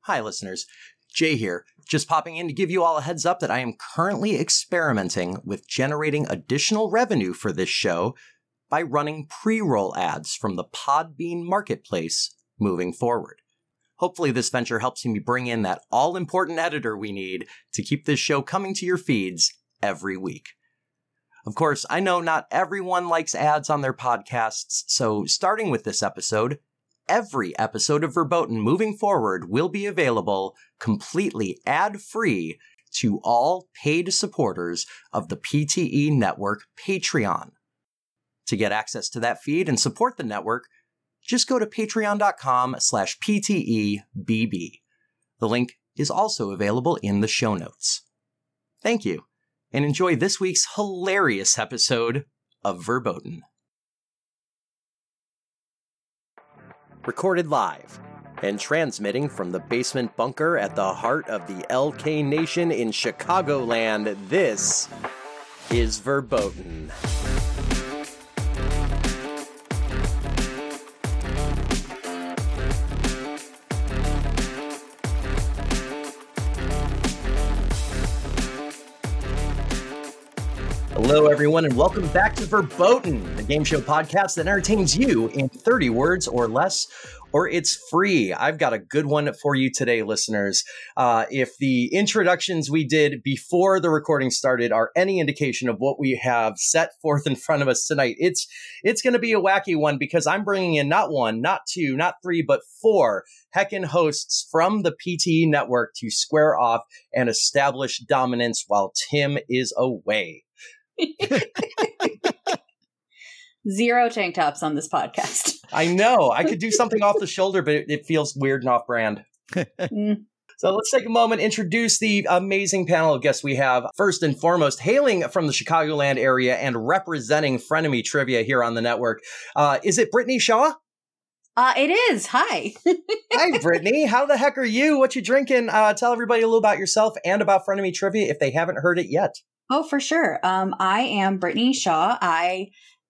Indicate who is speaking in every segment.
Speaker 1: Hi, listeners. Jay here, just popping in to give you all a heads up that I am currently experimenting with generating additional revenue for this show by running pre roll ads from the Podbean marketplace moving forward. Hopefully, this venture helps me bring in that all important editor we need to keep this show coming to your feeds every week. Of course, I know not everyone likes ads on their podcasts, so starting with this episode, every episode of Verboten moving forward will be available completely ad free to all paid supporters of the PTE Network Patreon. To get access to that feed and support the network, just go to patreon.com slash PTEBB. The link is also available in the show notes. Thank you, and enjoy this week's hilarious episode of Verboten. recorded live and transmitting from the basement bunker at the heart of the LK Nation in Chicagoland. This is Verboten. Hello, everyone, and welcome back to Verboten, the game show podcast that entertains you in 30 words or less, or it's free. I've got a good one for you today, listeners. Uh, if the introductions we did before the recording started are any indication of what we have set forth in front of us tonight, it's it's going to be a wacky one because I'm bringing in not one, not two, not three, but four heckin' hosts from the PTE network to square off and establish dominance while Tim is away.
Speaker 2: zero tank tops on this podcast.
Speaker 1: I know. I could do something off the shoulder, but it, it feels weird and off brand.
Speaker 2: Mm.
Speaker 1: So let's take a moment, introduce the amazing panel of guests we have. First and foremost, hailing from the Chicagoland area and representing Frenemy Trivia here on the network, uh, is it Brittany Shaw?
Speaker 2: Uh, it is. Hi.
Speaker 1: Hi, Brittany. How the heck are you? What you drinking? Uh, tell everybody a little about yourself and about Frenemy Trivia if they haven't heard it yet.
Speaker 2: Oh, for sure. Um, I am Brittany Shaw. I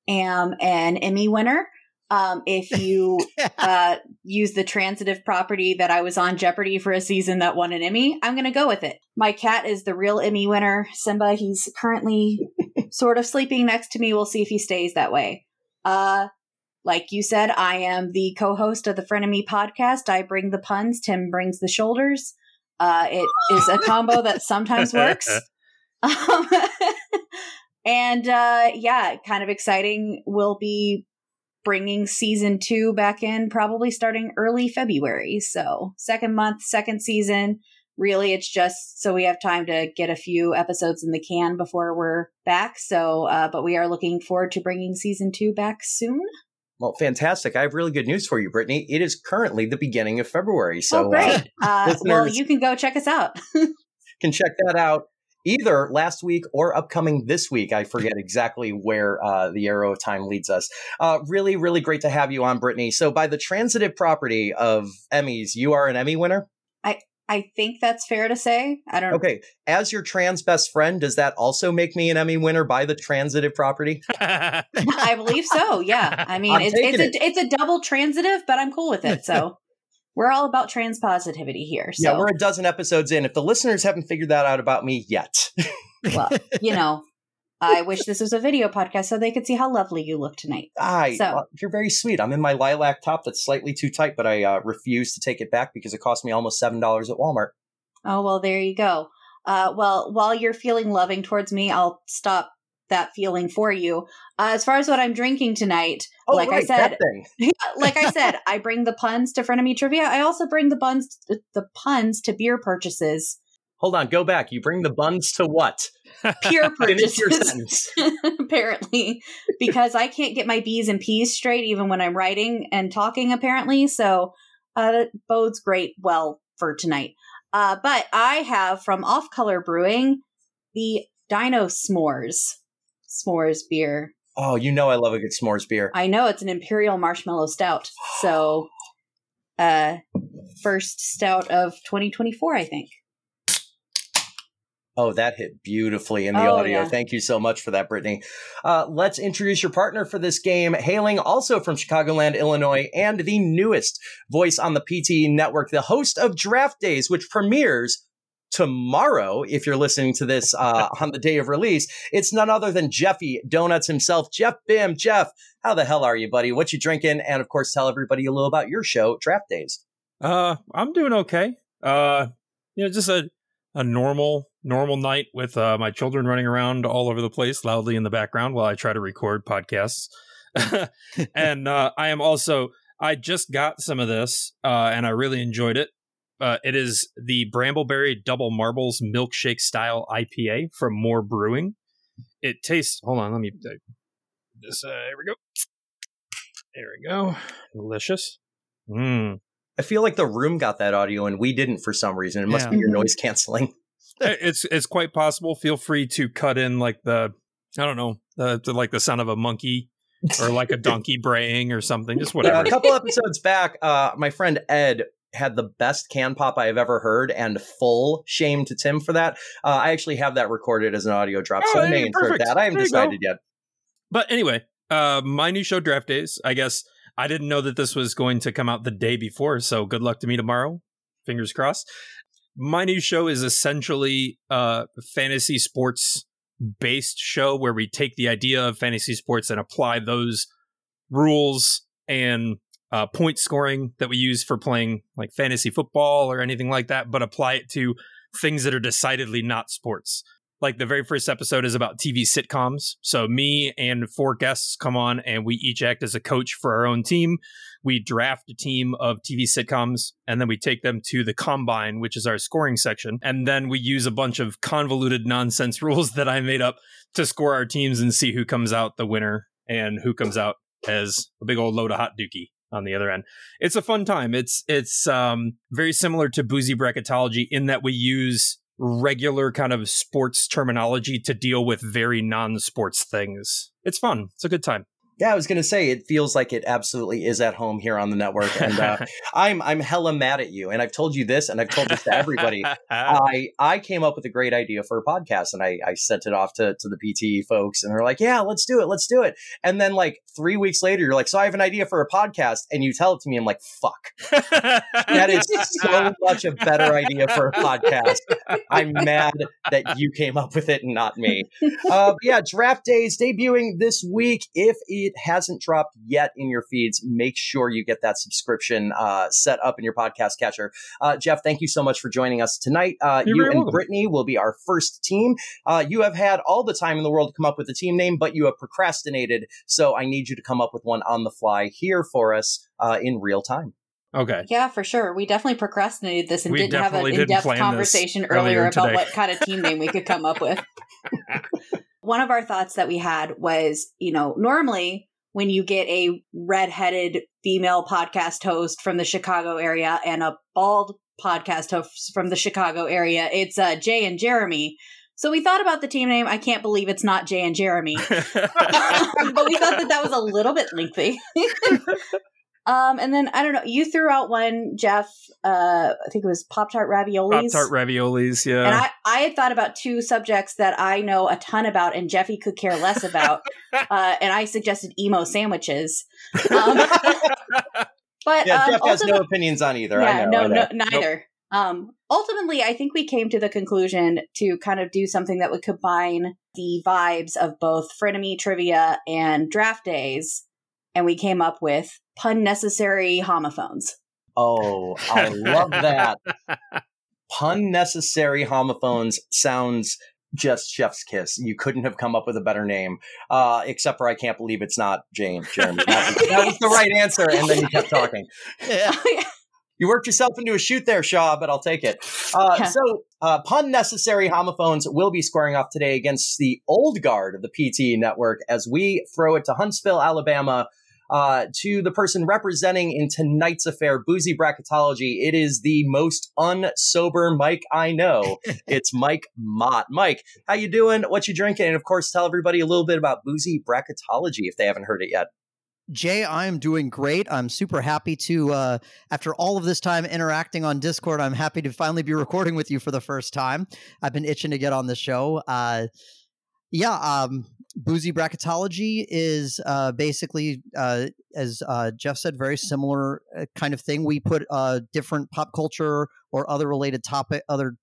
Speaker 2: am an Emmy winner. Um, if you uh, use the transitive property that I was on Jeopardy for a season that won an Emmy, I'm going to go with it. My cat is the real Emmy winner, Simba. He's currently sort of sleeping next to me. We'll see if he stays that way. Uh, like you said, I am the co host of the Frenemy podcast. I bring the puns, Tim brings the shoulders. Uh, it is a combo that sometimes works. Um, and uh, yeah, kind of exciting. We'll be bringing season two back in probably starting early February. So, second month, second season. Really, it's just so we have time to get a few episodes in the can before we're back. So, uh, but we are looking forward to bringing season two back soon.
Speaker 1: Well, fantastic. I have really good news for you, Brittany. It is currently the beginning of February. So,
Speaker 2: oh,
Speaker 1: uh,
Speaker 2: great. Uh, well,
Speaker 1: listeners-
Speaker 2: you can go check us out.
Speaker 1: can check that out either last week or upcoming this week. I forget exactly where uh, the arrow of time leads us. Uh, really, really great to have you on, Brittany. So, by the transitive property of Emmys, you are an Emmy winner.
Speaker 2: I think that's fair to say. I don't
Speaker 1: Okay. As your trans best friend, does that also make me an Emmy winner by the transitive property?
Speaker 2: I believe so. Yeah. I mean,
Speaker 1: I'm
Speaker 2: it's,
Speaker 1: taking
Speaker 2: it's a it's a double transitive, but I'm cool with it. So we're all about trans positivity here. So
Speaker 1: Yeah, we're a dozen episodes in. If the listeners haven't figured that out about me yet,
Speaker 2: well, you know, I wish this was a video podcast so they could see how lovely you look tonight.
Speaker 1: I
Speaker 2: So-
Speaker 1: uh, you're very sweet. I'm in my lilac top that's slightly too tight, but I uh, refuse to take it back because it cost me almost seven dollars at Walmart.
Speaker 2: Oh well, there you go. Uh, well, while you're feeling loving towards me, I'll stop that feeling for you. Uh, as far as what I'm drinking tonight,
Speaker 1: Oh,
Speaker 2: like I
Speaker 1: right,
Speaker 2: said,
Speaker 1: that thing.
Speaker 2: like I said, I bring the puns to frenemy trivia. I also bring the buns, uh, the puns to beer purchases.
Speaker 1: Hold on, go back. You bring the buns to what?
Speaker 2: Pure
Speaker 1: Finish your
Speaker 2: purchases.
Speaker 1: sentence.
Speaker 2: apparently because I can't get my B's and P's straight even when I'm writing and talking apparently. So uh, that bodes great well for tonight. Uh, but I have from Off Color Brewing the Dino S'mores s'mores beer.
Speaker 1: Oh, you know I love a good s'mores beer.
Speaker 2: I know it's an imperial marshmallow stout. So uh first stout of 2024 I think.
Speaker 1: Oh, that hit beautifully in the
Speaker 2: Oh,
Speaker 1: audio.
Speaker 2: yeah.
Speaker 1: Thank you so much for that, Brittany. Uh, let's introduce your partner for this game, hailing also from Chicagoland, Illinois, and the newest voice on the PTE network, the host of Draft Days, which premieres tomorrow. If you're listening to this uh, on the day of release, it's none other than Jeffy Donuts himself, Jeff Bim. Jeff, how the hell are you, buddy? What you drinking? And of course, tell everybody a little about your show, Draft Days.
Speaker 3: Uh, I'm doing okay. Uh, you know, just a a normal normal night with uh, my children running around all over the place loudly in the background while I try to record podcasts. and uh, I am also I just got some of this uh, and I really enjoyed it. Uh, it is the Brambleberry Double Marbles Milkshake Style IPA from More Brewing. It tastes. Hold on, let me. this. Uh, here we go. There we go. Delicious. Mmm.
Speaker 1: I feel like the room got that audio and we didn't for some reason. It must
Speaker 3: Yeah.
Speaker 1: be your
Speaker 2: Mhm.
Speaker 1: noise canceling.
Speaker 3: it's it's quite possible. Feel free to cut in like the I don't know the, the like the sound of a monkey or like a donkey braying or something. Just
Speaker 1: Yeah,
Speaker 3: whatever.
Speaker 1: a couple episodes back, uh, my friend Ed had the best can pop I have ever heard, and full shame to Tim for that. Uh, I actually have that recorded as an audio drop, so
Speaker 3: Oh,
Speaker 1: I may
Speaker 3: hey,
Speaker 1: insert
Speaker 3: perfect.
Speaker 1: that. I haven't
Speaker 3: There you go.
Speaker 1: decided yet.
Speaker 3: But anyway, uh, my new show Draft Days. I guess I didn't know that this was going to come out the day before. So good luck to me tomorrow. Fingers crossed. My new show is essentially a fantasy sports based show where we take the idea of fantasy sports and apply those rules and uh, point scoring that we use for playing like fantasy football or anything like that, but apply it to things that are decidedly not sports like the very first episode is about TV sitcoms. So me and four guests come on and we each act as a coach for our own team. We draft a team of TV sitcoms and then we take them to the combine, which is our scoring section. And then we use a bunch of convoluted nonsense rules that I made up to score our teams and see who comes out the winner and who comes out as a big old load of hot dookie on the other end. It's a fun time. It's it's um, very similar to boozy bracketology in that we use regular kind of sports terminology to deal with very non-sports things. It's fun. It's a good time.
Speaker 1: Yeah, I was gonna say it feels like it absolutely is at home here on the network, and uh, I'm I'm hella mad at you, and I've told you this, and I've told this to everybody. I I came up with a great idea for a podcast and I, I sent it off to, to the PTE folks and they're like, yeah, let's do it. Let's do it. And then like three weeks later, you're like, so I have an idea for a podcast and you tell it to me. I'm like, fuck, that is so much a better idea for a podcast. I'm mad that you came up with it and not me. Uh, but yeah, draft days debuting this week. If it hasn't dropped yet in your feeds, make sure you get that subscription uh, set up in your podcast catcher. Uh, Jeff, thank you so much for joining us tonight. Uh,
Speaker 3: You're
Speaker 1: you
Speaker 3: very
Speaker 1: and
Speaker 3: welcome.
Speaker 1: Brittany will be our first team. Uh, you have had all the time in the world to come up with a team name, but you have procrastinated. So I need you to come up with one on the fly here for us uh, in real time.
Speaker 3: okay.
Speaker 2: Yeah, for sure. We definitely procrastinated this and
Speaker 3: We
Speaker 2: didn't have an
Speaker 3: definitely didn't
Speaker 2: in-depth
Speaker 3: plan this
Speaker 2: conversation
Speaker 3: earlier
Speaker 2: earlier about
Speaker 3: today.
Speaker 2: what kind of team name we could come up with. One of our thoughts that we had was, you know, normally when you get a redheaded female podcast host from the Chicago area and a bald podcast host from the Chicago area, it's uh, Jay and Jeremy. So we thought about the team name. I can't believe it's not Jay and Jeremy but we thought that that was a little bit lengthy. um, and then I don't know. You threw out one, Jeff. Uh, I think it was Pop Tart
Speaker 3: Pop
Speaker 2: raviolis.
Speaker 3: tart raviolis, yeah.
Speaker 2: and I, I had thought about two subjects that I know a ton about and Jeffy could care less about. uh, and I suggested emo sandwiches. Um, but
Speaker 1: Yeah,
Speaker 2: um,
Speaker 1: Jeff has
Speaker 2: ultimately-
Speaker 1: no opinions on either. I
Speaker 2: yeah,
Speaker 1: know, I
Speaker 2: no,
Speaker 1: know.
Speaker 2: no, neither. Um, ultimately, I think we came to the conclusion to kind of do something that would combine the vibes of both frenemy trivia and draft days, and we came up with pun necessary homophones.
Speaker 1: Oh, I love that. Pun necessary homophones sounds just chef's kiss. You couldn't have come up with a better name, uh, except for I can't believe it's not James Jeremy. That was, that was the right answer, and then you kept talking.
Speaker 2: Oh,
Speaker 1: You worked yourself into a shoot there, Shaw, but I'll take it. Uh,
Speaker 2: Yeah.
Speaker 1: So, uh, pun necessary homophones will be squaring off today against the old guard of the PTE network as we throw it to Huntsville, Alabama, uh, to the person representing in tonight's affair, Boozy Bracketology. It is the most unsober Mike I know. it's Mike Mott. Mike, how you doing? What you drinking? And of course, tell everybody a little bit about Boozy Bracketology if they haven't heard it yet.
Speaker 4: Jay, I'm doing great. I'm super happy to, uh, after all of this time interacting on Discord, I'm happy to finally be recording with you for the first time. I've been itching to get on the show. Uh, yeah, um, Boozy Bracketology is uh, basically, uh, as uh, Jeff said, very similar uh, kind of thing. We put uh, different pop culture or other related topic, other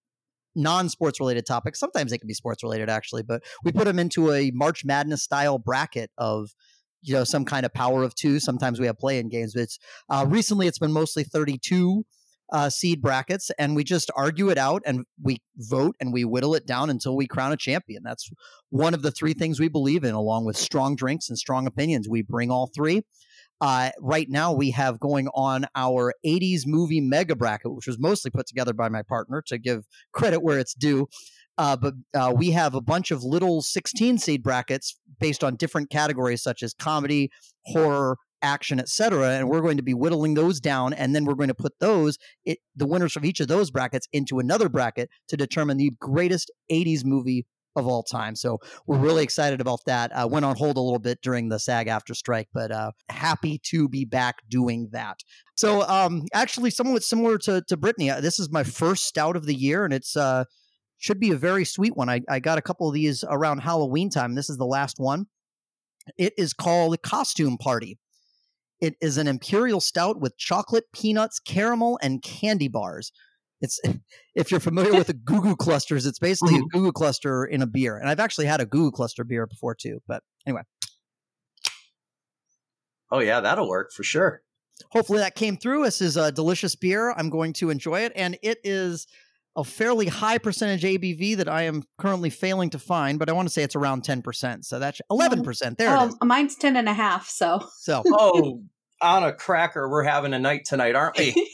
Speaker 4: non-sports related topics. Sometimes they can be sports related, actually, but we put them into a March Madness style bracket of you know some kind of power of two. Sometimes we have play-in games, but it's, uh, recently it's been mostly thirty-two uh, seed brackets, and we just argue it out and we vote and we whittle it down until we crown a champion. That's one of the three things we believe in, along with strong drinks and strong opinions. We bring all three. Uh, right now, we have going on our 80s movie mega bracket, which was mostly put together by my partner to give credit where it's due. Uh, but uh, we have a bunch of little 16 seed brackets based on different categories such as comedy, horror, action, etc. And we're going to be whittling those down, and then we're going to put those it, the winners of each of those brackets into another bracket to determine the greatest 80s movie of all time. So we're really excited about that. Uh, went on hold a little bit during the SAG after strike, but uh, happy to be back doing that. So um, actually, somewhat similar to to Brittany, uh, this is my first stout of the year, and it's uh, should be a very sweet one. I, I got a couple of these around Halloween time. This is the last one. It is called Costume Party. It is an imperial stout with chocolate, peanuts, caramel, and candy bars. It's if you're familiar with the Goo Goo clusters, it's basically a Goo Goo cluster in a beer. And I've actually had a Goo Goo cluster beer before too. But anyway,
Speaker 1: Oh yeah, that'll work for sure.
Speaker 4: hopefully that came through. This is a delicious beer. I'm going to enjoy it, and it is a fairly high percentage ABV that I am currently failing to find. But I want to say it's around ten percent. So that's eleven percent. There it
Speaker 2: oh,
Speaker 4: is.
Speaker 2: mine's 10 and a half, so.
Speaker 4: So
Speaker 1: Oh, on a cracker, we're having a night tonight, aren't we?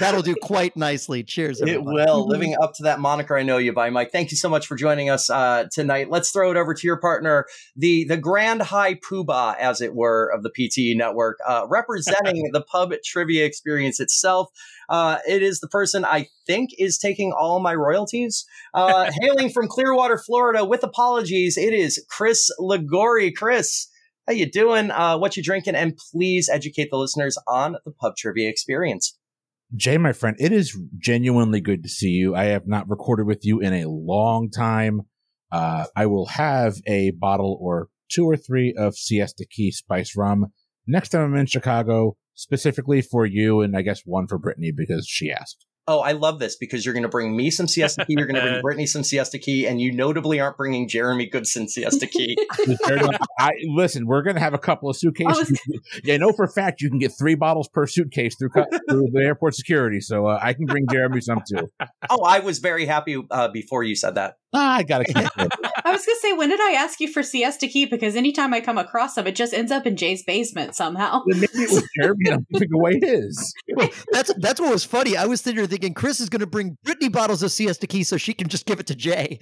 Speaker 4: that'll do quite nicely. Cheers.
Speaker 1: it
Speaker 4: everyone.
Speaker 1: will. Living up to that moniker, I know you by Mike. Thank you so much for joining us uh, tonight. Let's throw it over to your partner, the the grand high poobah, as it were, of the PTE network, uh, representing the pub trivia experience itself. Uh, it is the person I think is taking all my royalties. Uh, hailing from Clearwater, Florida, with apologies, it is Chris Ligori. Chris, how you doing? Uh, what you drinking? And please educate the listeners on the pub trivia experience.
Speaker 5: Jay, my friend, it is genuinely good to see you. I have not recorded with you in a long time. Uh, I will have a bottle or two or three of Siesta Key spice rum next time I'm in Chicago, specifically for you, and I guess one for Brittany because she asked.
Speaker 1: Oh, I love this because you're going to bring me some siesta key, you're going to bring Brittany some siesta key, and you notably aren't bringing Jeremy Goodson siesta key.
Speaker 5: I, listen, we're going to have a couple of suitcases.
Speaker 2: I was-
Speaker 5: yeah, I know for a fact you can get three bottles per suitcase through, co- through the airport security, so uh, I can bring Jeremy some too.
Speaker 1: oh, I was very happy uh, before you said that.
Speaker 5: Ah, I got to keep it.
Speaker 2: I was going to say, when did I ask you for Siesta Key? Because anytime I come across them, it just ends up in Jay's basement somehow.
Speaker 5: Maybe it was Jeremy and I'm giving away his.
Speaker 4: That's that's what was funny. I was sitting here thinking Chris is going to bring Brittany bottles of Siesta Key so she can just give it to Jay.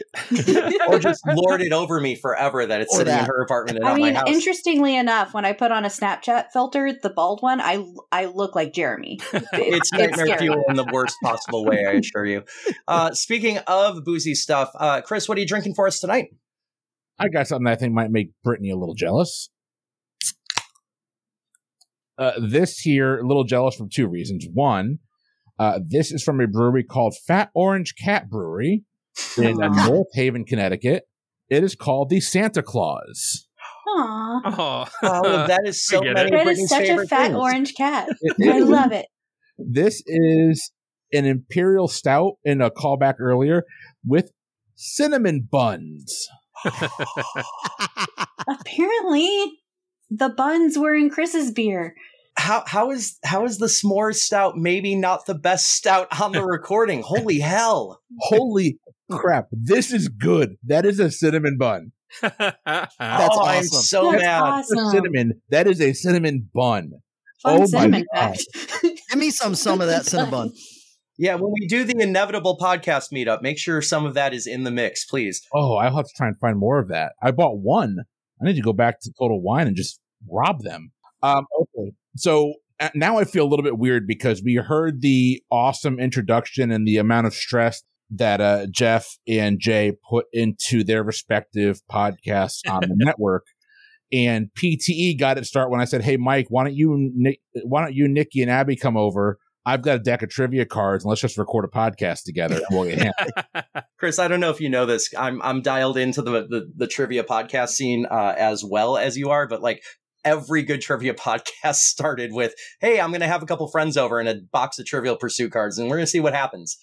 Speaker 1: Or just lord it over me forever that it's
Speaker 4: Or
Speaker 1: sitting in
Speaker 4: that.
Speaker 1: her apartment and
Speaker 2: I
Speaker 1: not
Speaker 2: mean,
Speaker 1: my house.
Speaker 2: interestingly enough, when I put on a Snapchat filter, the bald one, I I look like Jeremy.
Speaker 1: it's nightmare fuel in the worst possible way, I assure you. Uh, speaking of boozy stuff, uh, Chris, what are you drinking for us tonight?
Speaker 5: I got something that I think might make Brittany a little jealous. Uh, this here, a little jealous for two reasons. One, uh, this is from a brewery called Fat Orange Cat Brewery in uh,
Speaker 2: Aw.
Speaker 5: North Haven, Connecticut. It is called the Santa Claus.
Speaker 2: Aw.
Speaker 3: Oh,
Speaker 1: Oh, that is so
Speaker 3: I get it.
Speaker 1: many of
Speaker 2: That
Speaker 1: Brittany's
Speaker 2: is such a
Speaker 1: favorite
Speaker 2: fat
Speaker 1: things.
Speaker 2: orange cat.
Speaker 5: It
Speaker 2: I
Speaker 5: is-
Speaker 2: love it.
Speaker 5: This is an imperial stout in a callback earlier with cinnamon buns.
Speaker 2: Apparently, the buns were in Chris's beer.
Speaker 1: How how is how is the s'more stout maybe not the best stout on the recording? Holy hell!
Speaker 5: Holy crap! This is good. That is a cinnamon bun.
Speaker 4: That's
Speaker 1: oh, I'm
Speaker 4: awesome.
Speaker 1: so
Speaker 2: That's
Speaker 1: mad.
Speaker 2: awesome.
Speaker 5: Cinnamon. That is a cinnamon bun.
Speaker 2: Fun
Speaker 5: Oh my
Speaker 2: cinnamon
Speaker 5: God.
Speaker 2: fact.
Speaker 4: Give me some some of that Cinnabon.
Speaker 1: Yeah, when we do the inevitable podcast meetup, make sure some of that is in the mix, please.
Speaker 5: Oh, I'll have to try and find more of that. I bought one. I need to go back to Total Wine and just rob them. Um, okay. So uh, now I feel a little bit weird because we heard the awesome introduction and the amount of stress that uh, Jeff and Jay put into their respective podcasts on the network. and PTE got it start when I said, "Hey, Mike, why don't you, and Nick, why don't you, Nikki and Abby come over? I've got a deck of trivia cards, and let's just record a podcast together." And we'll get hammered."
Speaker 1: Chris, I don't know if you know this. I'm I'm dialed into the the, the trivia podcast scene uh, as well as you are, but like every good trivia podcast started with, "Hey, I'm going to have a couple friends over and a box of Trivial Pursuit cards, and we're going to see what happens."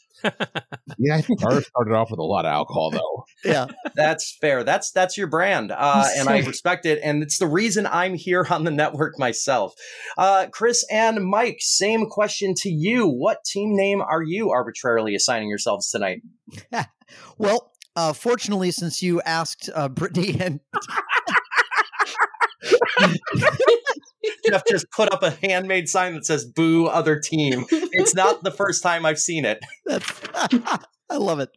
Speaker 5: yeah, I think ours started off with a lot of alcohol, though.
Speaker 4: Yeah.
Speaker 1: That's fair. That's that's your brand, uh, and I respect it. And it's the reason I'm here on the network myself. Uh, Chris and Mike, same question to you. What team name are you arbitrarily assigning yourselves tonight?
Speaker 4: Well, uh, fortunately, since you asked uh, Brittany and
Speaker 1: Jeff just put up a handmade sign that says "Boo other team." It's not the first time I've seen it.
Speaker 4: that's, I love it.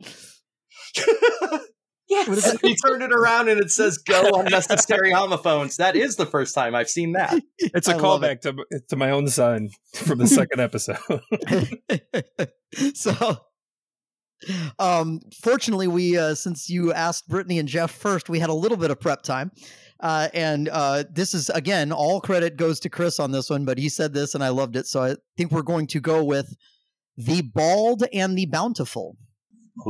Speaker 2: Yes.
Speaker 4: What is it?
Speaker 1: he turned it around and it says "Go unnecessary homophones." That is the first time I've seen that.
Speaker 3: It's a
Speaker 4: I love
Speaker 3: callback to to my own sign from the second episode.
Speaker 4: so um fortunately we uh since you asked brittany and jeff first we had a little bit of prep time uh and uh this is again all credit goes to chris on this one but he said this and i loved it so i think we're going to go with the bald and the bountiful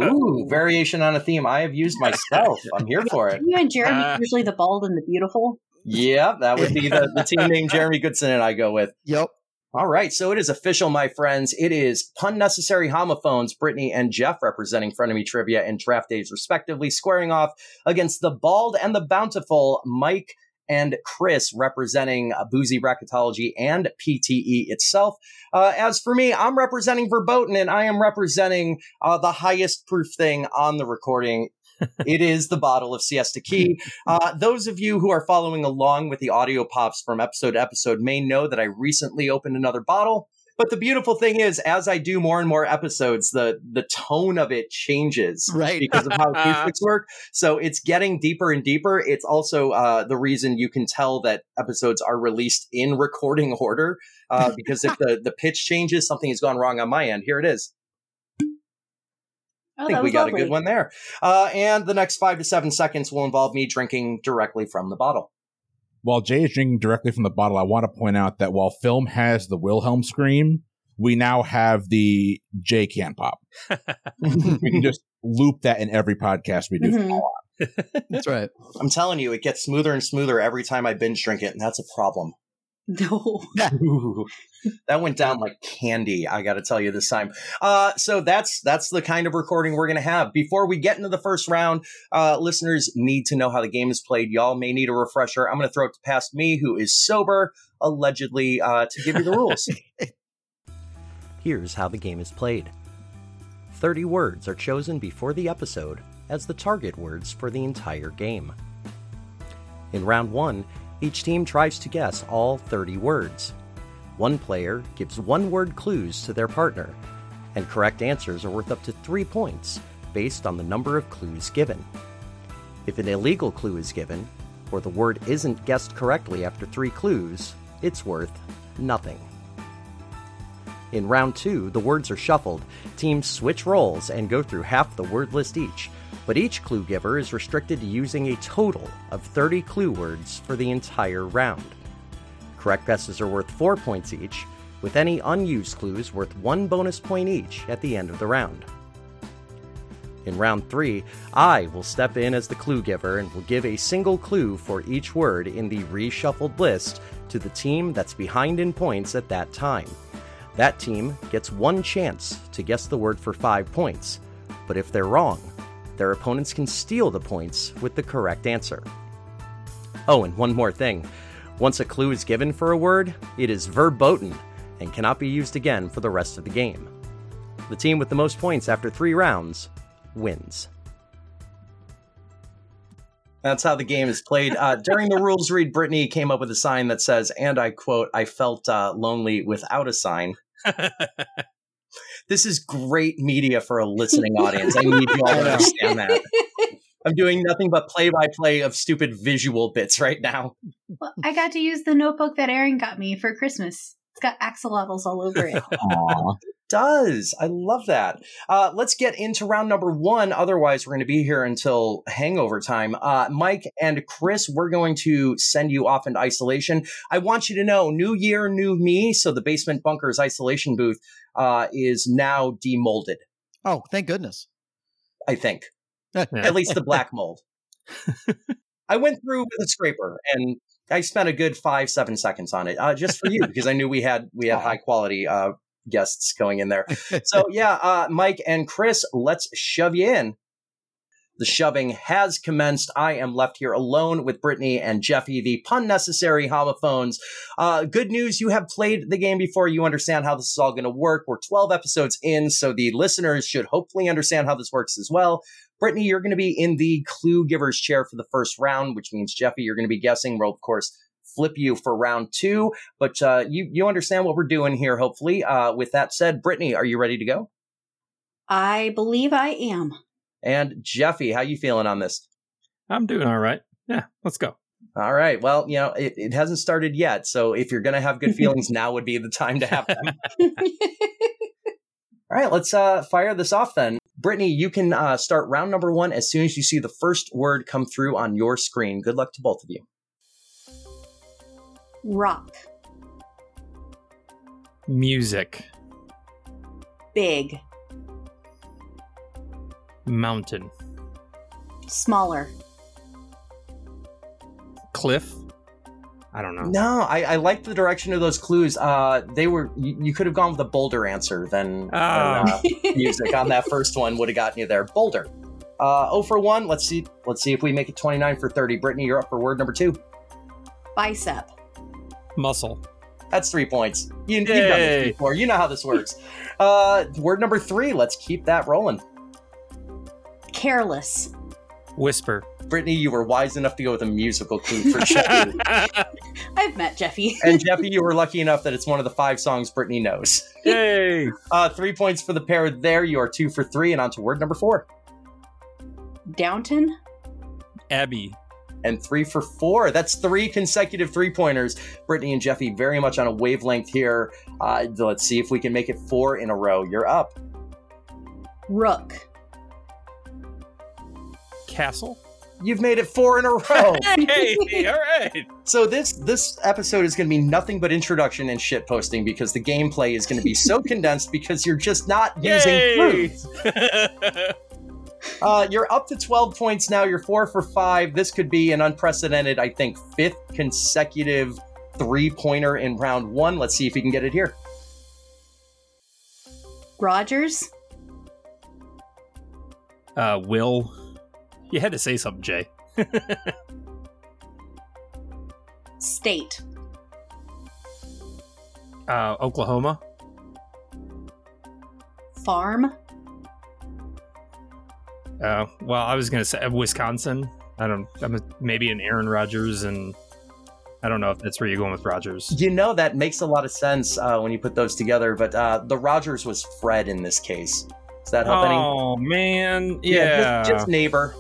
Speaker 1: Ooh, variation on a theme I have used myself. I'm here for it.
Speaker 2: You and
Speaker 1: Uh,
Speaker 2: Jeremy
Speaker 3: Ah.
Speaker 2: usually the bald and the beautiful.
Speaker 1: Yep, that would be the, the team name Jeremy Goodson and I go with.
Speaker 4: yep
Speaker 1: All right, so it is official, my friends. It is pun necessary homophones. Brittany and Jeff representing frenemy trivia and draft days, respectively, squaring off against the bald and the bountiful Mike and Chris representing uh, boozy bracketology and PTE itself. Uh, as for me, I'm representing verboten, and I am representing uh, the highest proof thing on the recording. it is the bottle of Siesta Key. Uh, those of you who are following along with the audio pops from episode to episode may know that I recently opened another bottle. But the beautiful thing is, as I do more and more episodes, the the tone of it changes
Speaker 4: right
Speaker 1: because of how acoustics work. So it's getting deeper and deeper. It's also uh, the reason you can tell that episodes are released in recording order uh, because if the the pitch changes, something has gone wrong on my end. Here it is.
Speaker 2: Oh,
Speaker 1: I think
Speaker 2: that
Speaker 1: we
Speaker 2: was
Speaker 1: got
Speaker 2: lovely.
Speaker 1: a good one there. Uh, and the next five to seven seconds will involve me drinking directly from the bottle.
Speaker 5: While Jay is drinking directly from the bottle, I want to point out that while film has the Wilhelm scream, we now have the Jay can pop. We can just loop that in every podcast we do.
Speaker 2: Mhm.
Speaker 4: that's right
Speaker 1: I'm telling you, it gets smoother and smoother every time I binge drink it, and that's a problem.
Speaker 2: No.
Speaker 1: Ooh. that went down like candy i gotta tell you this time uh, so that's that's the kind of recording we're gonna have before we get into the first round uh, listeners need to know how the game is played y'all may need a refresher i'm gonna throw it past me who is sober allegedly uh, to give you the rules here's how the game is played 30 words are chosen before the episode as the target words for the entire game in round one, each team tries to guess all 30 words. One player gives one word clues to their partner, and correct answers are worth up to three points based on the number of clues given. If an illegal clue is given, or the word isn't guessed correctly after three clues, it's worth nothing. In round two, the words are shuffled. Teams switch roles and go through half the word list each, but each clue giver is restricted to using a total of 30 clue words for the entire round. Correct guesses are worth 4 points each, with any unused clues worth 1 bonus point each at the end of the round. In round 3, I will step in as the clue giver and will give a single clue for each word in the reshuffled list to the team that's behind in points at that time. That team gets one chance to guess the word for five points, but if they're wrong, their opponents can steal the points with the correct answer. Oh, and one more thing. Once a clue is given for a word, it is verboten and cannot be used again for the rest of the game. The team with the most points after three rounds wins. That's how the game is played. Uh, during the rules read, Brittany came up with a sign that says, and I quote, I felt uh, lonely without a sign. This is great media for a listening audience. I need you all
Speaker 4: I
Speaker 1: to
Speaker 4: know.
Speaker 1: understand that. I'm doing nothing but play by play of stupid visual bits right now.
Speaker 2: Well, I got to use the notebook that Aaron got me for Christmas. It's got axolotls all over it.
Speaker 5: Aw.
Speaker 1: does. I love that. Uh, let's get into round number one. Otherwise, we're going to be here until hangover time. Uh, Mike and Chris, we're going to send you off into isolation. I want you to know new year, new me. So the basement bunker's isolation booth uh, is now demolded,
Speaker 4: Oh, thank goodness.
Speaker 1: I think. At least the black mold. I went through with a scraper and I spent a good five, seven seconds on it uh, just for you because I knew we had we had high quality uh, guests going in there. So yeah, uh, Mike and Chris, let's shove you in. The shoving has commenced. I am left here alone with Brittany and Jeffy, the pun necessary homophones. Uh, good news, you have played the game before. You understand how this is all going to work. We're 12 episodes in, so the listeners should hopefully understand how this works as well. Brittany, you're going to be in the clue giver's chair for the first round, which means Jeffy, you're going to be guessing. We'll, of course, flip you for round two, but uh, you you understand what we're doing here. Hopefully, uh, with that said, Brittany, are you ready to go?
Speaker 2: I believe I am.
Speaker 1: And Jeffy, how you feeling on this?
Speaker 3: I'm doing all right. Yeah, let's go.
Speaker 1: All right. Well, you know, it, it hasn't started yet. So if you're going to have good feelings, now would be the time to have them. All right. Let's uh, fire this off then. Brittany, you can uh, start round number one as soon as you see the first word come through on your screen. Good luck to both of you.
Speaker 2: Rock.
Speaker 3: Music,
Speaker 2: Big.
Speaker 3: mountain,
Speaker 2: Smaller.
Speaker 3: cliff. I don't know.
Speaker 1: No, I, I like the direction of those clues. Uh, they were you, you could have gone with a bolder answer than than, uh, music on that first one would have gotten you there. Bolder. Uh, 0 for one. Let's see. Let's see if we make it 29 for 30. Brittany, you're up for word number two.
Speaker 2: Bicep.
Speaker 3: Muscle,
Speaker 1: That's three points. You, have done this
Speaker 3: Yay.
Speaker 1: before. You know how this works. Uh, word number three. Let's keep that rolling.
Speaker 2: Careless.
Speaker 3: whisper.
Speaker 1: Brittany, you were wise enough to go with a musical clue for Jeffy.
Speaker 2: I've met Jeffy.
Speaker 1: and Jeffy, you were lucky enough that it's one of the five songs Brittany knows.
Speaker 3: Yay!
Speaker 1: Uh, three points for the pair there. You are two for three, and on to word number four.
Speaker 2: Downton.
Speaker 3: Abby,
Speaker 1: and three for four. That's three consecutive three pointers. Brittany and Jeffy very much on a wavelength here. Uh, let's see if we can make it four in a row. You're up.
Speaker 2: Rook.
Speaker 3: castle.
Speaker 1: You've made it four in a row.
Speaker 3: Hey, all right.
Speaker 1: so this this episode is going to be nothing but introduction and shit posting because the gameplay is going to be so condensed because you're just not using
Speaker 3: Yay!
Speaker 1: clues. Uh, you're up to 12 points now. You're four for five. This could be an unprecedented, I think, fifth consecutive three pointer in round one. Let's see if you can get it here.
Speaker 2: Rogers.
Speaker 3: uh, Will, you had to say something, Jay.
Speaker 2: State.
Speaker 3: Uh, Oklahoma,
Speaker 2: Farm.
Speaker 3: Uh, well, I was gonna say uh, Wisconsin. I don't. I'm a, maybe an Aaron Rodgers, and I don't know if that's where you're going with Rodgers.
Speaker 1: You know that makes a lot of sense uh, when you put those together. But uh, the Rogers was Fred in this case. Is that help any?
Speaker 3: Oh man, yeah,
Speaker 1: just, just neighbor.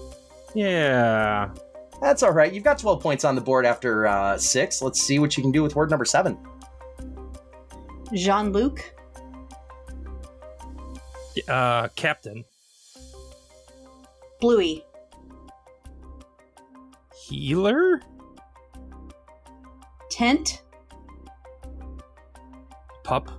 Speaker 3: yeah.
Speaker 1: That's all right. You've got 12 points on the board after uh, six. Let's see what you can do with word number seven.
Speaker 2: Jean Luc.
Speaker 3: Uh, captain,
Speaker 2: Bluey.
Speaker 3: healer,
Speaker 2: Tent.
Speaker 3: pup.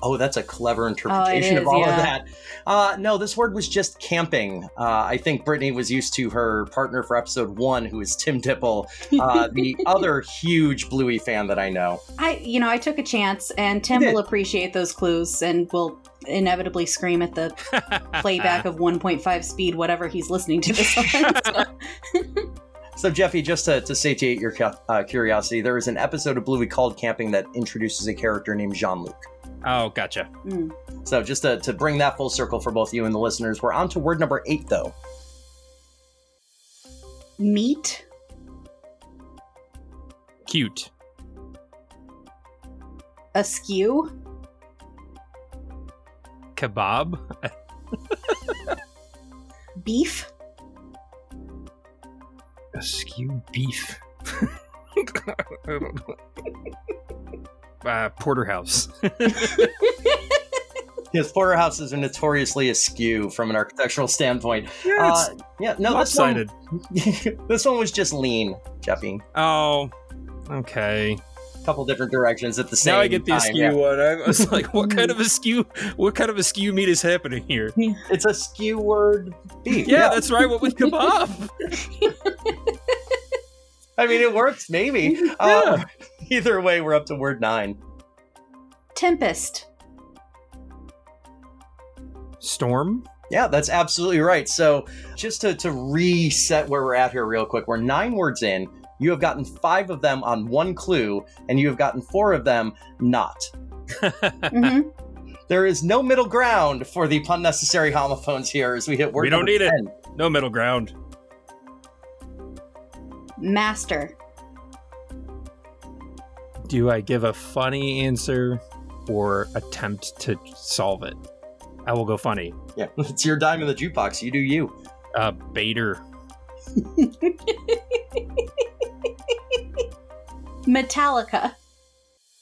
Speaker 1: Oh, that's a clever interpretation
Speaker 2: is,
Speaker 1: of all
Speaker 2: yeah.
Speaker 1: of that. Uh, no, this word was just camping. Uh, I think Brittany was used to her partner for episode one, who is Tim Dipple, uh, the other huge Bluey fan that I know.
Speaker 2: I, you know, I took a chance, and Tim
Speaker 1: You did.
Speaker 2: will appreciate those clues, and will inevitably scream at the playback of 1.5 speed, whatever he's listening to this on. So,
Speaker 1: So, Jeffy, just to, to satiate your cu- uh, curiosity, there is an episode of Bluey called Camping that introduces a character named Jean Luc.
Speaker 3: oh, gotcha.
Speaker 2: mm.
Speaker 1: So, just to, to bring that full circle for both you and the listeners, we're on to word number eight, though.
Speaker 2: Meat.
Speaker 3: Cute.
Speaker 2: Askew.
Speaker 3: Kebab,
Speaker 2: Beef.
Speaker 3: askew beef. I don't know. uh, porterhouse.
Speaker 1: Because porterhouses are notoriously askew from an architectural standpoint.
Speaker 3: Yeah,
Speaker 1: Uh,
Speaker 3: it's
Speaker 1: yeah, no, this one,
Speaker 3: lopsided.
Speaker 1: this one was just lean, Jeffy.
Speaker 3: Oh, okay.
Speaker 1: A couple different directions at the same time.
Speaker 3: now I get the askew
Speaker 1: yeah.
Speaker 3: one. I was like, what kind of askew? What kind of askew meat is happening here?
Speaker 1: It's a skew word beef.
Speaker 3: Yeah, that's right. What with kebab?
Speaker 1: I mean, it works, maybe. Uh, either way, we're up to word nine.
Speaker 2: Tempest.
Speaker 3: Storm.
Speaker 1: Yeah, that's absolutely right. So, just to, to reset where we're at here, real quick, we're nine words in. You have gotten five of them on one clue, and you have gotten four of them not.
Speaker 3: Mm-hmm.
Speaker 2: hmm
Speaker 1: There is no middle ground for the pun necessary homophones here as we hit word
Speaker 3: We don't
Speaker 1: number
Speaker 3: need it.
Speaker 1: 10.
Speaker 3: no middle ground.
Speaker 2: Master.
Speaker 3: Do I give a funny answer or attempt to solve it? I will go funny.
Speaker 1: Yeah, it's your dime in the jukebox. You do you.
Speaker 3: Uh, Bader.
Speaker 2: Metallica.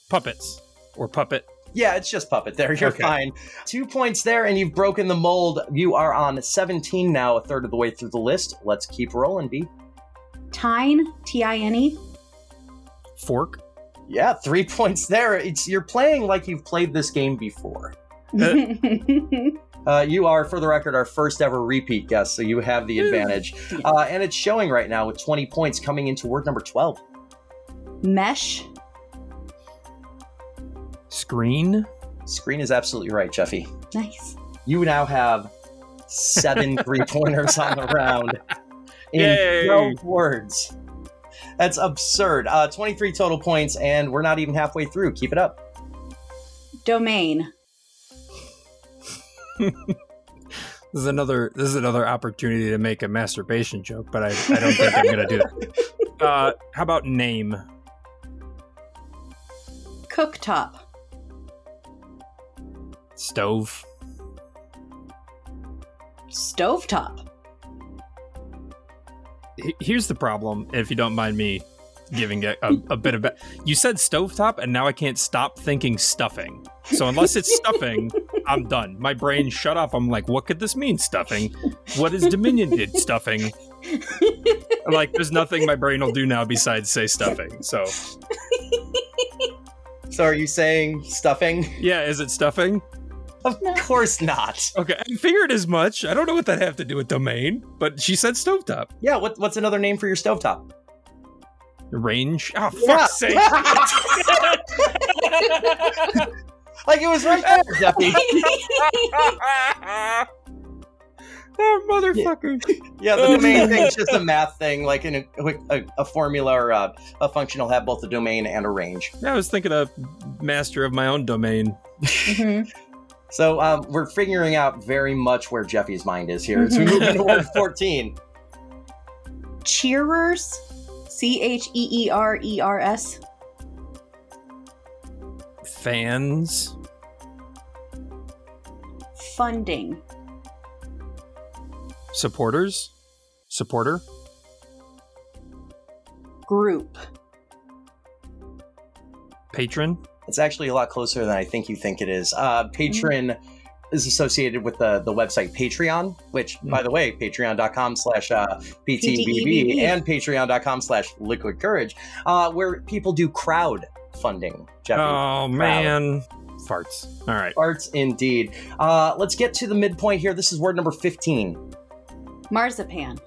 Speaker 3: Puppets. Or puppet.
Speaker 1: Yeah, it's just puppet there. You're
Speaker 3: Okay.
Speaker 1: fine. Two points there, and you've broken the mold. You are on 17 now, a third of the way through the list. Let's keep rolling, B.
Speaker 2: Tine. T I N E.
Speaker 3: Fork.
Speaker 1: Yeah, three points there. It's you're playing like you've played this game before. Uh, you are, for the record, our first ever repeat guest, so you have the advantage. Uh, and it's showing right now with 20 points coming into word number 12.
Speaker 2: Mesh.
Speaker 3: Screen.
Speaker 1: Screen is absolutely right, Jeffy.
Speaker 2: Nice.
Speaker 1: You now have seven three pointers on the round in
Speaker 3: Yay.
Speaker 1: 12 words. That's absurd. Uh, 23 total points, and we're not even halfway through. Keep it up.
Speaker 2: Domain.
Speaker 3: This is another. This is another opportunity to make a masturbation joke, but I, I don't think I'm gonna do it. Uh, how about name?
Speaker 2: Cooktop.
Speaker 3: Stove.
Speaker 2: Stovetop.
Speaker 3: H- Here's the problem. If you don't mind me giving a, a, a bit of, ba- you said stovetop, and now I can't stop thinking stuffing. So unless it's stuffing, I'm done. My brain shut off. I'm like, what could this mean? Stuffing. What is Dominion did stuffing? I'm like, there's nothing my brain will do now besides say stuffing. So
Speaker 1: So, are you saying stuffing?
Speaker 3: yeah, is it stuffing?
Speaker 1: Of course not.
Speaker 3: Okay, I figured as much. I don't know what that have to do with domain, but she said stovetop.
Speaker 1: Yeah, what, what's another name for your stovetop?
Speaker 3: Range. Oh,
Speaker 1: Yeah.
Speaker 3: fuck's sake.
Speaker 1: Like it was right there, Jeffy.
Speaker 3: Oh, motherfucker.
Speaker 1: Yeah, the domain thing is just a math thing, like in a, a, a formula or a, a function will have both a domain and a range.
Speaker 3: Yeah, I was thinking of master of my own domain.
Speaker 2: Mhm.
Speaker 1: So um, we're figuring out very much where Jeffy's mind is here as we move into word 14.
Speaker 2: Cheerers. C H E E R E R S.
Speaker 3: Fans.
Speaker 2: Funding.
Speaker 3: Supporters. Supporter.
Speaker 2: Group.
Speaker 3: Patron.
Speaker 1: It's actually a lot closer than I think you think it is. Uh, patron is associated with the, the website Patreon, which, by the way, patreon.com slash uh, PTBB
Speaker 2: PTBB.
Speaker 1: and patreon.com slash liquid courage, uh, where people do crowd funding, Jeffy.
Speaker 3: Oh, man. Farts. All right.
Speaker 1: Arts indeed. Uh, let's get to the midpoint here. This is word number 15.
Speaker 2: Marzipan.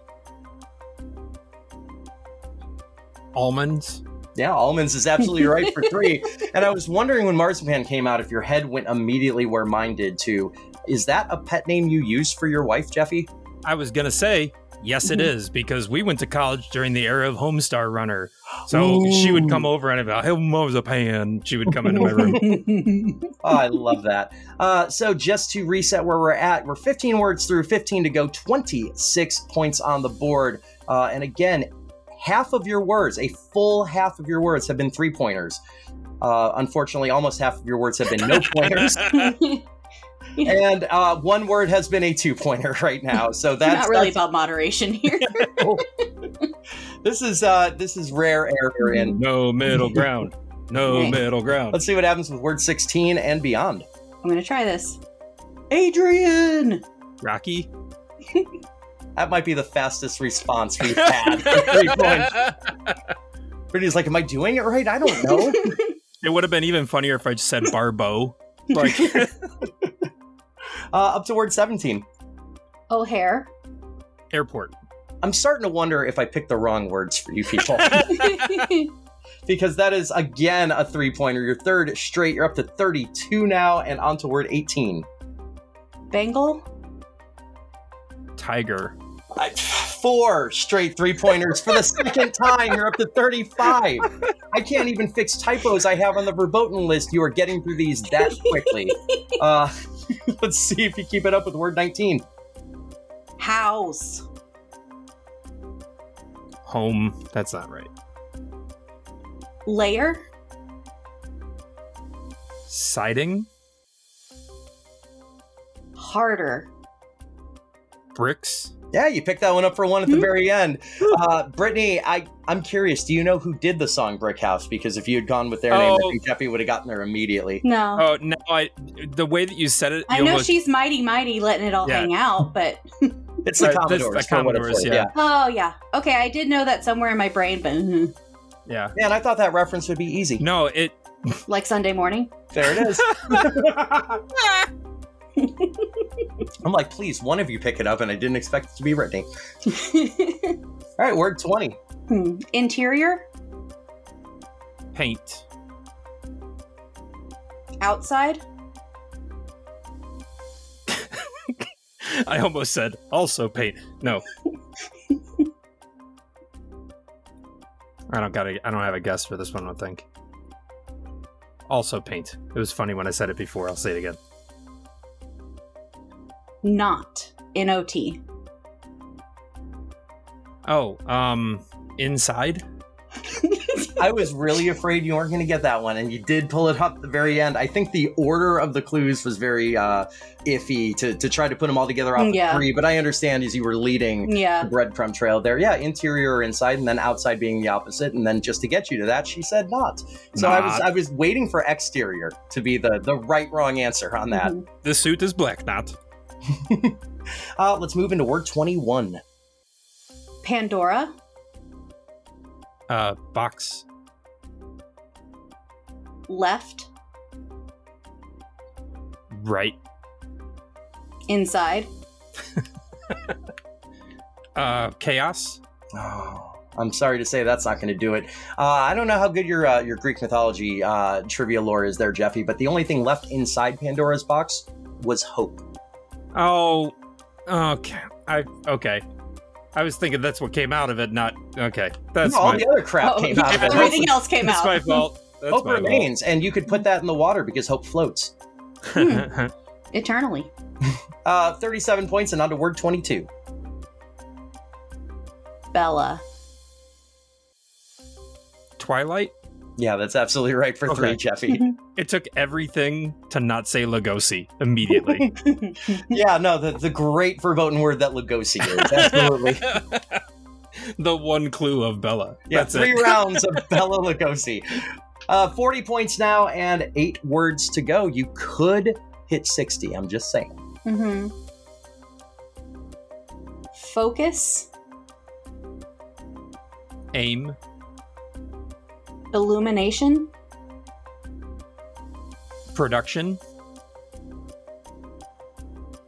Speaker 3: Almonds.
Speaker 1: Yeah, almonds is absolutely right for three. And I was wondering when marzipan came out if your head went immediately where mine did to. Is that a pet name you use for your wife, Jeffy?
Speaker 3: I was going to say, yes, it
Speaker 2: Mhm.
Speaker 3: is, because we went to college during the era of Homestar Runner. So she would come over and I'd be like, "Hey, a pan. She would come into my room.
Speaker 1: Oh, I love that. Uh, so just to reset where we're at, we're 15 words through, 15 to go, 26 points on the board. Uh, and again, half of your words, a full half of your words, have been three pointers. Uh, unfortunately, almost half of your words have been no pointers. and uh, one word has been a two pointer right now. So that's
Speaker 2: not really
Speaker 1: that's-
Speaker 2: about moderation here.
Speaker 1: this is uh, this is rare air we're in.
Speaker 3: no middle ground. No
Speaker 2: Right.
Speaker 3: middle ground.
Speaker 1: Let's see what happens with word sixteen and beyond.
Speaker 2: I'm gonna try this. Adrian.
Speaker 3: Rocky.
Speaker 1: That might be the fastest response we've had. for three points. Brittany's like, "Am I doing it right? I don't know."
Speaker 3: It would have been even funnier if I just said Barbo. Like
Speaker 1: Uh, up to word seventeen.
Speaker 2: O'Hare.
Speaker 3: airport.
Speaker 1: I'm starting to wonder if I picked the wrong words for you people
Speaker 2: All
Speaker 1: because that is again a three pointer. Your third straight. You're up to 32 now, and on to word 18.
Speaker 2: Bengal.
Speaker 3: Tiger.
Speaker 1: I, four straight three pointers for the second time. You're up to 35. I can't even fix typos I have on the verboten list. You are getting through these that quickly. Uh, let's see if you keep it up with word 19.
Speaker 2: House.
Speaker 3: Home. That's not right.
Speaker 2: Layer.
Speaker 3: Siding.
Speaker 2: Harder.
Speaker 3: Bricks.
Speaker 1: Yeah, you picked that one up for one at the
Speaker 2: Hmm.
Speaker 1: very end. Uh, Brittany, I, I'm curious. Do you know who did the song Brick House? Because if you had gone with their name, I
Speaker 3: Oh.
Speaker 1: think Jeffy would have gotten there immediately.
Speaker 2: No.
Speaker 3: Oh no! I the way that you said it,
Speaker 2: I
Speaker 3: you
Speaker 2: know
Speaker 3: almost-
Speaker 2: she's mighty mighty letting it all
Speaker 3: Yeah.
Speaker 2: hang out, but
Speaker 1: It's the
Speaker 3: Right, that's the
Speaker 1: Commodores. for what it's
Speaker 3: Commodores,
Speaker 1: worth,
Speaker 3: yeah.
Speaker 2: oh yeah. Okay, I did know that somewhere in my brain, but mhm.
Speaker 3: Yeah.
Speaker 1: Man, I thought that reference would be easy.
Speaker 3: No, it.
Speaker 2: like Sunday morning.
Speaker 1: There it is. I'm like, please, one of you pick it up, and I didn't expect it to be Brittany. All right, word 20.
Speaker 2: Hmm. Interior,
Speaker 3: Paint.
Speaker 2: outside,
Speaker 3: I almost said also paint. No. I don't got. I don't have a guess for this one. I don't think. Also paint. It was funny when I said it before. I'll say it again.
Speaker 2: not in OT.
Speaker 3: Oh, um, inside.
Speaker 1: I was really afraid you weren't going to get that one, and you did pull it up at the very end. I think the order of the clues was very uh, iffy to, to try to put them all together off
Speaker 2: Yeah.
Speaker 1: of three, but I understand as you were leading the
Speaker 2: Yeah.
Speaker 1: breadcrumb trail there. Yeah, interior or inside, and then outside being the opposite, and then just to get you to that, she said not. So I was
Speaker 3: Not.
Speaker 1: I was waiting for exterior to be the the right wrong answer on that.
Speaker 2: Mhm.
Speaker 3: The suit is black. Not.
Speaker 2: Mm-hmm.
Speaker 1: Uh, let's move into word 21.
Speaker 2: Pandora,
Speaker 3: Uh, box.
Speaker 2: left,
Speaker 3: Right.
Speaker 2: inside,
Speaker 3: Uh, chaos.
Speaker 1: Oh, I'm sorry to say that's not going to do it. Uh, I don't know how good your uh, your Greek mythology uh, trivia lore is there, Jeffy, but the only thing left inside Pandora's box was hope.
Speaker 3: Oh. Okay. I. Okay. I was thinking that's what came out of it. Not. Okay. That's
Speaker 1: No, all
Speaker 3: my.
Speaker 1: the other crap
Speaker 2: Oh,
Speaker 1: came
Speaker 2: yeah,
Speaker 1: out of it.
Speaker 2: everything else came
Speaker 3: That's
Speaker 2: out.
Speaker 3: my fault. That's
Speaker 1: hope
Speaker 3: my
Speaker 1: remains, and you could put that in the water because hope floats.
Speaker 3: fault.
Speaker 1: Hmm.
Speaker 2: Eternally,
Speaker 1: Uh, 37 points and on to word 22.
Speaker 2: Bella,
Speaker 3: Twilight.
Speaker 1: Yeah, that's absolutely right for three,
Speaker 3: Okay.
Speaker 1: Jeffy.
Speaker 3: It took everything to not say Lugosi immediately.
Speaker 2: Mm-hmm.
Speaker 1: yeah, no, the, the great verboten word that Lugosi is. Absolutely.
Speaker 3: the one clue of Bella.
Speaker 1: Yeah,
Speaker 3: That's
Speaker 1: three
Speaker 3: it.
Speaker 1: rounds of Bella Lugosi. Uh, 40 points now and eight words to go. You could hit 60. I'm just saying.
Speaker 2: hmm focus,
Speaker 3: Aim.
Speaker 2: illumination,
Speaker 3: Production.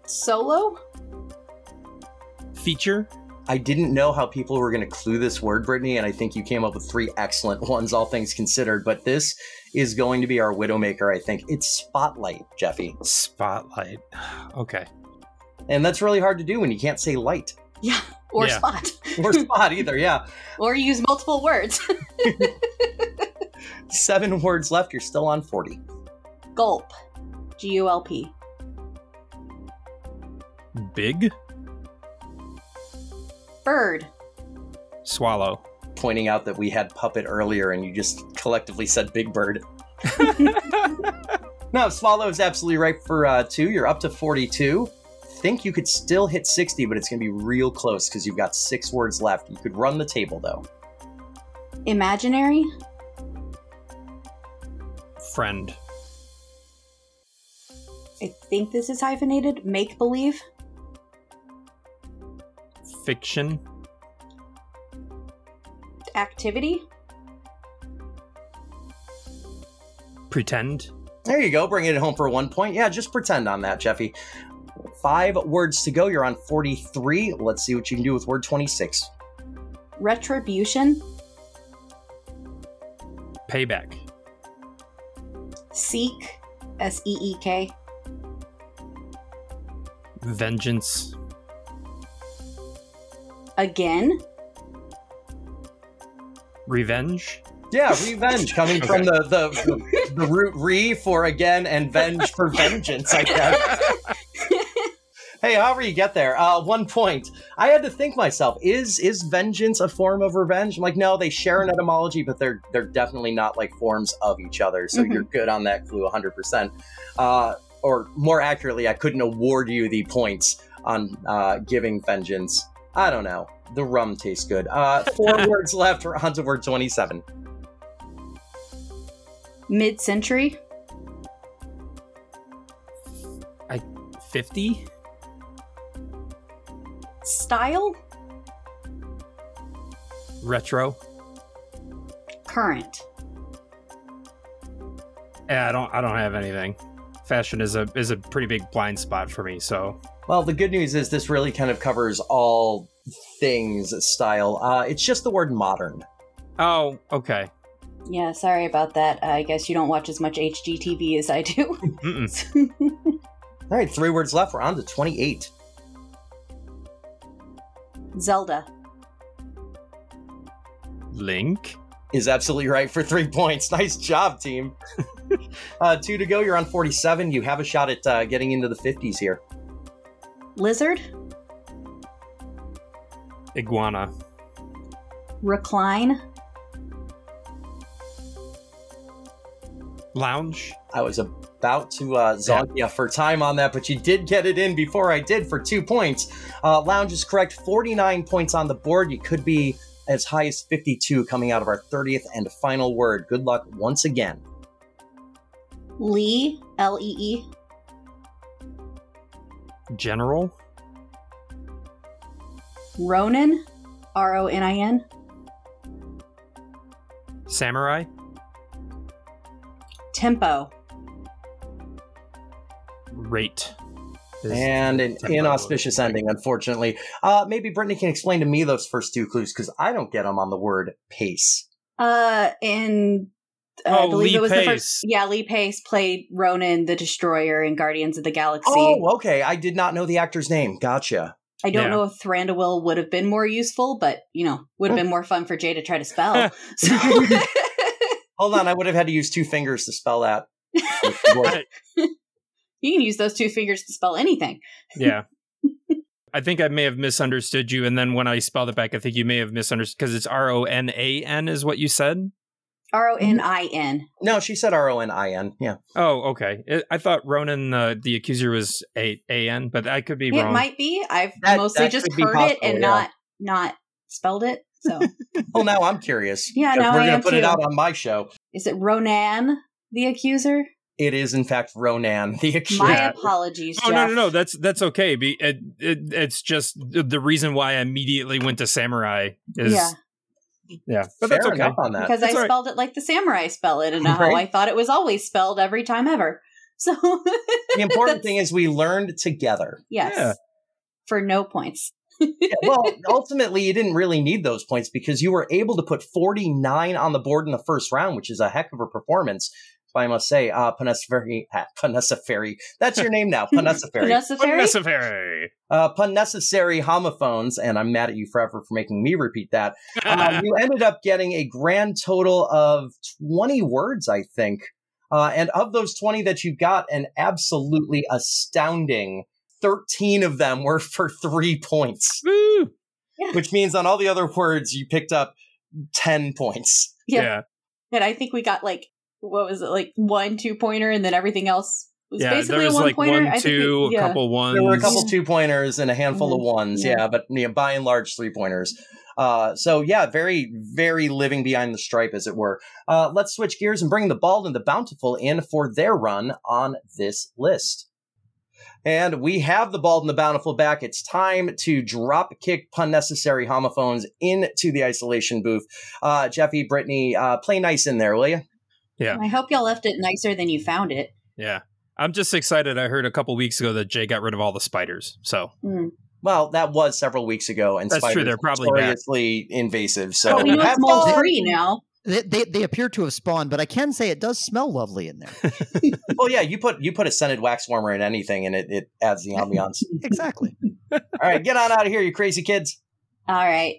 Speaker 2: solo,
Speaker 3: Feature.
Speaker 1: I didn't know how people were going to clue this word, Brittany, and I think you came up with three excellent ones, all things considered. But this is going to be our Widowmaker, I think. It's Spotlight, Jeffy.
Speaker 3: Spotlight. Okay.
Speaker 1: And that's really hard to do when you can't say light
Speaker 2: yeah, or
Speaker 3: Yeah.
Speaker 2: spot,
Speaker 1: or spot either. Yeah.
Speaker 2: or use multiple words.
Speaker 1: Seven words left. You're still on 40.
Speaker 2: Gulp, G U L P.
Speaker 3: Big.
Speaker 2: Bird,
Speaker 3: Swallow.
Speaker 1: Pointing out that we had puppet earlier and you just collectively said Big Bird. No, Swallow is absolutely right for uh, two. You're up to 42. Think you could still hit 60, but it's going to be real close because you've got six words left. You could run the table, though.
Speaker 2: imaginary,
Speaker 3: Friend.
Speaker 2: I think this is hyphenated. Make believe.
Speaker 3: Fiction.
Speaker 2: Activity.
Speaker 3: Pretend.
Speaker 1: There you go, bringing it home for one point. Yeah, just pretend on that, Jeffy. Five words to go. You're on 43. Let's see what you can do with word 26.
Speaker 2: Retribution.
Speaker 3: Payback.
Speaker 2: Seek. S E E K.
Speaker 3: Vengeance.
Speaker 2: Again.
Speaker 3: Revenge.
Speaker 1: Yeah, revenge coming from the, the the root re for again and venge for vengeance. I guess. hey, however you get there, uh, one point. I had to think myself: is is vengeance a form of revenge? I'm like, no, they share an etymology, but they're they're definitely not like forms of each other. So
Speaker 2: Mhm.
Speaker 1: you're good on that clue, 100. percent uh, Or more accurately, I couldn't award you the points on uh, giving vengeance. I don't know. The rum tastes good. Uh, four words left. We're on to word 27.
Speaker 2: Mid century.
Speaker 3: 50.
Speaker 2: Style.
Speaker 3: Retro.
Speaker 2: Current.
Speaker 3: Yeah, Eh, I don't I don't have anything. Fashion is a is a pretty big blind spot for me, so
Speaker 1: Well, the good news is this really kind of covers all things style. Uh, it's just the word modern.
Speaker 3: Oh, okay.
Speaker 2: Yeah, sorry about that. I guess you don't watch as much HGTV as I do.
Speaker 3: Mm-mm.
Speaker 1: All right, three words left. We're on to 28.
Speaker 2: Zelda.
Speaker 3: Link.
Speaker 1: Is absolutely right for three points. Nice job, team. uh, two to go. You're on 47. You have a shot at uh, getting into the 50s here.
Speaker 2: Lizard.
Speaker 3: Iguana.
Speaker 2: Recline.
Speaker 3: Lounge.
Speaker 1: I was about to uh, zog you for time on that, but you did get it in before I did for two points. Uh, Lounge is correct. 49 points on the board. You could be as high as 52 coming out of our 30th and final word. Good luck once again.
Speaker 2: Lee. L E E.
Speaker 3: General.
Speaker 2: Ronin. R O N I N.
Speaker 3: Samurai.
Speaker 2: Tempo.
Speaker 3: Rate. Is-
Speaker 1: and an
Speaker 3: Tempo.
Speaker 1: inauspicious ending, unfortunately. Uh, maybe Brittany can explain to me those first two clues because I don't get them on the word pace.
Speaker 2: Uh, in uh, I
Speaker 3: Oh,
Speaker 2: believe
Speaker 3: Lee
Speaker 2: it was the
Speaker 3: Pace.
Speaker 2: first. Yeah, Lee Pace played Ronan the Destroyer in Guardians of the Galaxy.
Speaker 1: Oh, okay. I did not know the actor's name. Gotcha.
Speaker 2: I don't
Speaker 3: Yeah.
Speaker 2: know if Thranduil would have been more useful, but you know, would have been more fun for Jay to try to spell. so,
Speaker 1: Hold on, I would have had to use two fingers to spell that.
Speaker 2: you can use those two fingers to spell anything.
Speaker 3: Yeah. I think I may have misunderstood you, and then when I spelled it back, I think you may have misunderstood because it's R O N A N is what you said.
Speaker 2: R O N I N.
Speaker 1: No, she said R O N I N. Yeah.
Speaker 3: Oh, okay. I- I thought Ronan uh, the accuser was A A N, but I could be
Speaker 2: It
Speaker 3: wrong.
Speaker 2: might be. I've
Speaker 1: That-
Speaker 2: mostly
Speaker 1: that
Speaker 2: just
Speaker 1: could be
Speaker 2: heard it
Speaker 1: possible,
Speaker 2: and
Speaker 1: yeah.
Speaker 2: not not spelled it. So,
Speaker 1: Well, now I'm curious.
Speaker 2: Yeah,
Speaker 1: 'cause
Speaker 2: now
Speaker 1: we're
Speaker 2: I
Speaker 1: gonna
Speaker 2: am
Speaker 1: put it
Speaker 2: too.
Speaker 1: out on my show.
Speaker 2: is it Ronan the accuser?
Speaker 1: It is, in fact, Ronan the accuser.
Speaker 2: My
Speaker 3: Yeah.
Speaker 2: apologies.
Speaker 3: Oh no
Speaker 2: Jeff.
Speaker 3: no no! That's that's okay. Be, it, it, it's just the the reason why I immediately went to samurai is
Speaker 2: Yeah.
Speaker 3: yeah, but
Speaker 1: Fair
Speaker 3: that's okay.
Speaker 1: enough on that.
Speaker 2: because
Speaker 3: It's
Speaker 2: I
Speaker 3: all right.
Speaker 2: spelled it like the samurai spell it, and how
Speaker 1: Right.
Speaker 2: I thought it was always spelled every time ever. So
Speaker 1: the important thing is we learned together.
Speaker 2: yes,
Speaker 3: Yeah.
Speaker 2: for no points.
Speaker 1: Yeah, well, ultimately, you didn't really need those points because you were able to put 49 on the board in the first round, which is a heck of a performance. I must say, uh, Panessaferi, ah, Panessaferi. That's your name now, Panessaferi.
Speaker 2: Necessary.
Speaker 3: Unnecessary.
Speaker 1: uh, Panessaferi homophones, and I'm mad at you forever for making me repeat that. Uh, you ended up getting a grand total of 20 words, I think. Uh, and of those 20 that you got, an absolutely astounding 13 of them were for three points
Speaker 3: Woo!
Speaker 1: which means on all the other words you picked up 10 points
Speaker 2: Yeah.
Speaker 3: yeah,
Speaker 2: And I think we got like what was it like one two pointer, and then everything else was
Speaker 3: yeah.
Speaker 2: basically
Speaker 3: there was
Speaker 2: a one
Speaker 3: like
Speaker 2: pointer. I
Speaker 3: one,
Speaker 2: think we-
Speaker 3: two,
Speaker 2: yeah.
Speaker 3: a couple ones.
Speaker 1: there were a couple
Speaker 2: Yeah.
Speaker 1: two pointers and a handful of ones yeah,
Speaker 2: Yeah.
Speaker 1: but you know, by and large three pointers uh, so yeah very very living behind the stripe as it were uh, let's switch gears and bring the bald and the bountiful in for their run on this list And we have the Bald and the Bountiful back. It's time to drop kick pun necessary homophones into the isolation booth. Uh, Jeffy, Brittany, uh, play nice in there, will you?
Speaker 3: Yeah.
Speaker 2: I hope y'all left it nicer than you found it.
Speaker 3: Yeah. I'm just excited. I heard a couple weeks ago that Jay got rid of all the spiders. So
Speaker 2: Mm.
Speaker 1: Well, that was several weeks ago, and
Speaker 3: That's true,
Speaker 1: spiders
Speaker 3: they're
Speaker 1: are
Speaker 3: probably back.
Speaker 1: notoriously invasive. So
Speaker 2: But we know
Speaker 1: have
Speaker 2: it's mold
Speaker 1: fun.
Speaker 2: free now.
Speaker 4: They, they, they appear to have spawned, but I can say it does smell lovely in there.
Speaker 1: Well, Oh, yeah, you put you put a scented wax warmer in anything, and it, it adds the ambiance.
Speaker 4: exactly.
Speaker 1: All right, get on out of here, you crazy kids.
Speaker 2: All right.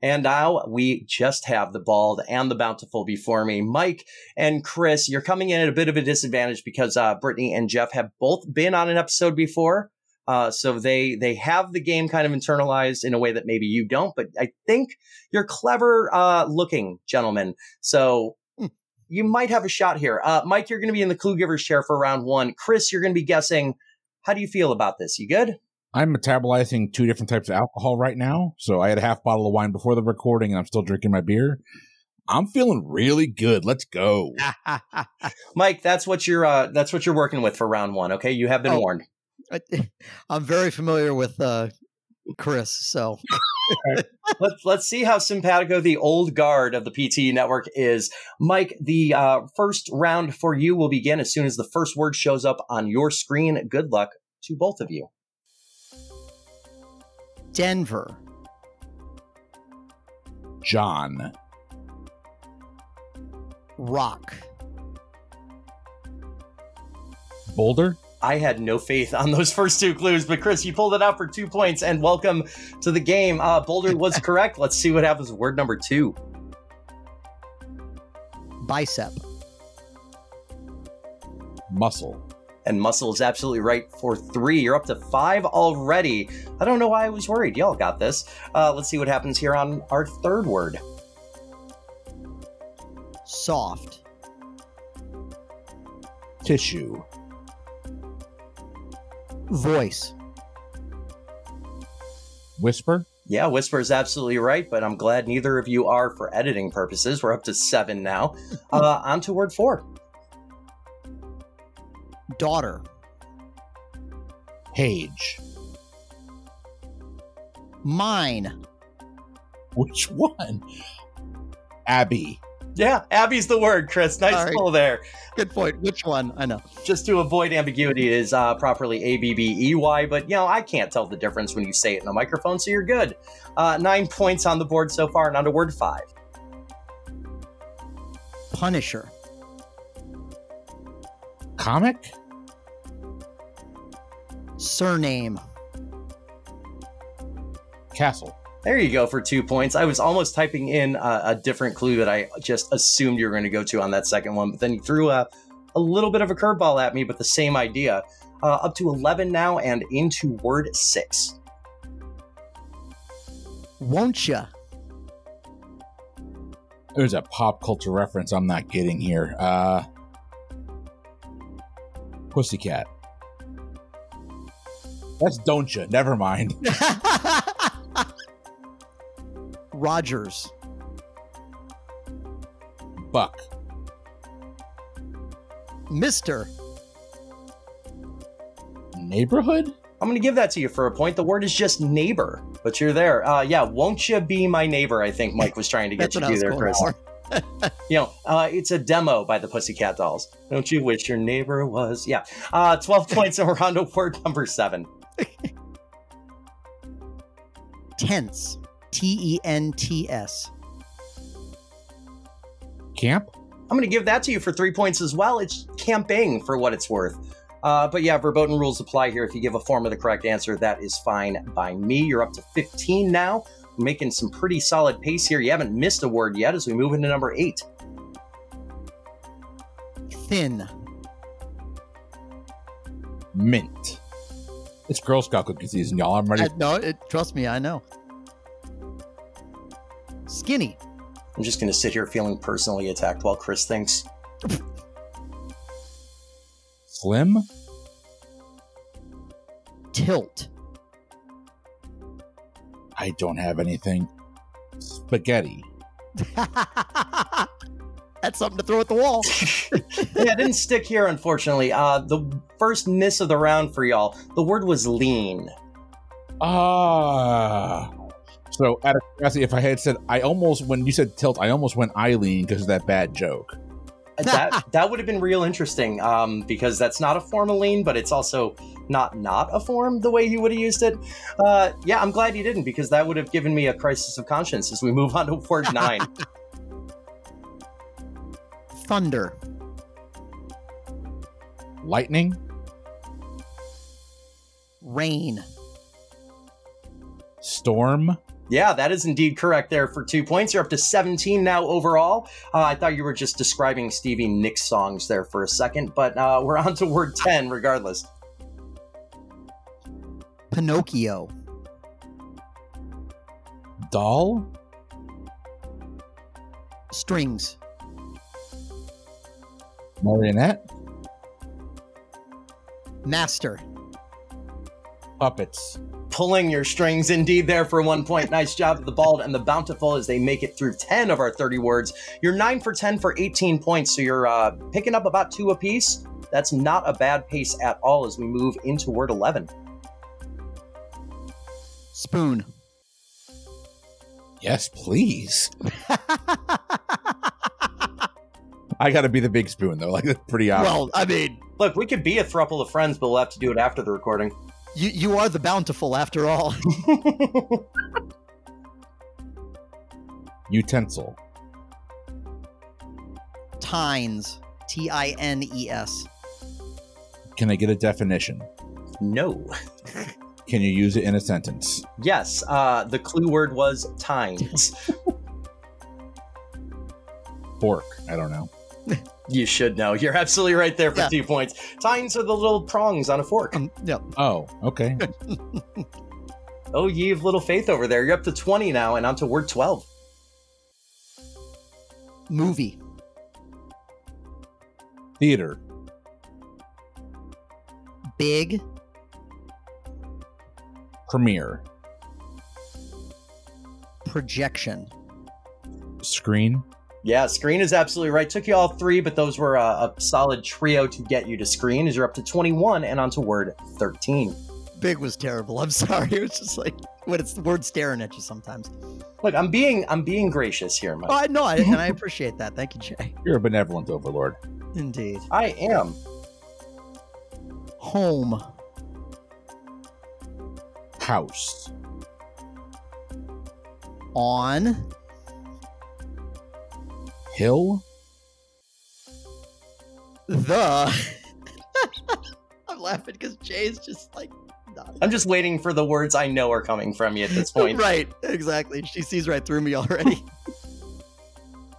Speaker 1: And now we just have the bald and the bountiful before me. Mike and Chris, you're coming in at a bit of a disadvantage because uh, Brittany and Jeff have both been on an episode before. Uh, so they they have the game kind of internalized in a way that maybe you don't, but I think you're clever uh, looking gentlemen. So
Speaker 4: Hmm.
Speaker 1: you might have a shot here. Uh, Mike, you're going to be in the clue giver's chair for round one. Chris, you're going to be guessing. How do you feel about this? You good?
Speaker 5: I'm metabolizing two different types of alcohol right now. So I had a half bottle of wine before the recording, and I'm still drinking my beer. I'm feeling really good. Let's go.
Speaker 1: Mike, that's what you're uh, that's what you're working with for round one. Okay, you have been
Speaker 4: Oh.
Speaker 1: warned.
Speaker 4: I'm very familiar with uh, Chris, so
Speaker 1: let's let's see how simpatico the old guard of the PTE network is. Mike, the uh, first round for you will begin as soon as the first word shows up on your screen. Good luck to both of you.
Speaker 4: Denver,
Speaker 5: John,
Speaker 4: rock,
Speaker 5: Boulder,
Speaker 1: I had no faith on those first two clues, but Chris, you pulled it out for two points, and welcome to the game. Uh, Boulder was correct. Let's see what happens. with Word number two.
Speaker 4: bicep,
Speaker 5: Muscle,
Speaker 1: And muscle is absolutely right for three. You're up to five already. I don't know why I was worried. Y'all got this. Uh, let's see what happens here on our third word.
Speaker 4: soft,
Speaker 5: Tissue,
Speaker 4: voice,
Speaker 5: Whisper,
Speaker 1: Yeah, Whisper is absolutely right, but I'm glad neither of you are for editing purposes. We're up to seven now. Uh, on to word four.
Speaker 4: daughter,
Speaker 5: Page.
Speaker 4: mine,
Speaker 5: Which one? Abby.
Speaker 1: Yeah, Abby's the word, Chris. Nice
Speaker 4: All right.
Speaker 1: pull there.
Speaker 4: Good point. Which one? I know.
Speaker 1: Just to avoid ambiguity, it is uh, properly A B B E Y, but you know, I can't tell the difference when you say it in a microphone, so you're good. Uh, nine points on the board so far, and on to word five.
Speaker 4: Punisher,
Speaker 5: Comic?
Speaker 4: surname,
Speaker 5: Castle.
Speaker 1: There you go for two points. I was almost typing in uh, a different clue that I just assumed you were going to go to on that second one, but then you threw a, a little bit of a curveball at me, but the same idea. Uh, up to 11 now and into word six.
Speaker 4: won't ya?
Speaker 5: There's a pop culture reference I'm not getting here. Uh Pussycat. That's don't you. Never mind.
Speaker 4: Rogers,
Speaker 5: Buck.
Speaker 4: Mister,
Speaker 5: Neighborhood?
Speaker 1: I'm going to give that to you for a point. The word is just neighbor, but you're there. Uh, yeah, won't you be my neighbor? I think Mike was trying to get
Speaker 4: that's
Speaker 1: you
Speaker 4: what
Speaker 1: to
Speaker 4: I
Speaker 1: do
Speaker 4: was
Speaker 1: there,
Speaker 4: going
Speaker 1: Chris.
Speaker 4: for.
Speaker 1: You know, uh, it's a demo by the Pussycat Dolls. Don't you wish your neighbor was? Yeah. Uh, 12 points and we're on to word number seven.
Speaker 4: Tense, T E N T S.
Speaker 5: Camp?
Speaker 1: I'm going to give that to you for three points as well. It's camping for what it's worth. Uh, but yeah, verboten rules apply here. If you give a form of the correct answer, that is fine by me. You're up to 15 now. We're making some pretty solid pace here. You haven't missed a word yet as we move into number eight.
Speaker 4: Thin,
Speaker 5: Mint. It's Girl Scout cookie season, y'all. I'm ready.
Speaker 4: I, no, it, trust me, I know. Skinny,
Speaker 1: I'm just going to sit here feeling personally attacked while Chris thinks.
Speaker 5: Slim?
Speaker 4: tilt,
Speaker 5: I don't have anything. Spaghetti.
Speaker 4: That's something to throw at the wall.
Speaker 1: yeah, it didn't stick here, unfortunately. Uh, the first miss of the round for y'all. The word was lean.
Speaker 5: Ah. So, out of curiosity, if I had said, I almost, when you said tilt, I almost went Eileen because of that bad joke.
Speaker 1: that that would have been real interesting um, because that's not a form of lean, but it's also not not a form the way you would have used it. Uh, yeah, I'm glad you didn't because that would have given me a crisis of conscience as we move on to word nine.
Speaker 4: Thunder.
Speaker 5: Lightning,
Speaker 4: Rain.
Speaker 5: storm,
Speaker 1: yeah, that is indeed correct there for two points. You're up to 17 now overall. Uh, I thought you were just describing Stevie Nicks songs there for a second, but uh, we're on to word 10 regardless.
Speaker 4: Pinocchio.
Speaker 5: doll,
Speaker 4: Strings.
Speaker 5: marionette,
Speaker 4: Master.
Speaker 5: puppets.
Speaker 1: pulling your strings indeed there for one point. Nice job of the bald and the bountiful as they make it through 10 of our 30 words. You're 9 for 10 for 18 points, so you're uh, picking up about two apiece. That's not a bad pace at all as we move into word 11.
Speaker 4: Spoon.
Speaker 5: Yes, please. I got to be the big spoon, though. Like, that's pretty obvious.
Speaker 4: well, I mean,
Speaker 1: Look, we could be a thruple of friends, but we'll have to do it after the recording.
Speaker 4: you, you are the bountiful after all.
Speaker 5: Utensil,
Speaker 4: Tines. T I N E S.
Speaker 5: can I get a definition?
Speaker 1: No.
Speaker 5: Can you use it in a sentence?
Speaker 1: Yes, uh, the clue word was tines.
Speaker 5: Fork, I don't know.
Speaker 1: You should know. You're absolutely right there for
Speaker 4: Yeah.
Speaker 1: two points. Tines are the little prongs on a fork.
Speaker 4: Um, no.
Speaker 5: Oh, okay.
Speaker 1: Oh, ye of little faith over there. You're up to 20 now and on to word 12.
Speaker 4: Movie.
Speaker 5: Theater,
Speaker 4: Big.
Speaker 5: premiere,
Speaker 4: Projection.
Speaker 5: screen,
Speaker 1: Yeah, screen is absolutely right. Took you all three, but those were a, a solid trio to get you to screen. As you're up to 21 and onto word 13.
Speaker 4: Big was terrible. I'm sorry. It was just like when it's the word staring at you sometimes.
Speaker 1: Look, I'm being I'm being gracious here, Mike.
Speaker 4: Oh, I know, I- and I appreciate that. Thank you, Jay.
Speaker 5: You're a benevolent overlord.
Speaker 4: Indeed.
Speaker 1: I am
Speaker 4: Home.
Speaker 5: House,
Speaker 4: On.
Speaker 5: hill,
Speaker 4: The. I'm laughing because Jay's just like. Not
Speaker 1: I'm just waiting for the words I know are coming from you at this point.
Speaker 4: Right, exactly. She sees right through me already.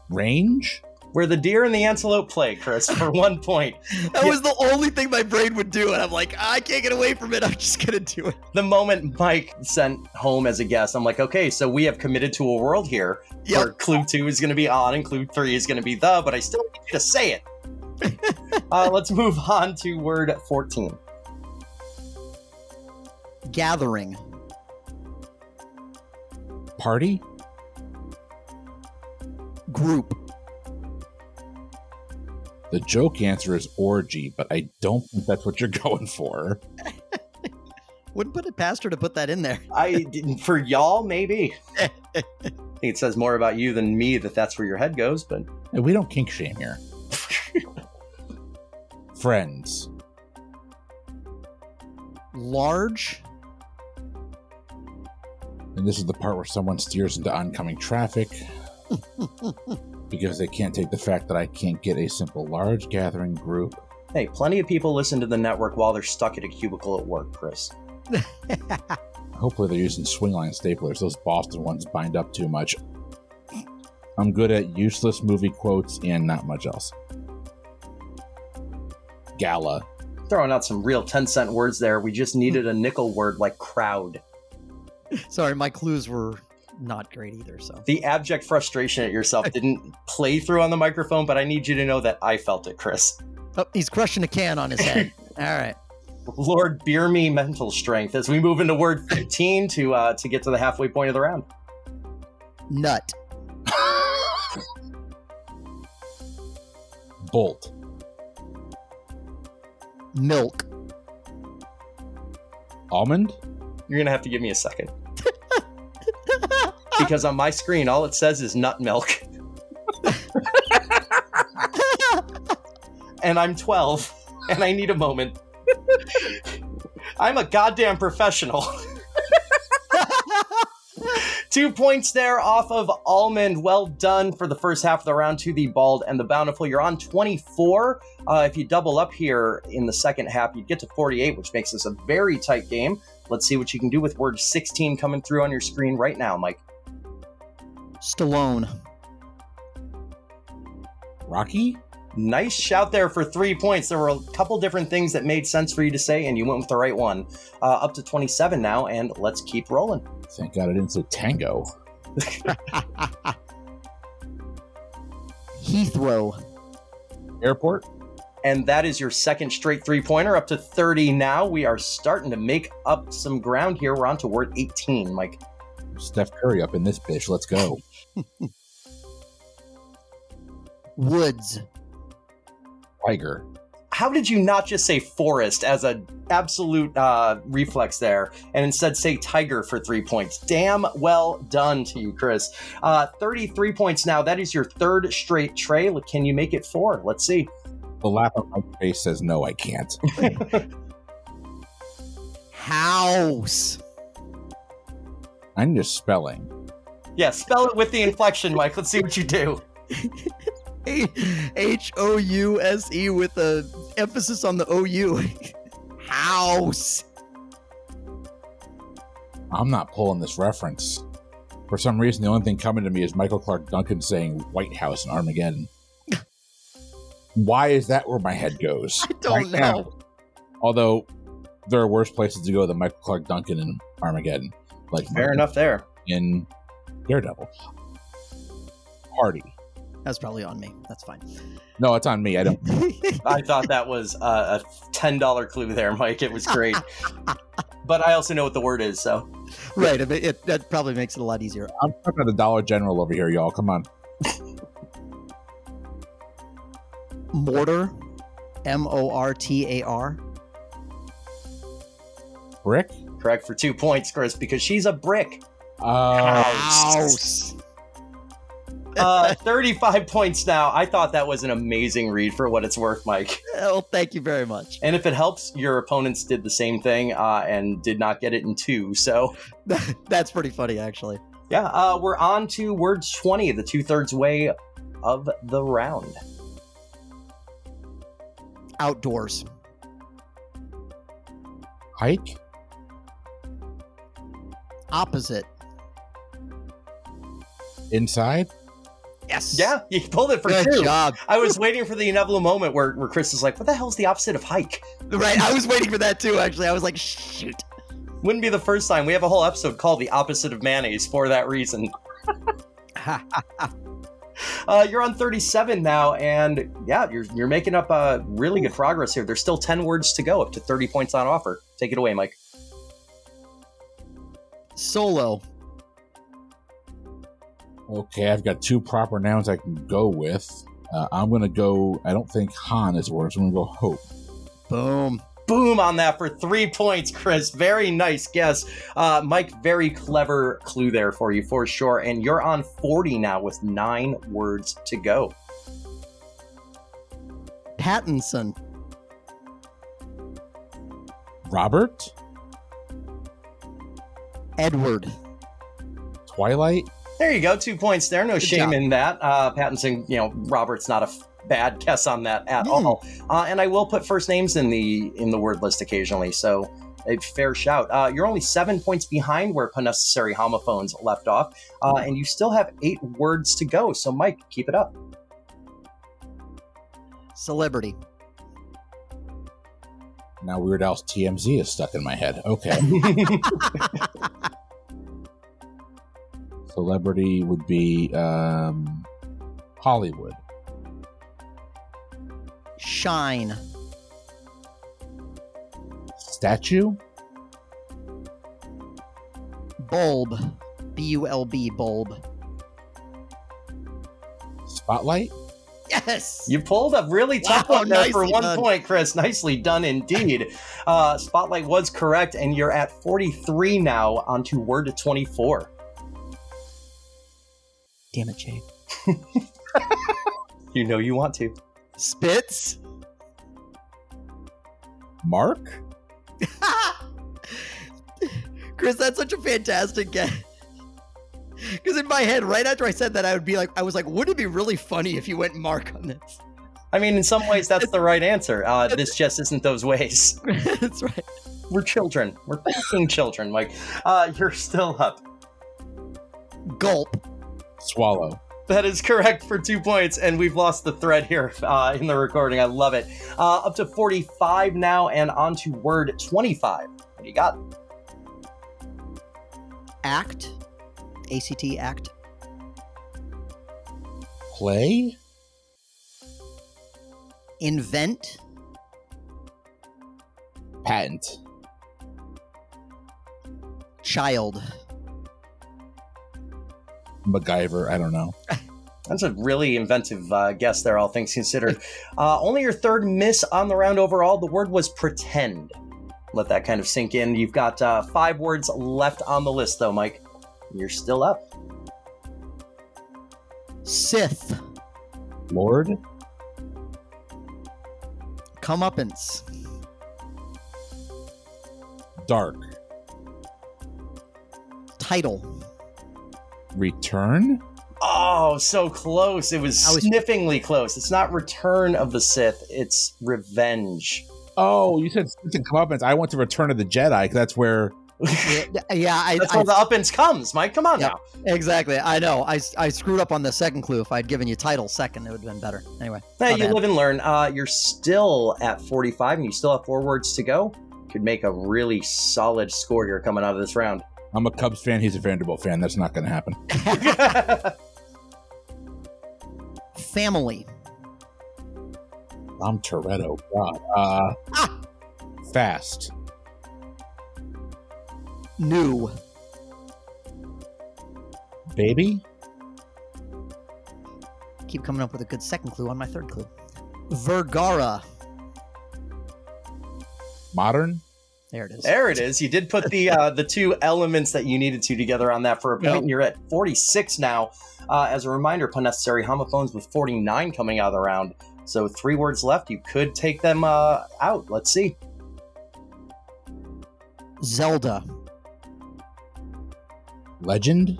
Speaker 5: range,
Speaker 1: Where the deer and the antelope play, Chris, for one point.
Speaker 4: That was the only thing my brain would do, and I'm like, I can't get away from it. I'm just gonna do it.
Speaker 1: The moment Mike sent home as a guest, I'm like, okay, so we have committed to a world here
Speaker 4: Yep.
Speaker 1: where clue two is going to be on and clue three is going to be the, but I still need you to say it. uh, let's move on to word 14.
Speaker 4: Gathering.
Speaker 5: party,
Speaker 4: Group.
Speaker 5: The joke answer is orgy, but I don't think that's what you're going for.
Speaker 4: Wouldn't put it past her to put that in there.
Speaker 1: I didn't- for y'all maybe. I think it says more about you than me that that's where your head goes, but
Speaker 5: Hey, We don't kink shame here. Friends,
Speaker 4: Large.
Speaker 5: and this is the part where someone steers into oncoming traffic because they can't take the fact that I can't get a simple large gathering group.
Speaker 1: hey, plenty of people listen to the network while they're stuck at a cubicle at work, Chris.
Speaker 5: Hopefully, they're using swing line staplers. Those Boston ones bind up too much. I'm good at useless movie quotes and not much else. Gala,
Speaker 1: Throwing out some real 10 cent words there. We just needed a nickel word like crowd.
Speaker 4: Sorry, my clues were not great either, so.
Speaker 1: The abject frustration at yourself didn't play through on the microphone, but I need you to know that I felt it, Chris.
Speaker 4: Oh, he's crushing a can on his head. All right.
Speaker 1: Lord, beer me mental strength as we move into word 15 to uh, to get to the halfway point of the round.
Speaker 4: Nut.
Speaker 5: Bolt,
Speaker 4: Milk.
Speaker 5: Almond?
Speaker 1: You're gonna have to give me a second. because on my screen, all it says is nut milk. and I'm 12, and I need a moment. I'm a goddamn professional. Two points there off of Almond. Well done for the first half of the round to the Bald and the Bountiful. You're on 24. Uh, if you double up here in the second half, you get to 48, which makes this a very tight game. Let's see what you can do with word 16 coming through on your screen right now, Mike.
Speaker 4: Stallone.
Speaker 5: Rocky?
Speaker 1: Nice shout there for three points. There were a couple different things that made sense for you to say, and you went with the right one. Uh, up to 27 now, and let's keep rolling.
Speaker 5: Thank God I didn't say tango.
Speaker 4: Heathrow.
Speaker 5: Airport?
Speaker 1: And that is your second straight three pointer, up to 30 now. We are starting to make up some ground here. We're on to word 18, Mike.
Speaker 5: Steph Curry up in this bitch. Let's go.
Speaker 4: Woods.
Speaker 5: Tiger.
Speaker 1: How did you not just say forest as an absolute uh, reflex there and instead say tiger for three points? Damn well done to you, Chris. Uh, 33 points now. That is your third straight tray. Can you make it four? Let's see.
Speaker 5: The laugh on my face says, no, I can't.
Speaker 4: House.
Speaker 5: I'm just spelling.
Speaker 1: Yeah, spell it with the inflection, Mike. Let's see what you do.
Speaker 4: H O U S E with a emphasis on the O U. House.
Speaker 5: I'm not pulling this reference. For some reason, the only thing coming to me is Michael Clark Duncan saying White House in Armageddon. Why is that where my head goes?
Speaker 4: I don't
Speaker 5: Right
Speaker 4: know.
Speaker 5: Although there are worse places to go than Michael Clark Duncan in Armageddon, like
Speaker 1: Fair enough there.
Speaker 5: in Daredevil. Party.
Speaker 4: That's probably on me. That's fine.
Speaker 5: No, it's on me. I don't.
Speaker 1: I thought that was uh, a $10 clue there, Mike. It was great. but I also know what the word is, so.
Speaker 4: right. It, it, that probably makes it a lot easier.
Speaker 5: I'm talking to Dollar General over here, y'all. Come on.
Speaker 4: Mortar. M O R T A R.
Speaker 5: Brick?
Speaker 1: Correct for two points, Chris, because she's a brick.
Speaker 5: Uh,
Speaker 4: House.
Speaker 1: Uh, 35 points now. I thought that was an amazing read for what it's worth, Mike.
Speaker 4: Oh, thank you very much.
Speaker 1: And if it helps, your opponents did the same thing uh, and did not get it in two. So,
Speaker 4: That's pretty funny, actually.
Speaker 1: yeah, uh, we're on to words 20, the two thirds way of the round.
Speaker 4: Outdoors.
Speaker 5: hike?
Speaker 4: Opposite.
Speaker 5: Inside?
Speaker 4: Yes.
Speaker 1: Yeah, you pulled it for
Speaker 4: Good
Speaker 1: two.
Speaker 4: job.
Speaker 1: I was waiting for the inevitable moment where, where Chris is like, what the hell's the opposite of hike?
Speaker 4: Right. I was waiting for that too, actually. I was like, shoot.
Speaker 1: Wouldn't be the first time. We have a whole episode called The Opposite of Mayonnaise for that reason. Uh, you're on 37 now, and yeah, you're you're making up uh, really good progress here. There's still 10 words to go, up to 30 points on offer. Take it away, Mike.
Speaker 4: Solo.
Speaker 5: Okay, I've got two proper nouns I can go with. Uh, I'm going to go, I don't think Han is worse. I'm going to go hope.
Speaker 4: Boom.
Speaker 1: Boom on that for three points, Chris. Very nice guess, uh, Mike. Very clever clue there for you for sure. And you're on 40 now with nine words to go.
Speaker 4: Pattinson.
Speaker 5: Robert?
Speaker 4: Edward.
Speaker 5: Twilight?
Speaker 1: There you go, two points there. No
Speaker 4: Good
Speaker 1: shame
Speaker 4: job.
Speaker 1: in that. Uh, Pattinson, you know, Robert's not a f- bad guess on that at
Speaker 4: Hmm.
Speaker 1: all. Uh, and I will put first names in the in the word list occasionally, so a fair shout. Uh, you're only seven points behind where unnecessary homophones left off, uh,
Speaker 4: Hmm.
Speaker 1: and you still have eight words to go. So, Mike, keep it up.
Speaker 4: Celebrity.
Speaker 5: Now Weird Al's TMZ is stuck in my head. Okay. Celebrity would be um, Hollywood.
Speaker 4: Shine.
Speaker 5: Statue?
Speaker 4: Bulb. B U L B. Bulb.
Speaker 5: Spotlight?
Speaker 4: Yes.
Speaker 1: You pulled a really tough
Speaker 4: Wow,
Speaker 1: one there for
Speaker 4: nicely
Speaker 1: one
Speaker 4: done.
Speaker 1: point, Chris. Nicely done indeed. Uh, Spotlight was correct, and you're at 43 now, onto word to 24.
Speaker 4: Damn it, Jay.
Speaker 1: You know you want to.
Speaker 4: Spitz.
Speaker 5: Mark?
Speaker 4: Chris, that's such a fantastic guess. Because in my head, right after I said that, I would be like, I was like, wouldn't it be really funny if you went Mark on this?
Speaker 1: I mean, in some ways, that's the right answer. Uh, this just isn't those ways.
Speaker 4: that's right.
Speaker 1: We're children. We're fucking children, Mike. Uh, you're still up.
Speaker 4: Gulp.
Speaker 5: Swallow.
Speaker 1: That is correct for two points, and we've lost the thread here uh, in the recording. I love it. Uh, up to 45 now, and on to word 25. What do you got?
Speaker 4: Act. ACT act.
Speaker 5: Play?
Speaker 4: Invent.
Speaker 5: Patent.
Speaker 4: Child.
Speaker 5: MacGyver, I don't know.
Speaker 1: That's a really inventive uh, guess there, all things considered. Uh, only your third miss on the round overall. The word was pretend. Let that kind of sink in. You've got uh, five words left on the list, though, Mike. You're still up.
Speaker 4: Sith.
Speaker 5: Lord?
Speaker 4: Comeuppance.
Speaker 5: Dark.
Speaker 4: Title.
Speaker 5: Return?
Speaker 1: Oh, so close. It was,
Speaker 4: I was-
Speaker 1: sniffingly close. It's not Return of the Sith, it's Revenge.
Speaker 5: Oh, you said something comeuppance. I went to Return of the Jedi because that's where
Speaker 4: Yeah, yeah, I,
Speaker 1: That's
Speaker 4: I-
Speaker 1: how the uppins comes, Mike. Come on
Speaker 4: Yeah.
Speaker 1: now.
Speaker 4: exactly. I know. I, I screwed up on the second clue. If I'd given you title second, it would have been better. Anyway,
Speaker 1: Hey,
Speaker 4: My
Speaker 1: you
Speaker 4: bad.
Speaker 1: live and learn. Uh, you're still at 45 and you still have four words to go. Could make a really solid score here coming out of this round.
Speaker 5: I'm a Cubs fan. He's a Vanderbilt fan. That's not going to happen.
Speaker 4: family.
Speaker 5: I'm Toretto. God. Uh, Fast.
Speaker 4: New.
Speaker 5: Baby?
Speaker 4: Keep coming up with a good second clue on my third clue. Vergara.
Speaker 5: Modern?
Speaker 4: There it is.
Speaker 1: There it is. You did put the uh, the two elements that you needed to together on that for a point,
Speaker 4: Yeah.
Speaker 1: and you're at 46 now. Uh, as a reminder, pun necessary homophones with 49 coming out of the round. So three words left. You could take them uh, out. Let's see.
Speaker 4: Zelda.
Speaker 5: Legend?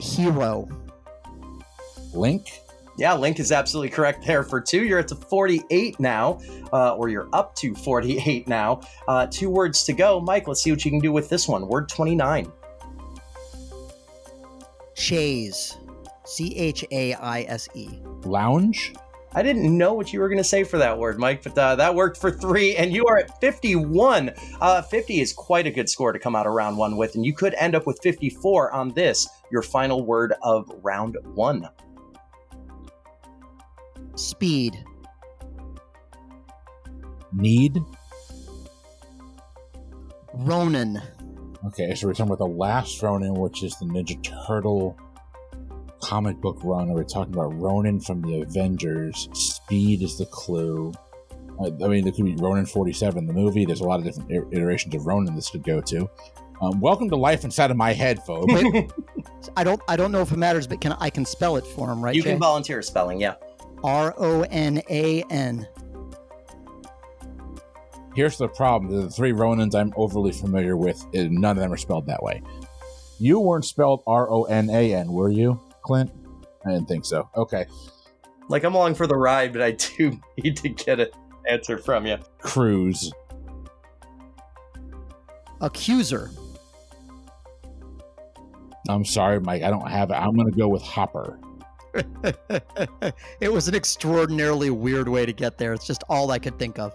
Speaker 4: Hero.
Speaker 5: Link?
Speaker 1: Yeah, Link is absolutely correct there for two. You're at to 48 now, uh, or you're up to 48 now. Uh, two words to go. Mike, let's see what you can do with this one. Word 29.
Speaker 4: Chase. C H A I S E.
Speaker 5: Lounge?
Speaker 1: I didn't know what you were going to say for that word, Mike, but uh, that worked for three, and you are at 51. Uh, 50 is quite a good score to come out of round one with, and you could end up with 54 on this, your final word of round one.
Speaker 4: Speed.
Speaker 5: Need?
Speaker 4: Ronin.
Speaker 5: Okay, so we're talking about the last Ronin, which is the Ninja Turtle comic book run. We're talking about Ronin from the Avengers. Speed is the clue. I, I mean, there could be Ronin 47, the movie. There's a lot of different i- iterations of Ronin this could go to. Um, welcome to life inside of my head, folks.
Speaker 4: Wait, I don't I don't know if it matters, but can I can spell it for him, right?
Speaker 1: you can volunteer spelling, yeah.
Speaker 4: R O N A N.
Speaker 5: Here's the problem: the three Ronins I'm overly familiar with, eh, none of them are spelled that way. You weren't spelled R O N A N, were you, Clint? I didn't think so. Okay,
Speaker 1: Like, I'm along for the ride, but I do need to get an answer from you.
Speaker 5: Cruise,
Speaker 4: Accuser.
Speaker 5: I'm sorry, Mike. I don't have it. I'm going to go with Hopper.
Speaker 4: it was an extraordinarily weird way to get there. It's just all I could think of.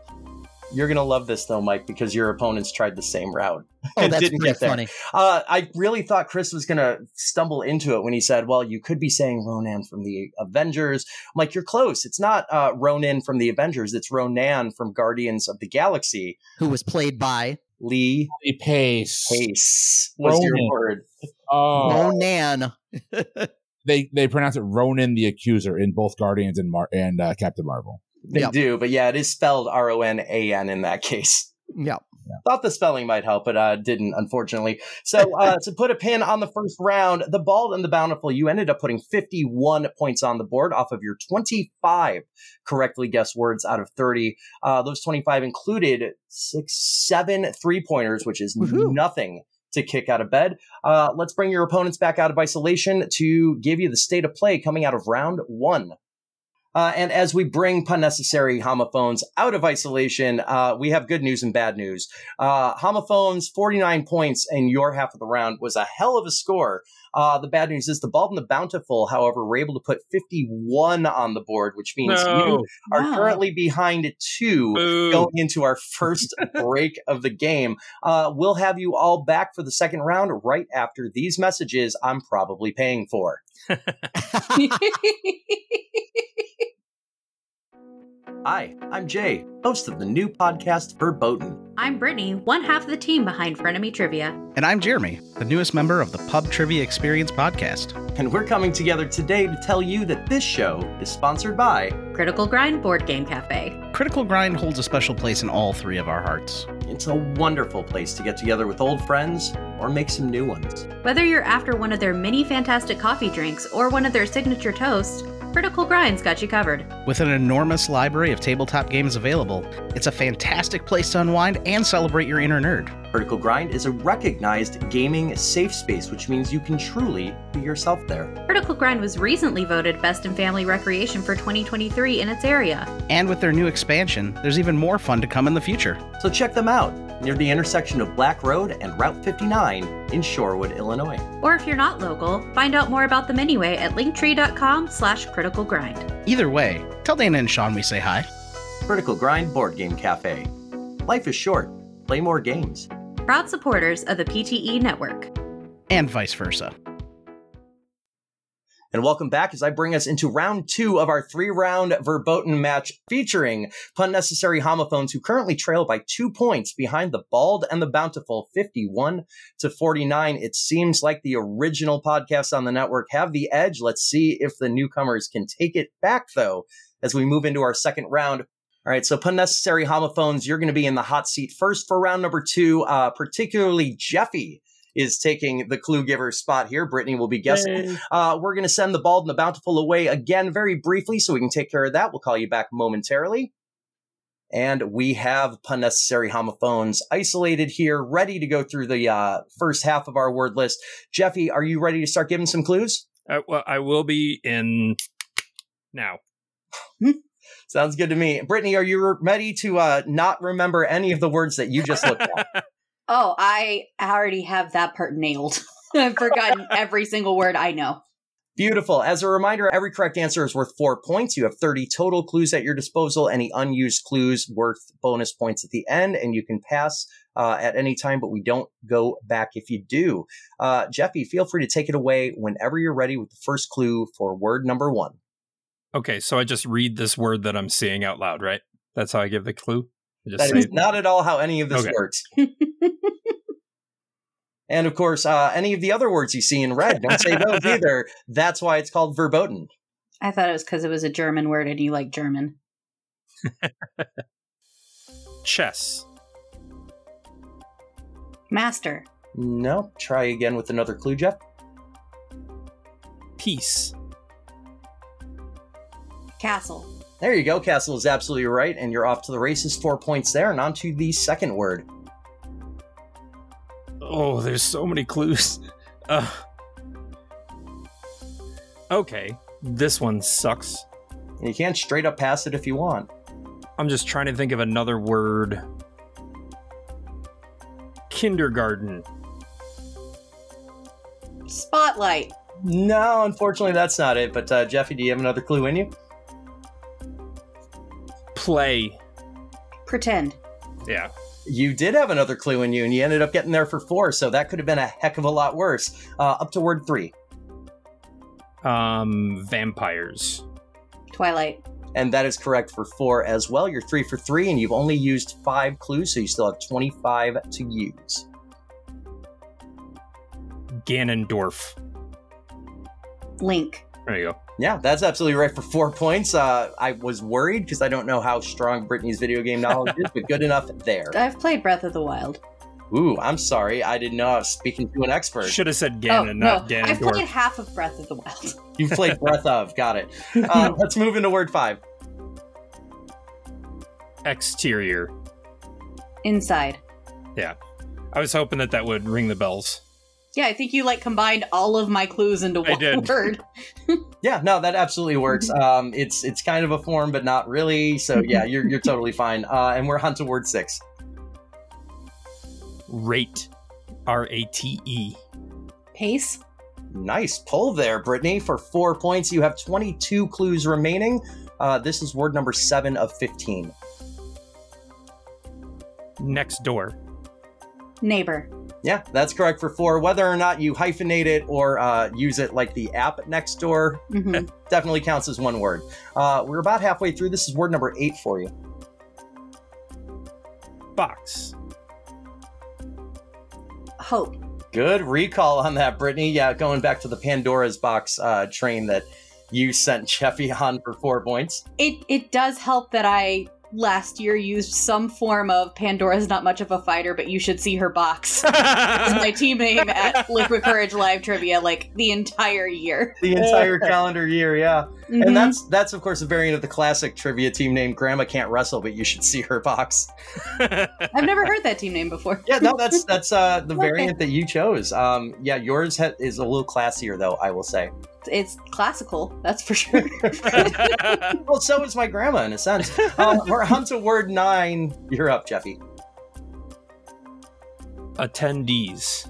Speaker 1: You're going to love this, though, Mike, because your opponents tried the same route.
Speaker 4: Oh,
Speaker 1: It
Speaker 4: that's
Speaker 1: didn't
Speaker 4: pretty
Speaker 1: get there.
Speaker 4: funny.
Speaker 1: Uh, I really thought Chris was going to stumble into it when he said, "Well, you could be saying Ronan from the Avengers." I'm like, "You're close. It's not uh, Ronan from the Avengers. It's Ronan from Guardians of the Galaxy."
Speaker 4: Who was played by
Speaker 1: Lee
Speaker 5: Pace.
Speaker 1: Pace was your
Speaker 5: Ronan.
Speaker 1: word.
Speaker 5: Oh,
Speaker 4: Ronan.
Speaker 5: they they pronounce it Ronan the Accuser in both Guardians and Mar- and uh, Captain Marvel.
Speaker 1: They
Speaker 4: Yep.
Speaker 1: do, but yeah, it is spelled R O N A N in that case.
Speaker 4: Yeah.
Speaker 1: Thought the spelling might help, but uh, didn't, unfortunately. So uh, to put a pin on the first round, the Bald and the Bountiful, you ended up putting 51 points on the board off of your 25 correctly guessed words out of 30. Uh, those 25 included six, seven three pointers, which is
Speaker 4: Woohoo.
Speaker 1: nothing to kick out of bed. Uh, let's bring your opponents back out of isolation to give you the state of play coming out of round one. Uh, and as we bring pun necessary homophones out of isolation, uh, we have good news and bad news. Uh, homophones, 49 points in your half of the round was a hell of a score. Uh, the bad news is the Bald and the Bountiful, however, were able to put 51 on the board, which means you
Speaker 3: No.
Speaker 1: are
Speaker 2: Wow.
Speaker 1: currently behind two
Speaker 3: Boo.
Speaker 1: going into our first break of the game. Uh, we'll have you all back for the second round right after these messages I'm probably paying for. Hi, I'm Jay, host of the new podcast Verboten.
Speaker 2: I'm Brittany, one half of the team behind Frenemy Trivia.
Speaker 6: And I'm Jeremy, the newest member of the Pub Trivia Experience podcast.
Speaker 1: And we're coming together today to tell you that this show is sponsored by
Speaker 7: Critical Grind Board Game Cafe.
Speaker 6: Critical Grind holds a special place in all three of our hearts.
Speaker 1: It's a wonderful place to get together with old friends or make some new ones.
Speaker 7: Whether you're after one of their many fantastic coffee drinks or one of their signature toasts, Critical Grind's got you covered.
Speaker 6: With an enormous library of tabletop games available, it's a fantastic place to unwind and celebrate your inner nerd.
Speaker 1: Vertical Grind is a recognized gaming safe space, which means you can truly be yourself there.
Speaker 7: Critical Grind was recently voted Best in Family Recreation for 2023 in its area.
Speaker 6: And with their new expansion, there's even more fun to come in the future.
Speaker 1: So check them out near the intersection of Black Road and Route 59 in Shorewood, Illinois.
Speaker 7: Or if you're not local, find out more about them anyway at linktree.com slash critical grind.
Speaker 6: Either way, tell Dana and Sean we say hi.
Speaker 1: Vertical Grind Board Game Cafe. Life is short. Play more games.
Speaker 7: Proud supporters of the PTE network.
Speaker 6: And vice versa.
Speaker 1: And welcome back as I bring us into round two of our three round verboten match featuring pun necessary homophones who currently trail by two points behind the bald and the bountiful 51 to 49. It seems like the original podcasts on the network have the edge. Let's see if the newcomers can take it back though as we move into our second round. All right, so pun necessary homophones, you're going to be in the hot seat first for round number two, uh, particularly Jeffy. Is taking the clue giver spot here. Brittany will be guessing uh, we're going to send the bald and the bountiful away again very briefly so we can take care of that. We'll call you back momentarily. And we have pun necessary homophones isolated here, ready to go through the uh, first half of our word list. Jeffy, are you ready to start giving some clues?
Speaker 3: I, well, I will be in now.
Speaker 1: Sounds good to me. Brittany, are you re- ready to uh, not remember any of the words that you just looked at?
Speaker 2: Oh, I already have that part nailed. I've forgotten every single word I know.
Speaker 1: Beautiful. As a reminder, every correct answer is worth four points. You have 30 total clues at your disposal. Any unused clues worth bonus points at the end, and you can pass uh, at any time, but we don't go back if you do. Uh, Jeffy, feel free to take it away whenever you're ready with the first clue for word number one.
Speaker 3: Okay, so I just read this word that I'm seeing out loud, right? That's how I give the clue. I just
Speaker 1: That
Speaker 3: say
Speaker 1: is not at all how any of this
Speaker 3: Okay.
Speaker 1: works. and of course, uh, any of the other words you see in red, don't say those either. That's why it's called verboten.
Speaker 2: I thought it was because it was a German word and you like German.
Speaker 3: chess.
Speaker 2: Master,
Speaker 1: No, try again with another clue, Jeff.
Speaker 3: Peace.
Speaker 2: castle,
Speaker 1: There you go. Castle is absolutely right, and you're off to the races. Four points there, and on to the second word.
Speaker 3: Oh, there's so many clues. Uh, okay, this one sucks.
Speaker 1: And you can't straight up pass it if you want.
Speaker 3: I'm just trying to think of another word. Kindergarten.
Speaker 2: spotlight,
Speaker 1: No, unfortunately, that's not it. But uh, Jeffy, do you have another clue in you?
Speaker 3: Play.
Speaker 2: pretend.
Speaker 3: Yeah.
Speaker 1: You did have another clue in you, and you ended up getting there for four, so that could have been a heck of a lot worse. Uh, up to word three.
Speaker 3: Um, vampires.
Speaker 2: Twilight.
Speaker 1: And that is correct for four as well. You're three for three, and you've only used five clues, so you still have 25 to use.
Speaker 3: Ganondorf.
Speaker 2: link.
Speaker 3: There you go.
Speaker 1: Yeah, that's absolutely right for four points. Uh, I was worried because I don't know how strong Brittany's video game knowledge is, but good enough there.
Speaker 2: I've played Breath of the Wild.
Speaker 1: Ooh, I'm sorry. I didn't know I was speaking to an expert.
Speaker 3: Should have said Ganon,
Speaker 2: oh,
Speaker 3: not
Speaker 2: no. I've
Speaker 3: Ganondorf.
Speaker 2: played half of Breath of the Wild.
Speaker 1: You played Breath of. Got it. Um, let's move into word five.
Speaker 3: Exterior.
Speaker 2: Inside.
Speaker 3: I was hoping that that would ring the bells.
Speaker 2: Yeah, I think you like combined all of my clues into
Speaker 3: I
Speaker 2: one
Speaker 3: did.
Speaker 2: word.
Speaker 1: Yeah, no, that absolutely works. Um, it's it's kind of a form, but not really. So yeah, you're you're totally fine. Uh, and we're on to word six.
Speaker 3: Rate. R A T E.
Speaker 2: Pace.
Speaker 1: Nice pull there, Brittany. For four points, you have 22 clues remaining. Uh, this is word number seven of 15.
Speaker 3: Next door.
Speaker 2: Neighbor.
Speaker 1: Yeah, that's correct for four. Whether or not you hyphenate it or uh, use it like the app next door
Speaker 2: hmm
Speaker 1: definitely counts as one word. Uh, we're about halfway through. This is word number eight for you.
Speaker 3: Box.
Speaker 2: Hope.
Speaker 1: Good recall on that, Brittany. Yeah, going back to the Pandora's box uh, train that you sent Jeffy on for four points.
Speaker 2: It it does help that I last year used some form of Pandora's not much of a fighter, but you should see her box. It's my team name at Liquid Courage Live Trivia like the entire year.
Speaker 1: The entire calendar year, yeah.
Speaker 2: Mhm.
Speaker 1: And that's that's of course a variant of the classic trivia team name Grandma Can't Wrestle, but you should see her box.
Speaker 2: I've never heard that team name before.
Speaker 1: Yeah, no, that's that's uh, the
Speaker 2: Okay.
Speaker 1: variant that you chose. Um, yeah, yours ha- is a little classier though, I will say.
Speaker 2: It's classical, that's for sure.
Speaker 1: Well, so is my grandma in a sense. Um, we're on to word nine. You're up, Jeffy.
Speaker 3: Attendees.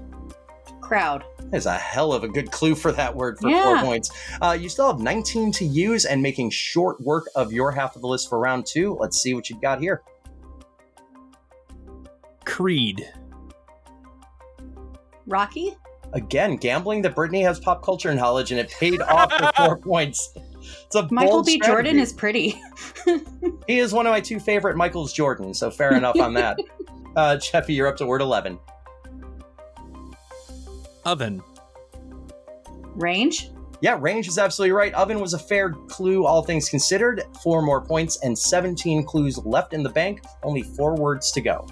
Speaker 2: Crowd.
Speaker 1: That is a hell of a good clue for that word for four
Speaker 2: Yeah.
Speaker 1: points. Uh, you still have 19 to use and making short work of your half of the list for round two. Let's see what you've got here.
Speaker 3: Creed.
Speaker 2: Rocky?
Speaker 1: Again, gambling that Brittany has pop culture knowledge and it paid off for four points. It's a
Speaker 2: Michael
Speaker 1: bold
Speaker 2: B. Jordan
Speaker 1: strategy.
Speaker 2: is pretty.
Speaker 1: He is one of my two favorite Michael's Jordan, so fair enough on that. Uh, Jeffy, you're up to word 11.
Speaker 3: Oven.
Speaker 2: Range?
Speaker 1: Yeah, range is absolutely right. Oven was a fair clue, all things considered. Four more points and 17 clues left in the bank. Only four words to go.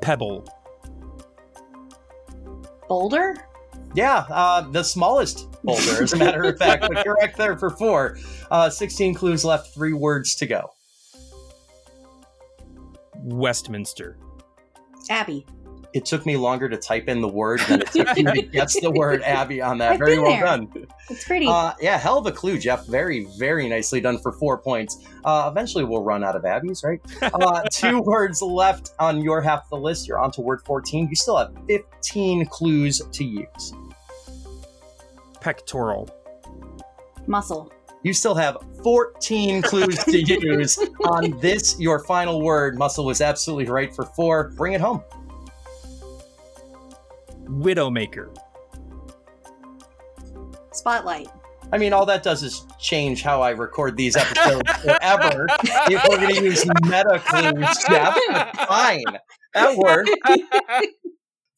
Speaker 3: Pebble.
Speaker 2: Boulder?
Speaker 1: Yeah, uh, the smallest boulder, as a matter of fact, but correct there for four. Uh, 16 clues left, three words to go.
Speaker 3: Westminster.
Speaker 2: Abby.
Speaker 1: It took me longer to type in the word than it took you to guess the word Abby on that.
Speaker 2: I've
Speaker 1: Very
Speaker 2: been
Speaker 1: well
Speaker 2: there.
Speaker 1: done.
Speaker 2: It's pretty.
Speaker 1: Uh, yeah, hell of a clue, Jeff. Very, very nicely done for four points. Uh, eventually, we'll run out of Abby's, right? Uh, two words left on your half of the list. You're on to word 14. You still have 15 clues to use.
Speaker 3: Pectoral.
Speaker 2: Muscle.
Speaker 1: You still have 14 clues to use on this, your final word. Muscle was absolutely right for four. Bring it home.
Speaker 3: Widowmaker.
Speaker 2: Spotlight.
Speaker 1: I mean, all that does is change how I record these episodes forever. if we're going to use meta clues, Jeff, fine. That worked.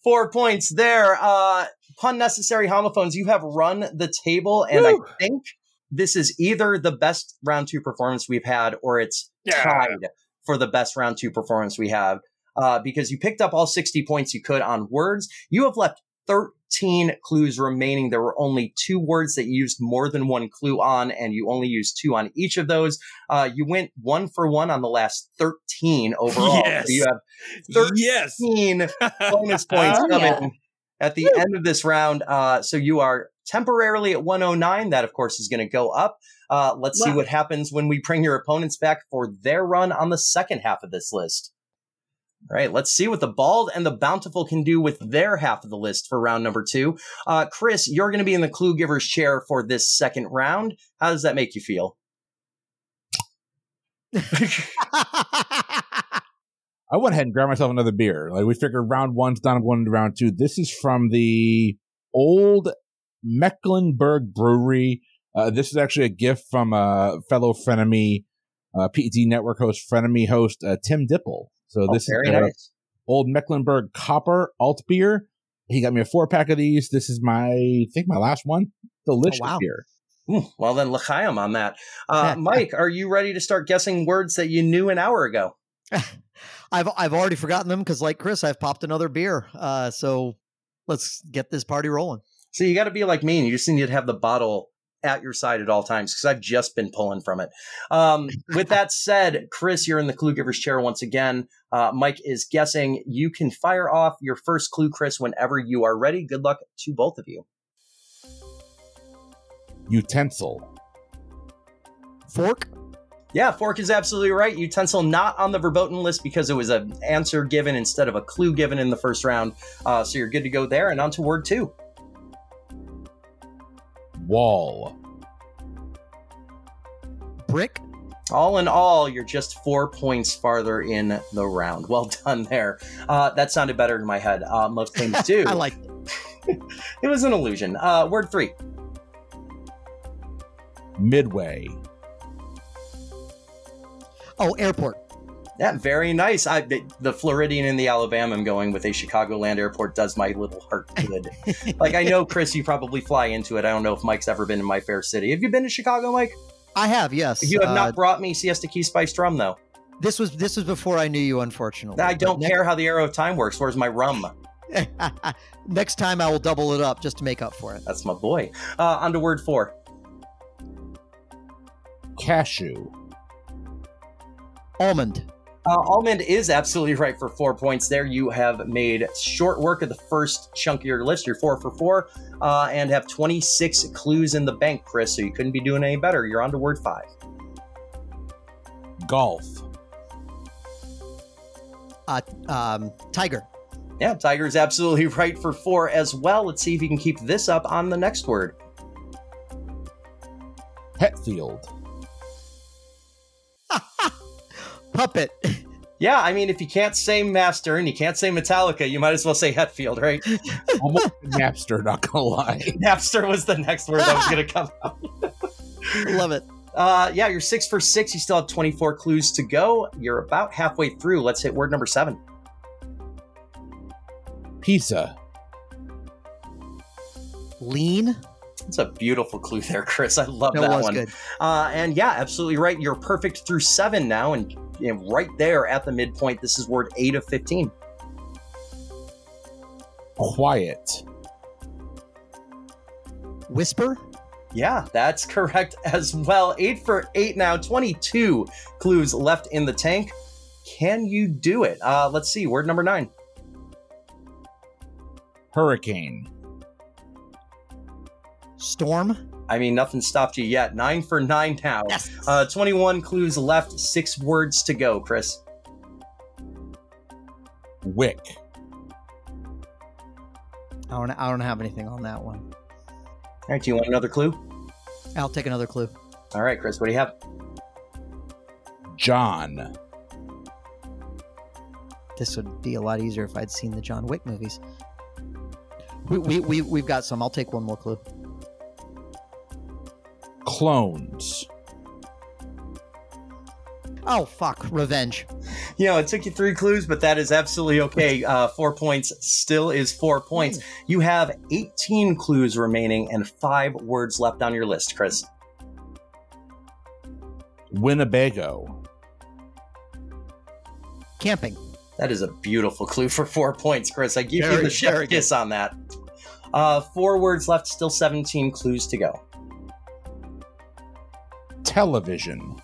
Speaker 1: Four points there. Uh, pun necessary homophones. You have run the table, and
Speaker 3: Woo.
Speaker 1: I think this is either the best round two performance we've had, or it's
Speaker 3: Yeah.
Speaker 1: tied for the best round two performance we have. Uh, because you picked up all 60 points you could on words. You have left 13 clues remaining. There were only two words that you used more than one clue on, and you only used two on each of those. Uh, you went one for one on the last 13 overall.
Speaker 3: Yes.
Speaker 1: So you have
Speaker 3: Yes.
Speaker 1: 13 bonus points
Speaker 2: Oh,
Speaker 1: coming
Speaker 2: yeah.
Speaker 1: at the end of this round. Uh, so you are temporarily at 109. That, of course, is going to go up. Uh, let's see
Speaker 2: Wow.
Speaker 1: what happens when we bring your opponents back for their run on the second half of this list. All right, let's see what the Bald and the Bountiful can do with their half of the list for round number two. Uh, Chris, you're going to be in the clue giver's chair for this second round. How does that make you feel?
Speaker 5: I went ahead and grabbed myself another beer. Like we figured round one's done, I'm going to round two. This is from the old Mecklenburg Brewery. Uh, this is actually a gift from a fellow frenemy, uh, PET network host, frenemy host, uh, Tim Dipple. So
Speaker 1: Oh,
Speaker 5: this
Speaker 1: very
Speaker 5: is the
Speaker 1: nice.
Speaker 5: old Mecklenburg Copper Alt Beer. He got me a four pack of these. This is my, I think my last one.
Speaker 1: Oh,
Speaker 5: Delicious
Speaker 4: wow.
Speaker 5: beer.
Speaker 1: Hmm, well, then, L'chaim on that. Uh, Mike, are you ready to start guessing words that you knew an hour ago?
Speaker 4: I've I've already forgotten them because, like Chris, I've popped another beer. Uh, so let's get this party rolling.
Speaker 1: So you got to be like me, and you just need to have the bottle at your side at all times because I've just been pulling from it. Um, with that said, Chris, you're in the clue giver's chair once again. Uh, Mike is guessing. You can fire off your first clue, Chris, whenever you are ready. Good luck to both of you.
Speaker 5: Utensil.
Speaker 4: Fork,
Speaker 1: Yeah, Fork is absolutely right. Utensil not on the verboten list because it was an answer given instead of a clue given in the first round. Uh, so you're good to go there. And on to word two.
Speaker 5: Wall.
Speaker 4: brick,
Speaker 1: All in all, you're just four points farther in the round. Well done there. Uh, that sounded better in my head. Uh, most things do.
Speaker 4: I like it.
Speaker 1: It was an illusion. Uh, word three.
Speaker 5: Midway.
Speaker 4: Oh, airport.
Speaker 1: Yeah, very nice. I the, the Floridian and the Alabama going with a Chicagoland airport does my little heart good. like I know, Chris, you probably fly into it. I don't know if Mike's ever been in my fair city. Have you been to Chicago, Mike?
Speaker 4: I have yes.
Speaker 1: You have
Speaker 4: Uh,
Speaker 1: not brought me Siesta Key Spice Rum though.
Speaker 4: This was this was before I knew you, unfortunately.
Speaker 1: I
Speaker 4: But
Speaker 1: don't
Speaker 4: next-
Speaker 1: care how the arrow of time works. Where's my rum?
Speaker 4: next time I will double it up just to make up for it.
Speaker 1: That's my boy. Uh, on to word four.
Speaker 5: Cashew.
Speaker 4: Almond,
Speaker 1: Uh, Almond is absolutely right for four points. There, you have made short work of the first chunk of your list. You're four for four, uh, and have 26 clues in the bank, Chris. So you couldn't be doing any better. You're on to word five.
Speaker 5: Golf.
Speaker 4: uh, um, tiger,
Speaker 1: Yeah, Tiger's absolutely right for four as well. Let's see if you can keep this up on the next word.
Speaker 5: Hetfield.
Speaker 4: puppet.
Speaker 1: Yeah, I mean, if you can't say Master and you can't say Metallica, you might as well say Hetfield, right?
Speaker 5: Almost Napster, not gonna lie.
Speaker 1: Napster was the next word that was going to come up.
Speaker 4: Love it.
Speaker 1: Uh, yeah, you're six for six. You still have 24 clues to go. You're about halfway through. Let's hit word number seven.
Speaker 5: Pizza.
Speaker 4: Lean.
Speaker 1: That's a beautiful clue there, Chris. I love
Speaker 4: No, it
Speaker 1: that
Speaker 4: was
Speaker 1: one.
Speaker 4: good.
Speaker 1: Uh, and yeah, absolutely right. You're perfect through seven now, and, and right there at the midpoint. This is word eight of 15.
Speaker 5: Quiet.
Speaker 4: Whisper.
Speaker 1: Yeah, that's correct as well. Eight for eight now, 22 clues left in the tank. Can you do it? Uh, let's see, word number nine.
Speaker 5: Hurricane.
Speaker 4: Storm.
Speaker 1: I mean, nothing stopped you yet. Nine for nine now.
Speaker 4: Yes.
Speaker 1: Uh, 21 clues left, six words to go, Chris.
Speaker 5: Wick.
Speaker 4: I don't. I don't have anything on that one.
Speaker 1: All right, do you want another clue?
Speaker 4: I'll take another clue.
Speaker 1: All right, Chris, what do you have?
Speaker 5: John.
Speaker 4: This would be a lot easier if I'd seen the John Wick movies. We, we, we, we've got some. I'll take one more clue.
Speaker 5: Clones.
Speaker 4: Oh, fuck. Revenge.
Speaker 1: You know, it took you three clues, but that is absolutely okay. Uh, four points still is four points.
Speaker 4: Hmm.
Speaker 1: You have 18 clues remaining and five words left on your list, Chris.
Speaker 5: Winnebago.
Speaker 4: Camping.
Speaker 1: That is a beautiful clue for four points, Chris. I give you
Speaker 4: Very,
Speaker 1: the chef
Speaker 4: very good.
Speaker 1: kiss on that. Uh, four words left, still 17 clues to go.
Speaker 5: Television.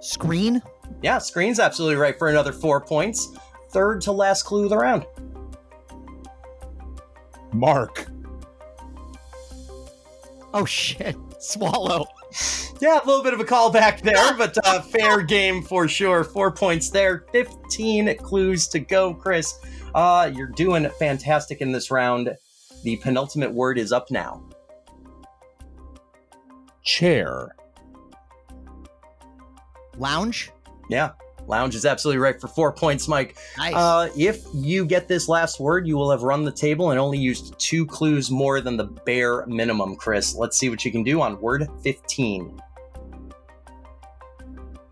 Speaker 4: Screen.
Speaker 1: Yeah, screen's absolutely right for another four points. Third to last clue of the round.
Speaker 5: Mark.
Speaker 4: Oh, shit. Swallow.
Speaker 1: Yeah, a little bit of a callback there, but uh, fair game for sure. Four points there, 15 clues to go, Chris. Uh, you're doing fantastic in this round. The penultimate word is up now.
Speaker 5: Chair.
Speaker 4: Lounge.
Speaker 1: Yeah, lounge is absolutely right for four points, Mike.
Speaker 4: Nice.
Speaker 1: Uh, if you get this last word, you will have run the table and only used two clues more than the bare minimum, Chris. Let's see what you can do on word 15.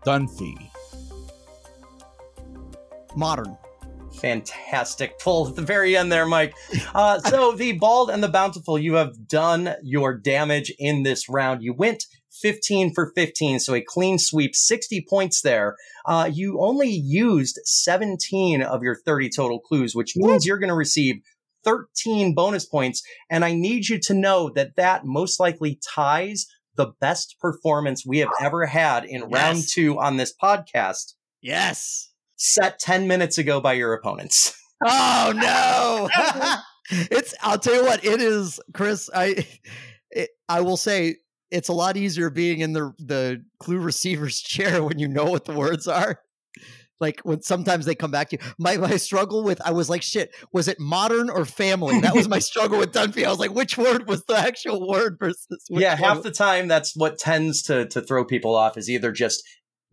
Speaker 5: Dunphy.
Speaker 4: Modern.
Speaker 1: Fantastic pull at the very end there, Mike. Uh, so the bald and the bountiful, you have done your damage in this round. You went 15 for 15, so a clean sweep, 60 points there. Uh, you only used 17 of your 30 total clues, which means you're going to receive 13 bonus points. And I need you to know that that most likely ties the best performance we have ever had in round
Speaker 4: Yes.
Speaker 1: two on this podcast,
Speaker 4: Yes.
Speaker 1: set 10 minutes ago by your opponents.
Speaker 4: Oh no! it's. I'll tell you what. It is, Chris. I. It, I will say it's a lot easier being in the the clue receiver's chair when you know what the words are. Like when sometimes they come back to you. My my struggle with I was like shit. Was it modern or family? That was my struggle with Dunphy. I was like, which word was the actual word versus? Which
Speaker 1: yeah,
Speaker 4: one
Speaker 1: half
Speaker 4: was-
Speaker 1: the time that's what tends to to throw people off is either just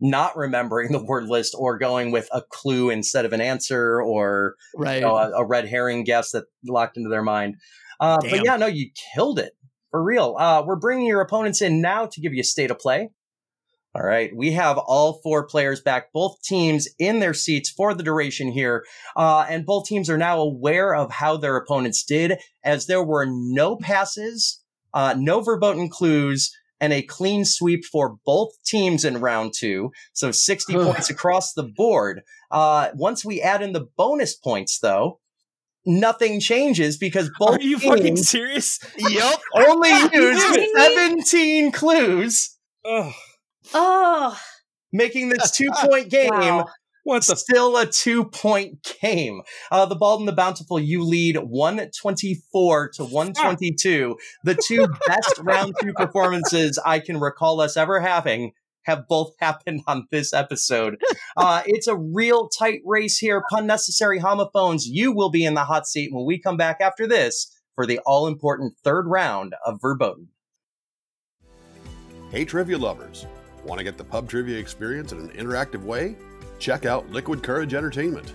Speaker 1: not remembering the word list or going with a clue instead of an answer or
Speaker 4: right.
Speaker 1: you know, a, a red herring guess that locked into their mind. Uh, but
Speaker 4: Damn.
Speaker 1: yeah, no, you killed it for real. Uh, we're bringing your opponents in now to give you a state of play. All right, we have all four players back, both teams in their seats for the duration here, uh, and both teams are now aware of how their opponents did, as there were no passes, uh, no verboten clues, and a clean sweep for both teams in round two. So sixty points across the board. Uh, once we add in the bonus points, though, nothing changes because both
Speaker 3: Are you
Speaker 1: teams
Speaker 3: fucking serious?
Speaker 4: Yep.
Speaker 1: only
Speaker 2: kidding
Speaker 1: used
Speaker 2: me?
Speaker 1: 17 clues,
Speaker 3: Ugh,
Speaker 2: Oh,
Speaker 1: making this two point game
Speaker 2: wow.
Speaker 3: what the?
Speaker 1: still a two point game. Uh, the Bald and the Bountiful, you lead 124 to 122. The two best round two performances I can recall us ever having have both happened on this episode. Uh, it's a real tight race here. Pun necessary homophones. You will be in the hot seat when we come back after this for the all important third round of Verboten.
Speaker 8: Hey, trivia lovers! Want to get the pub trivia experience in an interactive way? Check out Liquid Courage Entertainment.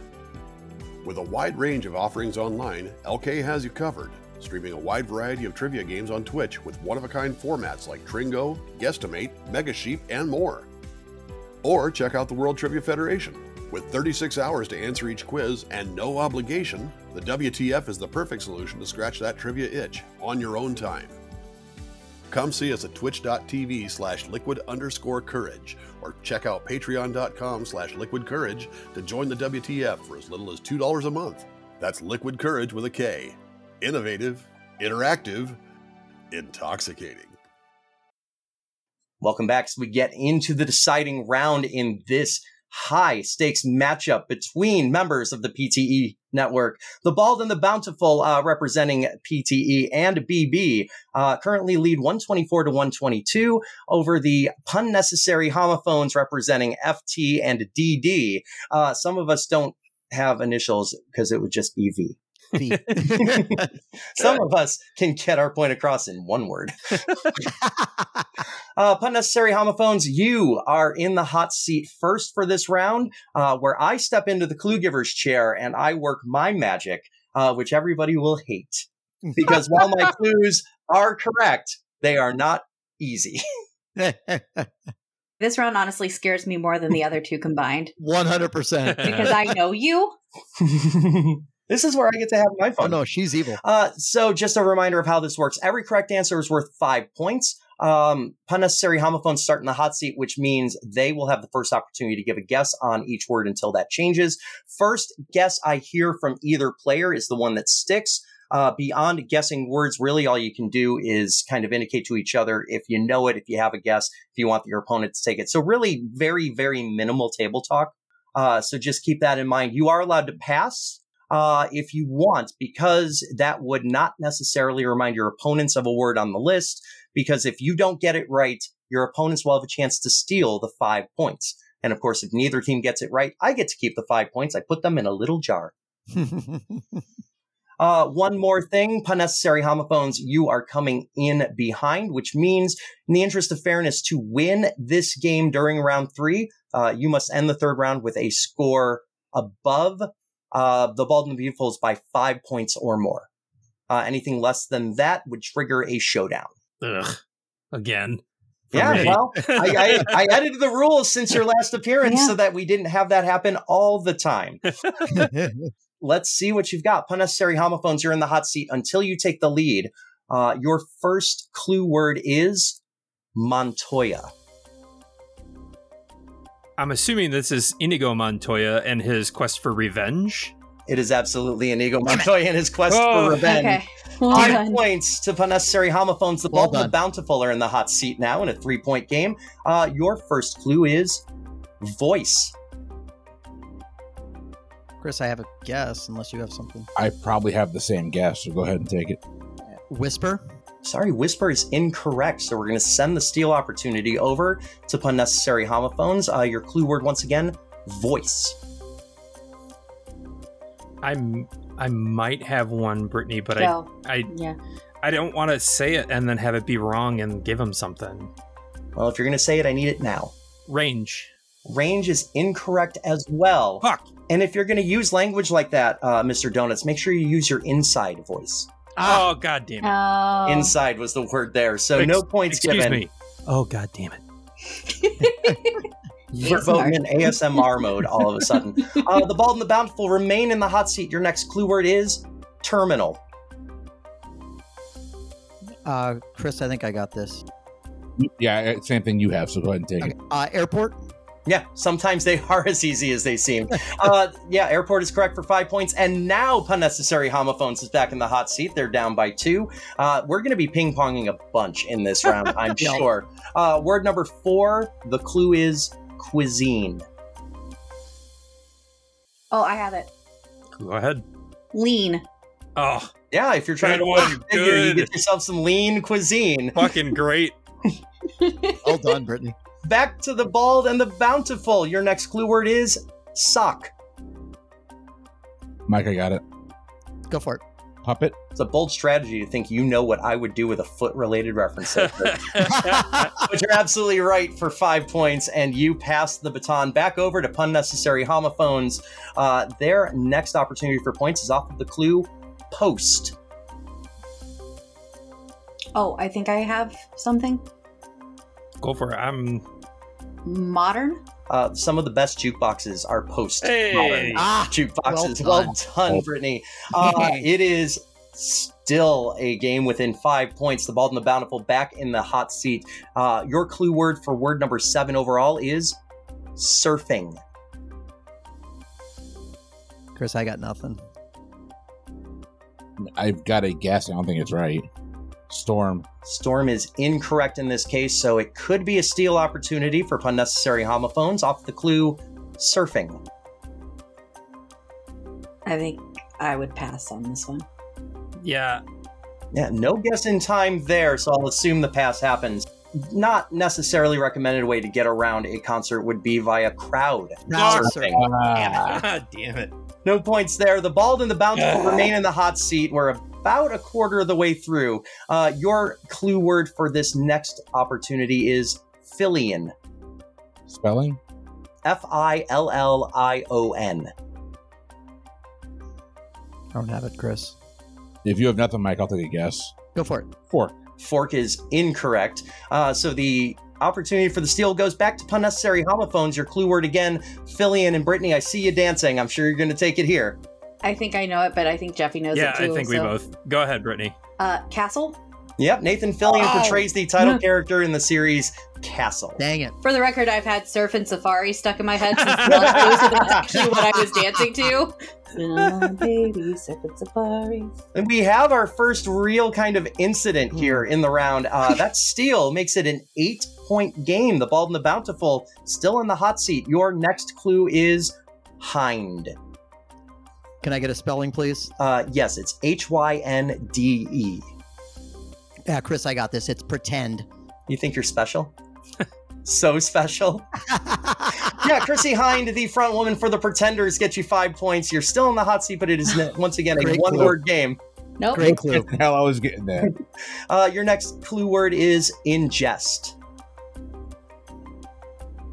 Speaker 8: With a wide range of offerings online, LK has you covered, streaming a wide variety of trivia games on Twitch with one of a kind formats like Tringo, Guesstimate, Mega Sheep, and more. Or check out the World Trivia Federation. With 36 hours to answer each quiz and no obligation, the WTF is the perfect solution to scratch that trivia itch on your own time. Come see us at twitch.tv slash liquid underscore courage or check out patreon.com slash liquid courage to join the WTF for as little as $2 a month. That's liquid courage with a K. Innovative, interactive, intoxicating.
Speaker 1: Welcome back as we get into the deciding round in this high stakes matchup between members of the PTE network. The Bald and the Bountiful, uh, representing PTE and BB, uh, currently lead 124 to 122 over the pun necessary homophones representing FT and DD. Uh, some of us don't have initials because it would just be V. Some of us can get our point across in one word. Uh, pun necessary homophones, you are in the hot seat first for this round, uh, where I step into the clue giver's chair and I work my magic, uh, which everybody will hate. Because while my clues are correct, they are not easy.
Speaker 2: This round honestly scares me more than the other two combined
Speaker 4: One hundred percent.
Speaker 2: because I know you.
Speaker 1: this is where I get to have my
Speaker 4: Oh
Speaker 1: fun.
Speaker 4: no, she's evil.
Speaker 1: Uh, so just a reminder of how this works. Every correct answer is worth five points. Um, pun necessary homophones start in the hot seat, which means they will have the first opportunity to give a guess on each word until that changes. First guess I hear from either player is the one that sticks. Uh, beyond guessing words, really all you can do is kind of indicate to each other if you know it, if you have a guess, if you want your opponent to take it. So really very, very minimal table talk. Uh, so just keep that in mind. You are allowed to pass uh, if you want, because that would not necessarily remind your opponents of a word on the list. Because if you don't get it right, your opponents will have a chance to steal the five points. And of course, if neither team gets it right, I get to keep the five points. I put them in a little jar. Uh, one more thing, pun necessary homophones, you are coming in behind, which means, in the interest of fairness, to win this game during round three, uh, you must end the third round with a score above uh, the Bald and the Beautiful is by five points or more. Uh, anything less than that would trigger a showdown.
Speaker 3: Ugh, again. for
Speaker 1: yeah,
Speaker 3: me.
Speaker 1: well, I, I, I edited the rules since your last appearance
Speaker 2: Yeah.
Speaker 1: so that we didn't have that happen all the time. Let's see what you've got. Pun necessary homophones, you're in the hot seat until you take the lead. Uh, your first clue word is Montoya.
Speaker 3: I'm assuming this is Inigo Montoya and his quest for revenge.
Speaker 1: It is absolutely Inigo Montoya in his quest
Speaker 3: Oh.
Speaker 1: for revenge.
Speaker 2: okay. Well
Speaker 1: Five
Speaker 2: done.
Speaker 1: points to unnecessary homophones. The
Speaker 4: Well
Speaker 1: Bold and the
Speaker 4: done.
Speaker 1: Bountiful are in the hot seat now in a three point game. Uh, your first clue is voice.
Speaker 4: Chris, I have a guess, unless you have something.
Speaker 5: I probably have the same guess, so go ahead and take it.
Speaker 4: Whisper.
Speaker 1: Sorry, Whisper is incorrect, so we're going to send the steal opportunity over to unnecessary homophones. Uh, your clue word once again, voice.
Speaker 3: I'm I might have one, Brittany, but
Speaker 2: Go.
Speaker 3: I I
Speaker 2: Yeah.
Speaker 3: I don't want to say it and then have it be wrong and give him something.
Speaker 1: Well, if you're going to say it, I need it now.
Speaker 3: Range.
Speaker 1: Range is incorrect as well.
Speaker 3: Fuck.
Speaker 1: And if you're going to use language like that, uh, Mr. Donuts, make sure you use your inside voice. Ah.
Speaker 3: Oh god damn it.
Speaker 2: Oh.
Speaker 1: Inside was the word there, so
Speaker 3: Ex-
Speaker 1: no points
Speaker 3: Excuse
Speaker 1: given.
Speaker 3: me. Oh god damn it.
Speaker 1: You're voting in ASMR mode all of a sudden. Uh, the Bald and the Bountiful remain in the hot seat. Your next clue word is terminal.
Speaker 4: Uh, Chris, I think I got this.
Speaker 5: Yeah, eh, same thing you have, so go ahead and take
Speaker 4: Okay.
Speaker 5: it.
Speaker 4: Uh, airport.
Speaker 1: Yeah, sometimes they are as easy as they seem. Uh, yeah, airport is correct for five points. And now Unnecessary Homophones is back in the hot seat. They're down by two. Uh, we're going to be ping ponging a bunch in this round, I'm
Speaker 4: Yeah.
Speaker 1: sure. Uh, word number four the clue is cuisine.
Speaker 2: Oh, I have it.
Speaker 3: Go ahead.
Speaker 2: Lean.
Speaker 3: Oh,
Speaker 1: Yeah, if you're trying
Speaker 3: Good
Speaker 1: to watch
Speaker 3: one,
Speaker 1: your figure, you
Speaker 3: good.
Speaker 1: get yourself some lean cuisine.
Speaker 3: fucking great.
Speaker 4: Well done, Brittany.
Speaker 1: Back to the bald and the bountiful. Your next clue word is sock.
Speaker 5: Mike, I got it.
Speaker 4: Go for it.
Speaker 5: Puppet.
Speaker 1: It's a bold strategy to think you know what I would do with a foot related reference. like that. but you're absolutely right for five points, and you pass the baton back over to Pun Necessary Homophones. Uh, their next opportunity for points is off of the clue post.
Speaker 2: Oh, I think I have something.
Speaker 3: Go for it. I'm
Speaker 2: Modern.
Speaker 1: Uh, some of the best jukeboxes are post
Speaker 3: Hey.
Speaker 4: Ah,
Speaker 1: jukeboxes. Well
Speaker 4: well
Speaker 1: done,
Speaker 4: done.
Speaker 1: Brittany. Uh, it is still a game within five points. The Bald and the Bountiful back in the hot seat. Uh, your clue word for word number seven overall is surfing.
Speaker 4: Chris, I got nothing.
Speaker 5: I've got a guess. I don't think it's right. Storm.
Speaker 1: Storm is incorrect in this case, so it could be a steal opportunity for unnecessary homophones off the clue surfing.
Speaker 2: I think I would pass on this one.
Speaker 3: yeah.
Speaker 1: Yeah, no guess in time there, so I'll assume the pass happens. Not necessarily recommended way to get around a concert would be via crowd.
Speaker 4: Crowd
Speaker 1: surfing.
Speaker 4: surfing.
Speaker 5: Ah,
Speaker 3: God damn it.
Speaker 1: No points there. The bald and the bountiful remain in the hot seat. We're about a quarter of the way through. Uh, your clue word for this next opportunity is Fillion.
Speaker 5: spelling.
Speaker 1: F I L L I O N.
Speaker 4: I don't have it, Chris.
Speaker 5: If you have nothing, Mike, I'll take a guess.
Speaker 4: Go for it.
Speaker 5: Fork.
Speaker 1: Fork is incorrect. Uh, so the opportunity for the steal goes back to unnecessary homophones. Your clue word again, Fillion and Brittany. I see you dancing. I'm sure you're going to take it here.
Speaker 2: I think I know it, but I think Jeffy knows
Speaker 3: yeah,
Speaker 2: it
Speaker 3: I
Speaker 2: too.
Speaker 3: think we
Speaker 2: so-
Speaker 3: both. Go ahead, Brittany.
Speaker 2: Uh, Castle.
Speaker 1: Yep, Nathan Fillion
Speaker 2: Oh.
Speaker 1: portrays the title character in the series Castle.
Speaker 4: Dang it.
Speaker 2: For the record, I've had Surf and Safari stuck in my head since the launch of those, and that's actually what I was dancing to. Oh, baby, Surf and Safari.
Speaker 1: And we have our first real kind of incident here in the round. Uh, that steal makes it an eight point game. The Bald and the Bountiful still in the hot seat. Your next clue is hind.
Speaker 4: Can I get a spelling, please?
Speaker 1: Uh, yes, it's H Y N D E.
Speaker 4: Yeah, Uh, Chris, I got this. It's pretend.
Speaker 1: You think you're special? so special. Yeah, Chrissy Hind, the front woman for the Pretenders, gets you five points. You're still in the hot seat, but it is n- once again a
Speaker 4: Great
Speaker 1: one
Speaker 4: clue.
Speaker 1: word game.
Speaker 2: Nope.
Speaker 4: Great clue.
Speaker 5: Hell, I was getting that.
Speaker 1: Uh, your next clue word is ingest.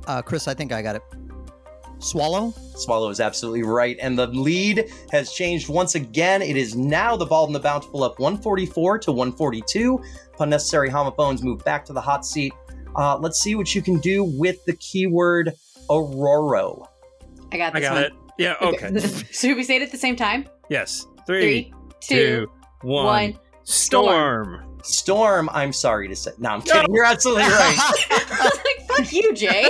Speaker 4: Uh, Chris, I think I got it. Swallow.
Speaker 1: Swallow is absolutely right, and the lead has changed once again. It is now the Bald and the Bountiful up 144 to 142. Unnecessary homophones move back to the hot seat. Uh, let's see what you can do with the keyword Aurora.
Speaker 2: I got
Speaker 3: I
Speaker 2: this
Speaker 3: got
Speaker 2: one.
Speaker 3: it. Yeah, okay.
Speaker 2: so we say it at the same time?
Speaker 3: yes.
Speaker 2: Three,
Speaker 3: Three,
Speaker 2: two,
Speaker 3: one.
Speaker 2: one.
Speaker 3: Storm.
Speaker 1: Storm, I'm sorry to say. No, I'm kidding. You're absolutely right.
Speaker 2: like, fuck you, Jay.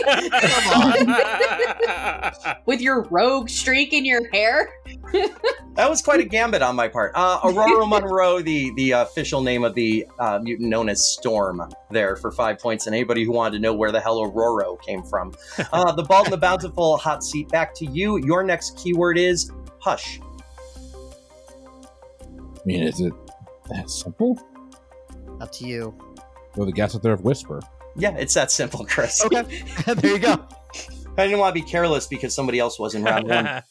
Speaker 2: With your rogue streak in your hair.
Speaker 1: That was quite a gambit on my part. Uh, Aurora Monroe, the the official name of the uh, mutant known as Storm, there for five points. And anybody who wanted to know where the hell Aurora came from, uh, the Bald and the Bountiful hot seat back to you. Your next keyword is hush.
Speaker 5: I mean, is it that simple?
Speaker 4: Up to you.
Speaker 5: Or the guess out there of whisper?
Speaker 1: Yeah, it's that simple, Chris.
Speaker 4: Okay. there you go.
Speaker 1: I didn't want to be careless because somebody else was in round one.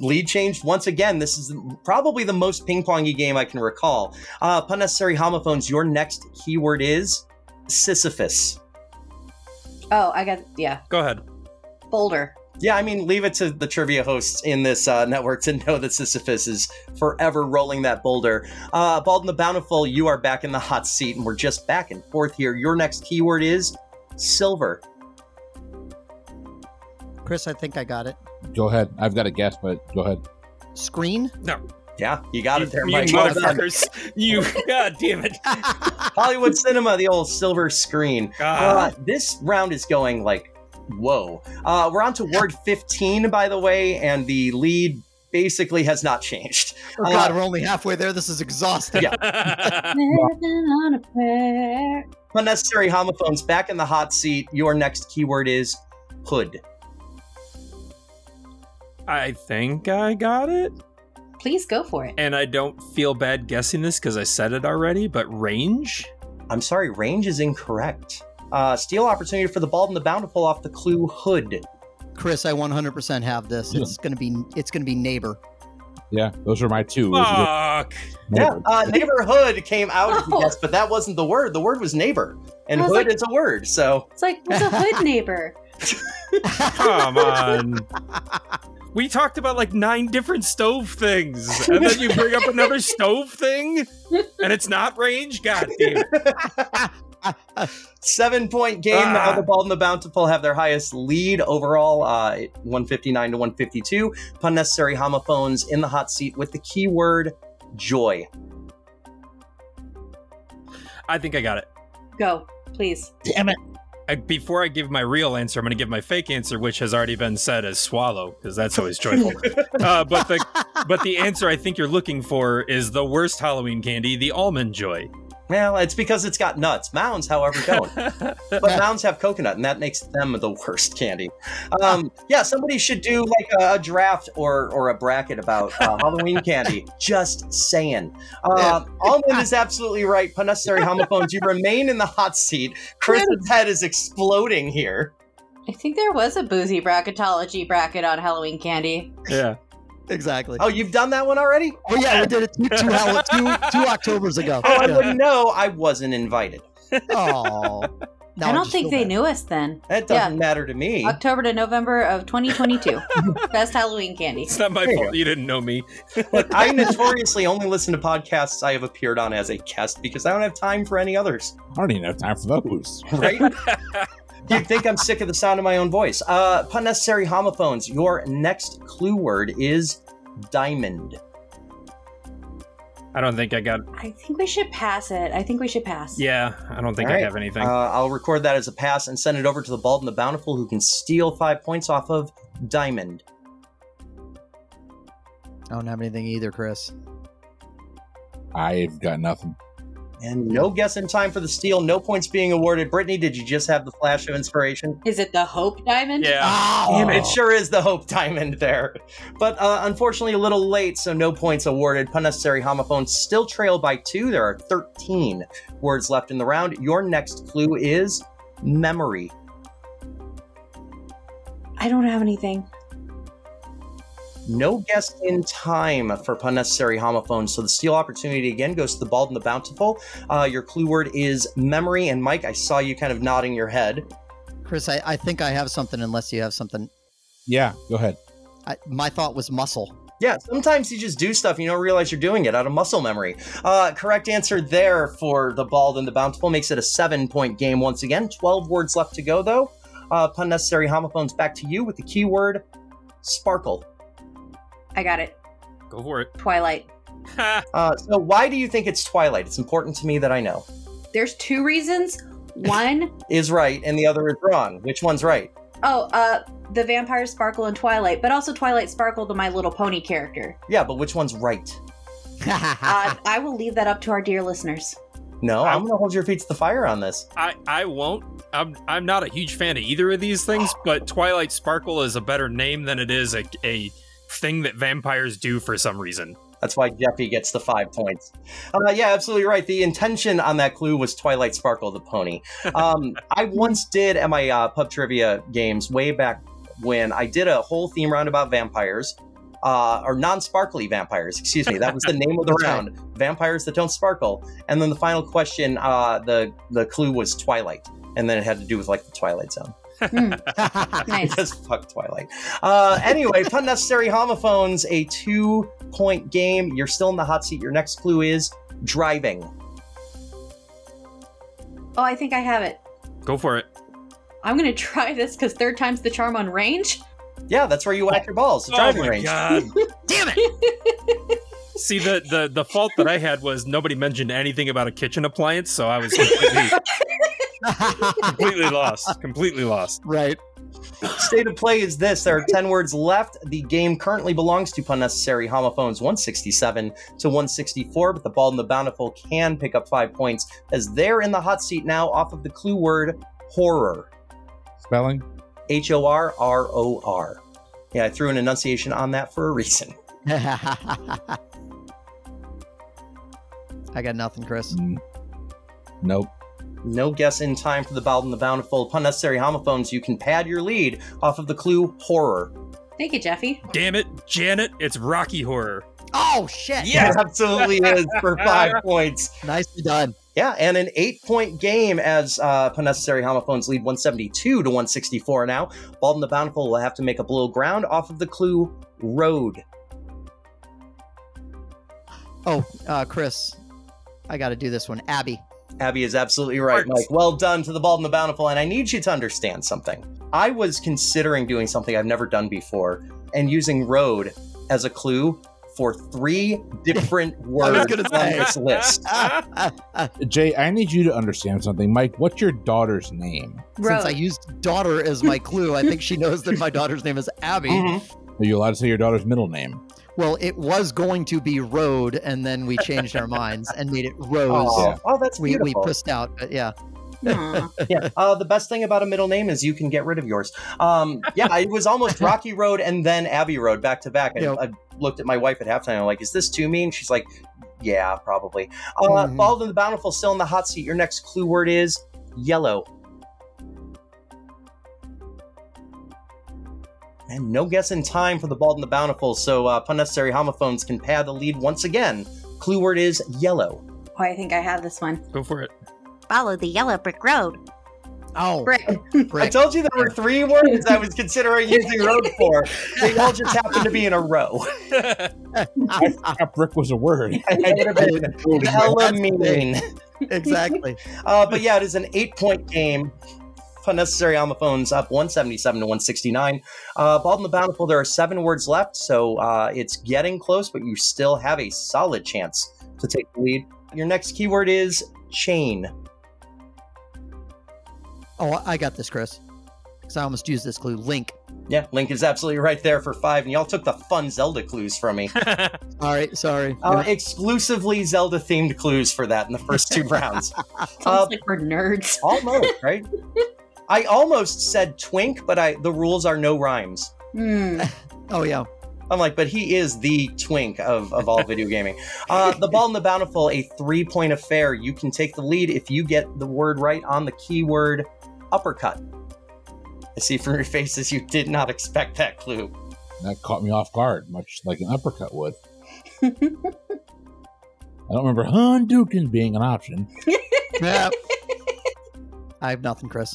Speaker 1: lead changed once again. This is probably the most ping pongy game I can recall. Uh, upon necessary homophones, your next keyword is Sisyphus.
Speaker 2: Oh, I got, yeah,
Speaker 3: Go ahead.
Speaker 2: Boulder.
Speaker 1: Yeah, I mean, leave it to the trivia hosts in this uh, network to know that Sisyphus is forever rolling that boulder. Uh, Bald and the Bountiful, you are back in the hot seat, and we're just back and forth here. Your next keyword is silver.
Speaker 4: Chris, I think I got it.
Speaker 5: Go ahead. I've got a guess, but go ahead.
Speaker 4: Screen?
Speaker 1: Yeah, you got it there,
Speaker 3: you
Speaker 1: Mike. Well done.
Speaker 3: motherfuckers. you god damn it.
Speaker 1: Hollywood cinema, the old silver screen.
Speaker 3: God.
Speaker 1: Uh, this round is going like, whoa. Uh, we're on to word 15, by the way, and the lead basically has not changed.
Speaker 4: Oh, God, we're only halfway there. This is exhausting.
Speaker 1: Yeah.
Speaker 3: Uh,
Speaker 2: Living on a prayer.
Speaker 1: Unnecessary homophones back in the hot seat. Your next keyword is hood.
Speaker 3: I think I got it.
Speaker 2: Please go for it.
Speaker 3: And I don't feel bad guessing this because I said it already, but range?
Speaker 1: I'm sorry, range is incorrect. Uh, steal opportunity for the bald and the bountiful off the clue hood.
Speaker 4: Chris, I 100% have this. It's gonna be it's gonna be neighbor.
Speaker 5: Yeah, those are my two. Those are
Speaker 3: Fuck.
Speaker 5: the-
Speaker 1: Yeah, uh, neighborhood came out,
Speaker 2: Oh.
Speaker 1: yes, but that wasn't the word. The word was neighbor, and
Speaker 2: I
Speaker 1: hood
Speaker 2: was like-
Speaker 1: is a word. So
Speaker 2: It's like, what's a hood neighbor?
Speaker 3: Come on. We talked about like nine different stove things, and then you bring up another stove thing, and it's not range. God damn it!
Speaker 1: Seven point game.
Speaker 3: Ah.
Speaker 1: Now the Bald and the Bountiful have their highest lead overall, uh, 159 to 152. Pun necessary homophones in the hot seat with the keyword joy.
Speaker 3: I think I got it.
Speaker 2: Go, please.
Speaker 6: Damn it.
Speaker 3: I, before I give my real answer, I'm going to give my fake answer, which has already been said as swallow, because that's always joyful. uh, but the but the answer I think you're looking for is the worst Halloween candy, the almond joy.
Speaker 1: Well, it's because it's got nuts. Mounds, however, don't. but mounds have coconut, and that makes them the worst candy. Um, yeah, somebody should do like a, a draft or or a bracket about uh, Halloween candy. Just saying. Uh, Almond is absolutely right. Pun necessary homophones. You remain in the hot seat. Chris's head is exploding here.
Speaker 2: I think there was a boozy bracketology bracket on Halloween candy.
Speaker 3: yeah.
Speaker 4: exactly.
Speaker 1: Oh, you've done that one already?
Speaker 4: Oh yeah, we did it two two, Hall- two, two October's ago.
Speaker 1: Oh, I
Speaker 4: Yeah.
Speaker 1: wouldn't know. I wasn't invited.
Speaker 4: Aw. Now
Speaker 2: I don't
Speaker 4: just feel
Speaker 2: think they
Speaker 4: bad.
Speaker 2: knew us then.
Speaker 1: That doesn't matter to me.
Speaker 2: October to November of 2022. Best Halloween candy.
Speaker 3: It's not my
Speaker 1: Yeah.
Speaker 3: fault you didn't know me.
Speaker 1: Look, I notoriously only listen to podcasts I have appeared on as a guest because I don't have time for any others,
Speaker 5: I don't even have time for those.
Speaker 1: right? You'd think I'm sick of the sound of my own voice. Uh, pun necessary homophones. Your next clue word is diamond.
Speaker 3: I don't think I got.
Speaker 2: I think we should pass it. I think we should pass.
Speaker 3: Yeah, I don't think
Speaker 1: All right.
Speaker 3: I have anything.
Speaker 1: Uh, I'll record that as a pass and send it over to the Bald and the Bountiful who can steal five points off of diamond.
Speaker 4: I don't have anything either, Chris.
Speaker 5: I've got nothing.
Speaker 1: And no guess in time for the steal, no points being awarded. Brittany, did you just have the flash of inspiration?
Speaker 2: Is it the Hope Diamond?
Speaker 3: yeah.
Speaker 1: uh,
Speaker 4: Oh,
Speaker 1: It sure is the Hope Diamond there. But uh, unfortunately, a little late, so no points awarded. Pun necessary homophones still trail by two. There are 13 words left in the round. Your next clue is memory.
Speaker 2: I don't have anything.
Speaker 1: No guess in time for pun necessary homophones. So the steal opportunity again goes to the Bald and the Bountiful. Uh, your clue word is memory. And Mike, I saw you kind of nodding your head.
Speaker 4: Chris, I, I think I have something. Unless you have something,
Speaker 5: Yeah, go ahead.
Speaker 4: I, my thought was muscle.
Speaker 1: Yeah, sometimes you just do stuff and you don't realize you're doing it out of muscle memory. Uh, correct answer there for the Bald and the Bountiful makes it a seven point game once again. 12 words left to go though. Uh, pun necessary homophones back to you with the keyword sparkle.
Speaker 2: I got it.
Speaker 3: Go for it.
Speaker 2: Twilight.
Speaker 1: Uh, so, why do you think it's Twilight? It's important to me that I know.
Speaker 2: There's two reasons. One,
Speaker 1: Is right and the other is wrong. Which one's right?
Speaker 2: oh, uh, the vampire sparkle in Twilight, but also Twilight sparkle to My Little Pony character.
Speaker 1: Yeah, but which one's right?
Speaker 2: Uh, I will leave that up to our dear listeners.
Speaker 1: No, I'm going to hold your feet to the fire on this.
Speaker 3: I, I won't. I'm I'm not a huge fan of either of these things, but Twilight Sparkle is a better name than it is a, a thing that vampires do for some reason.
Speaker 1: That's why Jeffy gets the five points. Uh, yeah, absolutely right. The intention on that clue was Twilight Sparkle the pony. Um, I once did at my uh, pub trivia games way back when I did a whole theme round about vampires. Uh, or non-sparkly vampires, excuse me. That was the name of the
Speaker 4: That's right.
Speaker 1: round: vampires that don't sparkle. And then the final question, uh, the the clue was Twilight, and then it had to do with like the Twilight Zone.
Speaker 2: Hmm, nice.
Speaker 1: Just fuck Twilight. Uh, anyway, pun necessary homophones, a two point game. You're still in the hot seat. Your next clue is driving.
Speaker 2: Oh, I think I have it.
Speaker 3: Go for it.
Speaker 2: I'm gonna try this because third time's the charm on range.
Speaker 1: Yeah, that's where you whack your balls. The driving range.
Speaker 3: Oh god. Damn it. See the, the the fault that I had was nobody mentioned anything about a kitchen appliance, so I was completely, completely lost. Completely lost.
Speaker 4: right.
Speaker 1: State of play is this there are 10 words left. The game currently belongs to pun necessary homophones 167 to 164, but the Bald and the Bountiful can pick up five points as they're in the hot seat now off of the clue word horror.
Speaker 5: Spelling?
Speaker 1: H O R R O R. Yeah, I threw an enunciation on that for a reason.
Speaker 4: I got nothing, Chris.
Speaker 5: Mm. Nope.
Speaker 1: No guess in time for the Bald and the Bountiful. Upon necessary homophones, you can pad your lead off of the clue horror.
Speaker 2: Thank you, Jeffy.
Speaker 3: Damn it, Janet, it's Rocky Horror.
Speaker 4: Oh shit!
Speaker 1: It absolutely is for five points.
Speaker 4: Nicely done.
Speaker 1: Yeah, and an eight-point game as uh, upon necessary homophones lead 172 to 164 now. Bald and the Bountiful will have to make up a little ground off of the clue road.
Speaker 4: Oh, uh, Chris, I got to do this one. Abby.
Speaker 1: Abby is absolutely right,
Speaker 3: Arts.
Speaker 1: Mike. Well done to the Bald and the Bountiful. And I need you to understand something. I was considering doing something I've never done before and using road as a clue for three different words
Speaker 4: gonna
Speaker 1: on
Speaker 4: say.
Speaker 1: this list.
Speaker 4: Ah, ah, ah.
Speaker 5: Jay, I need you to understand something. Mike, what's your daughter's name?
Speaker 4: Since I
Speaker 2: Road.
Speaker 4: used daughter as my clue, I think she knows that my daughter's name is Abby.
Speaker 1: Mm-hmm.
Speaker 5: Are you allowed to say your daughter's middle name?
Speaker 4: Well, it was going to be Road, and then we changed our minds and made it Rose.
Speaker 1: Oh, oh, that's
Speaker 4: We, we
Speaker 1: beautiful.
Speaker 4: pushed out, but yeah.
Speaker 2: Aw.
Speaker 1: yeah. Uh, the best thing about a middle name is you can get rid of yours. Um, yeah, it was almost Rocky Road and then Abbey Road back to back. And
Speaker 4: Yep.
Speaker 1: I looked at my wife at halftime. I'm like, is this too mean? She's like, yeah, probably. Uh,
Speaker 4: Mhm.
Speaker 1: Bald and the Bountiful still in the hot seat. Your next clue word is yellow. And no guess in time for the Bald and the Bountiful, so uh, pun necessary homophones can pad the lead once again. Clue word is yellow.
Speaker 2: Oh, I think I have this one.
Speaker 3: Go for it.
Speaker 7: Follow the yellow brick road.
Speaker 4: Oh,
Speaker 2: Brick.
Speaker 1: I told you there were three words I was considering using road for. They all just happened to be in a row.
Speaker 5: That brick was a word.
Speaker 1: I would have been hella mean.
Speaker 4: exactly.
Speaker 1: Uh, but yeah, it is an eight-point game. Unnecessary homophones up 177 to 169. Uh, Bald and the Bountiful, there are seven words left, so uh, it's getting close, but you still have a solid chance to take the lead. Your next keyword is chain.
Speaker 4: Oh, I got this, Chris. Because I almost used this clue. Link.
Speaker 1: Yeah, Link is absolutely right there for five, and y'all took the fun Zelda clues from me.
Speaker 4: All right, sorry.
Speaker 1: Uh, exclusively Zelda themed clues for that in the first two rounds.
Speaker 2: Sounds
Speaker 1: Uh,
Speaker 2: like we're nerds.
Speaker 1: almost, right? I almost said twink, but I the rules are no rhymes.
Speaker 2: Hmm.
Speaker 4: oh yeah.
Speaker 1: I'm like, but he is the twink of, of all video gaming. Uh, the Ball and the Bountiful, a three point affair. You can take the lead if you get the word right on the keyword uppercut. I see from your faces you did not expect that clue.
Speaker 5: That caught me off guard, much like an uppercut would. I don't remember Hundukin being an option.
Speaker 4: Yeah. I have nothing, Chris.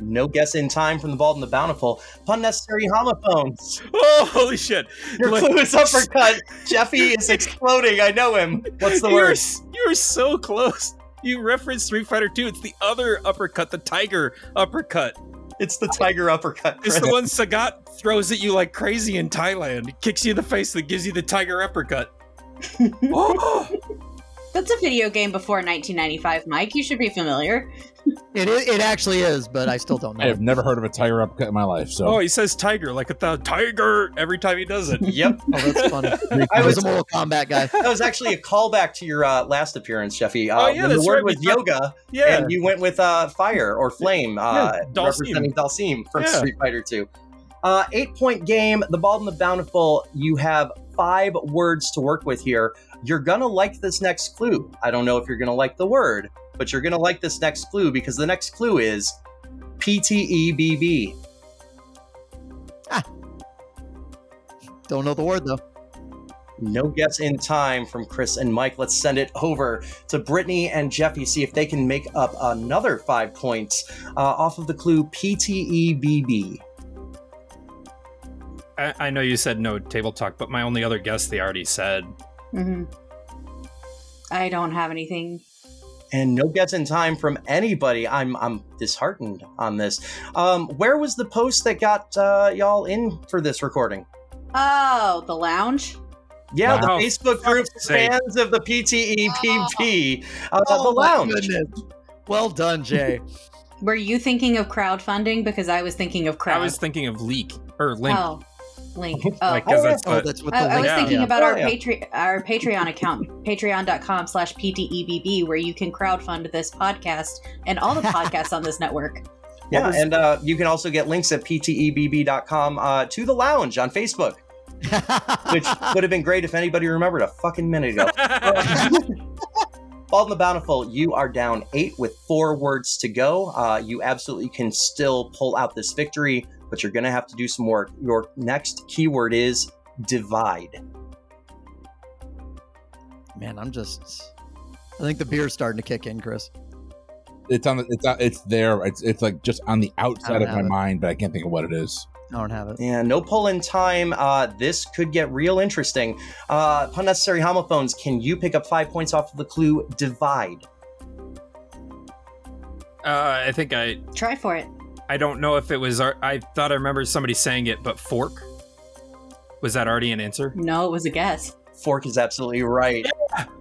Speaker 1: No guess in time from the Bald and the Bountiful. Pun necessary homophones.
Speaker 3: Oh, holy shit.
Speaker 1: Your
Speaker 3: Like-
Speaker 1: clue is uppercut. Jeffy is exploding. I know him. What's the
Speaker 3: You're
Speaker 1: word?
Speaker 3: s- You're so close. You referenced Street Fighter 2. It's the other uppercut, the tiger uppercut.
Speaker 1: It's the tiger uppercut.
Speaker 3: It's the one Sagat throws at you like crazy in Thailand. He kicks you in the face that gives you the tiger uppercut. oh,
Speaker 2: That's a video game before 1995, Mike. You should be familiar.
Speaker 4: It, i- it actually is, but I still don't know.
Speaker 5: I have never heard of a tiger uppercut in my life. So
Speaker 3: oh, he says tiger like a th- tiger every time he does it.
Speaker 1: Yep.
Speaker 4: Oh, that's funny.
Speaker 1: I
Speaker 4: I was
Speaker 1: was-
Speaker 4: a Mortal Kombat guy.
Speaker 1: That was actually a callback to your uh, last appearance, Jeffy. Uh,
Speaker 3: Oh, yeah,
Speaker 1: when the
Speaker 3: that's
Speaker 1: word
Speaker 3: right, we
Speaker 1: was
Speaker 3: talked-
Speaker 1: yoga,
Speaker 3: Yeah.
Speaker 1: and you went with uh, fire or flame, uh,
Speaker 3: Yeah, Dalsim.
Speaker 1: representing Dalsim from
Speaker 3: Yeah.
Speaker 1: Street Fighter 2. Uh, eight point game, The Bald and the Bountiful. You have five words to work with here. You're going to like this next clue. I don't know if you're going to like the word, but you're going to like this next clue because the next clue is E PTEBB.
Speaker 4: Don't know the word though.
Speaker 1: No guess in time from Chris and Mike. Let's send it over to Brittany and Jeffy, see if they can make up another five points uh, off of the clue E PTEBB.
Speaker 3: I-, I know you said no table talk, but my only other guess they already said.
Speaker 2: hmm I don't have anything.
Speaker 1: And no guess in time from anybody. I'm I'm disheartened on this. Um, where was the post that got uh, y'all in for this recording?
Speaker 2: Oh, the lounge.
Speaker 1: Yeah,
Speaker 3: Wow.
Speaker 1: the Facebook group
Speaker 3: Fuck's sake.
Speaker 1: fans of the PTEPP, uh,
Speaker 4: Oh,
Speaker 1: the
Speaker 4: my
Speaker 1: lounge.
Speaker 4: goodness. Well done, Jay. Oh,
Speaker 2: Were you thinking of crowdfunding? Because I was thinking of crowd.
Speaker 3: I was thinking of leak or link.
Speaker 2: Oh, link. Oh,
Speaker 3: Like, 'cause that's
Speaker 4: oh,
Speaker 3: what-
Speaker 4: that's what the
Speaker 2: I, I
Speaker 4: link-
Speaker 2: was
Speaker 3: Yeah.
Speaker 2: thinking
Speaker 4: yeah.
Speaker 2: about our
Speaker 1: Oh, yeah.
Speaker 2: Patre- our Patreon account, patreon.com slash PDEBB, where you can crowdfund this podcast and all the podcasts on this network.
Speaker 1: Yeah, and uh, you can also get links at E ptebb.com uh, to the lounge on Facebook. which would have been great if anybody remembered a fucking minute ago. Bald and the Bountiful, you are down eight with four words to go. Uh, you absolutely can still pull out this victory, but you're going to have to do some work. Your next keyword is divide.
Speaker 4: Man, I'm just. I think the beer's starting to kick in, Chris.
Speaker 5: it's on. the- It's on, it's there. It's it's like just on the outside
Speaker 4: don't
Speaker 5: of my
Speaker 4: have it.
Speaker 5: mind, but I can't think of what it is.
Speaker 4: I don't have it.
Speaker 1: Yeah, no pull in time. Uh, this could get real interesting. Uh, pun necessary homophones, can you pick up five points off of the clue divide?
Speaker 3: Uh, I think I
Speaker 2: Try for it.
Speaker 3: I don't know if it was. ar- I thought I remember somebody saying it, but fork was that already an answer?
Speaker 2: No, it was a guess.
Speaker 1: Fork is absolutely right.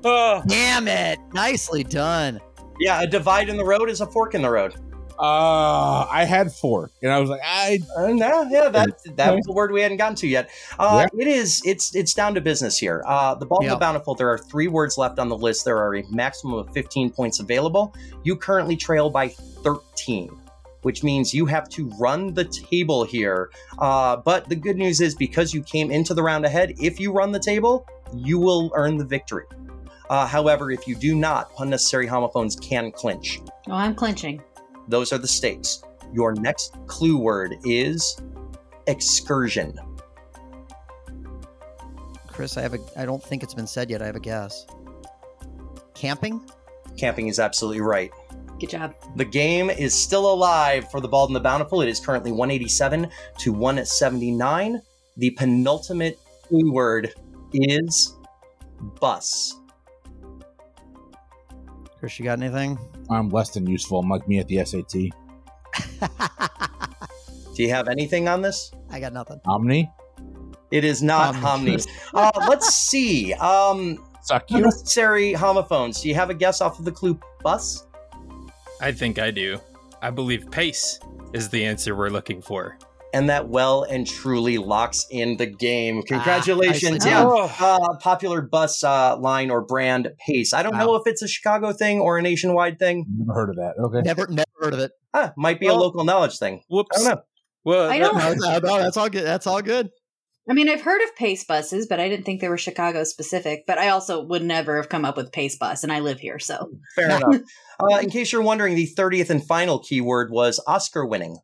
Speaker 3: Oh,
Speaker 4: Damn it! Nicely done.
Speaker 1: Yeah, a divide in the road is a fork in the road.
Speaker 5: Uh I had four, and I was like, I
Speaker 1: Uh, no, yeah, that that was the word we hadn't gotten to yet. Uh, It is, it's it's down to business here. Uh, the ball and
Speaker 4: Yeah.
Speaker 1: the bountiful. There are three words left on the list. There are a maximum of fifteen points available. You currently trail by thirteen, which means you have to run the table here. Uh, but the good news is because you came into the round ahead. If you run the table, you will earn the victory. Uh, however, if you do not, unnecessary homophones can clinch.
Speaker 2: Oh, I'm clinching.
Speaker 1: Those are the stakes. Your next clue word is excursion.
Speaker 4: Chris, I have a. I don't think it's been said yet. I have a guess. Camping?
Speaker 1: Camping is absolutely right.
Speaker 2: Good job.
Speaker 1: The game is still alive for the Bald and the Bountiful. It is currently 187 to 179. The penultimate clue word is bus.
Speaker 4: Chris, you got anything?
Speaker 5: I'm less than useful. Mug me at the SAT.
Speaker 1: Do you have anything on this?
Speaker 4: I got nothing.
Speaker 5: Omni,
Speaker 1: It is not
Speaker 5: Um,
Speaker 4: Omni.
Speaker 1: Homnies. Uh, let's see. Um,
Speaker 5: suck you.
Speaker 1: unnecessary homophones. Do you have a guess off of the clue bus?
Speaker 3: I think I do. I believe pace is the answer we're looking for.
Speaker 1: and that well and truly locks in the game. Congratulations.
Speaker 4: nicely
Speaker 1: yeah.
Speaker 4: done.
Speaker 1: Uh, popular bus uh, line or brand, Pace. I don't
Speaker 4: Wow.
Speaker 1: know if it's a Chicago thing or a nationwide thing.
Speaker 5: Never heard of that. Okay.
Speaker 4: Never, never heard of it.
Speaker 1: Ah, might be a
Speaker 3: Well-
Speaker 1: local knowledge thing. I
Speaker 3: Whoops.
Speaker 1: don't know.
Speaker 3: Well,
Speaker 2: I
Speaker 3: that-
Speaker 2: don't-
Speaker 4: No, no, no, that's all good. That's all good.
Speaker 2: I mean, I've heard of Pace buses, but I didn't think they were Chicago specific. But I also would never have come up with Pace bus, and I live here, so
Speaker 1: Fair enough. Uh, in case you're wondering, the 30th and final keyword was Oscar winning.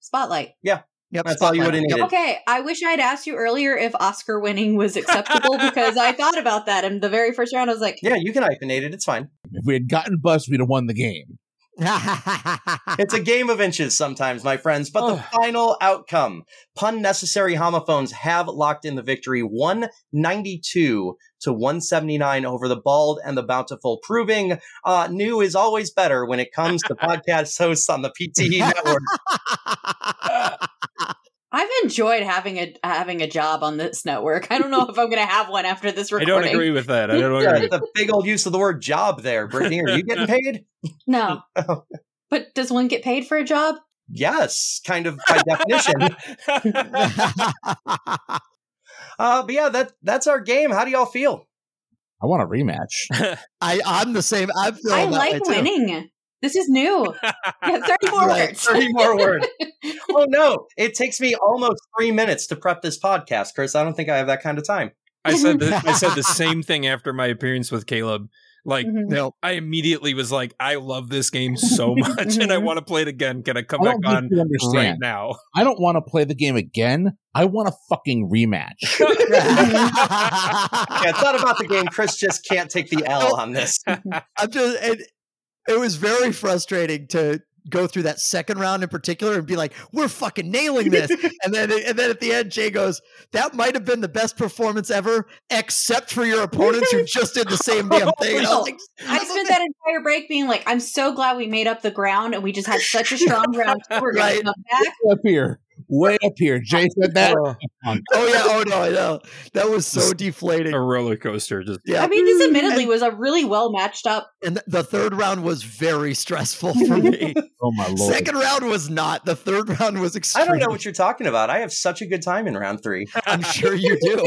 Speaker 2: spotlight.
Speaker 4: Yep.
Speaker 1: That's all you
Speaker 4: spotlight.
Speaker 1: would have needed.
Speaker 2: Okay, I wish I'd asked you earlier if Oscar winning was acceptable because I thought about that in the very first round. I was like,
Speaker 1: Yeah, you can hyphenate it. It's fine.
Speaker 5: If we had gotten bus, we'd have won the game.
Speaker 1: It's a game of inches sometimes, my friends, but the final outcome pun necessary homophones have locked in the victory 192 to 179 over the bald and the bountiful, proving uh, new is always better when it comes to podcast hosts on the PTE network.
Speaker 2: I've enjoyed having a having a job on this network. I don't know if I'm going to have one after this
Speaker 3: I
Speaker 2: recording.
Speaker 3: don't agree with that. I don't
Speaker 1: Yeah,
Speaker 3: agree.
Speaker 1: the big old use of the word job there, Brittany. Are you getting paid?
Speaker 2: No.
Speaker 3: Oh.
Speaker 2: but does one get paid for a job?
Speaker 1: Yes, kind of by definition. Uh, but yeah, that that's our game. How do y'all feel?
Speaker 5: I want a rematch.
Speaker 4: I, I'm the same. I feel
Speaker 2: I
Speaker 4: that way
Speaker 2: like
Speaker 4: too.
Speaker 2: winning. This is new. Yeah, 30 more
Speaker 4: Right.
Speaker 2: words.
Speaker 1: Thirty more words. oh no, it takes me almost three minutes to prep this podcast, Chris. I don't think I have that kind of time.
Speaker 3: I said the, I said the same thing after my appearance with Caleb. Like
Speaker 2: Mhm.
Speaker 4: No,
Speaker 3: I immediately was like, I love this game so much, and I want to play it again. Can I come
Speaker 5: I
Speaker 3: back
Speaker 5: don't think
Speaker 3: on
Speaker 5: you
Speaker 3: right
Speaker 5: understand.
Speaker 3: now?
Speaker 5: I don't want to play the game again. I want a fucking rematch.
Speaker 1: Yeah, it's not about the game. Chris just can't take the L on this.
Speaker 4: I'm just it, it was very frustrating to go through that second round in particular and be like, we're fucking nailing this. and then and then at the end, Jay goes, that might have been the best performance ever, except for your opponents who just did the same
Speaker 1: Oh,
Speaker 4: damn thing. And I was like,
Speaker 2: I spent that entire break being like, I'm so glad we made up the ground and we just had such a strong round. two. We're going
Speaker 4: Right.
Speaker 2: to come back.
Speaker 5: Way up here. Way up here. Jay said that.
Speaker 4: oh yeah, oh no, I know. That was so deflating.
Speaker 3: A roller coaster. Just
Speaker 4: Yeah. Mm,
Speaker 2: I mean,
Speaker 1: Mm.
Speaker 2: this admittedly was a really well matched up.
Speaker 4: And th- the third round was very stressful for me.
Speaker 5: Oh my lord.
Speaker 4: Second round was not. The third round was
Speaker 1: I
Speaker 4: extreme.
Speaker 1: don't know what you're talking about. I have such a good time in round three.
Speaker 4: I'm sure you do.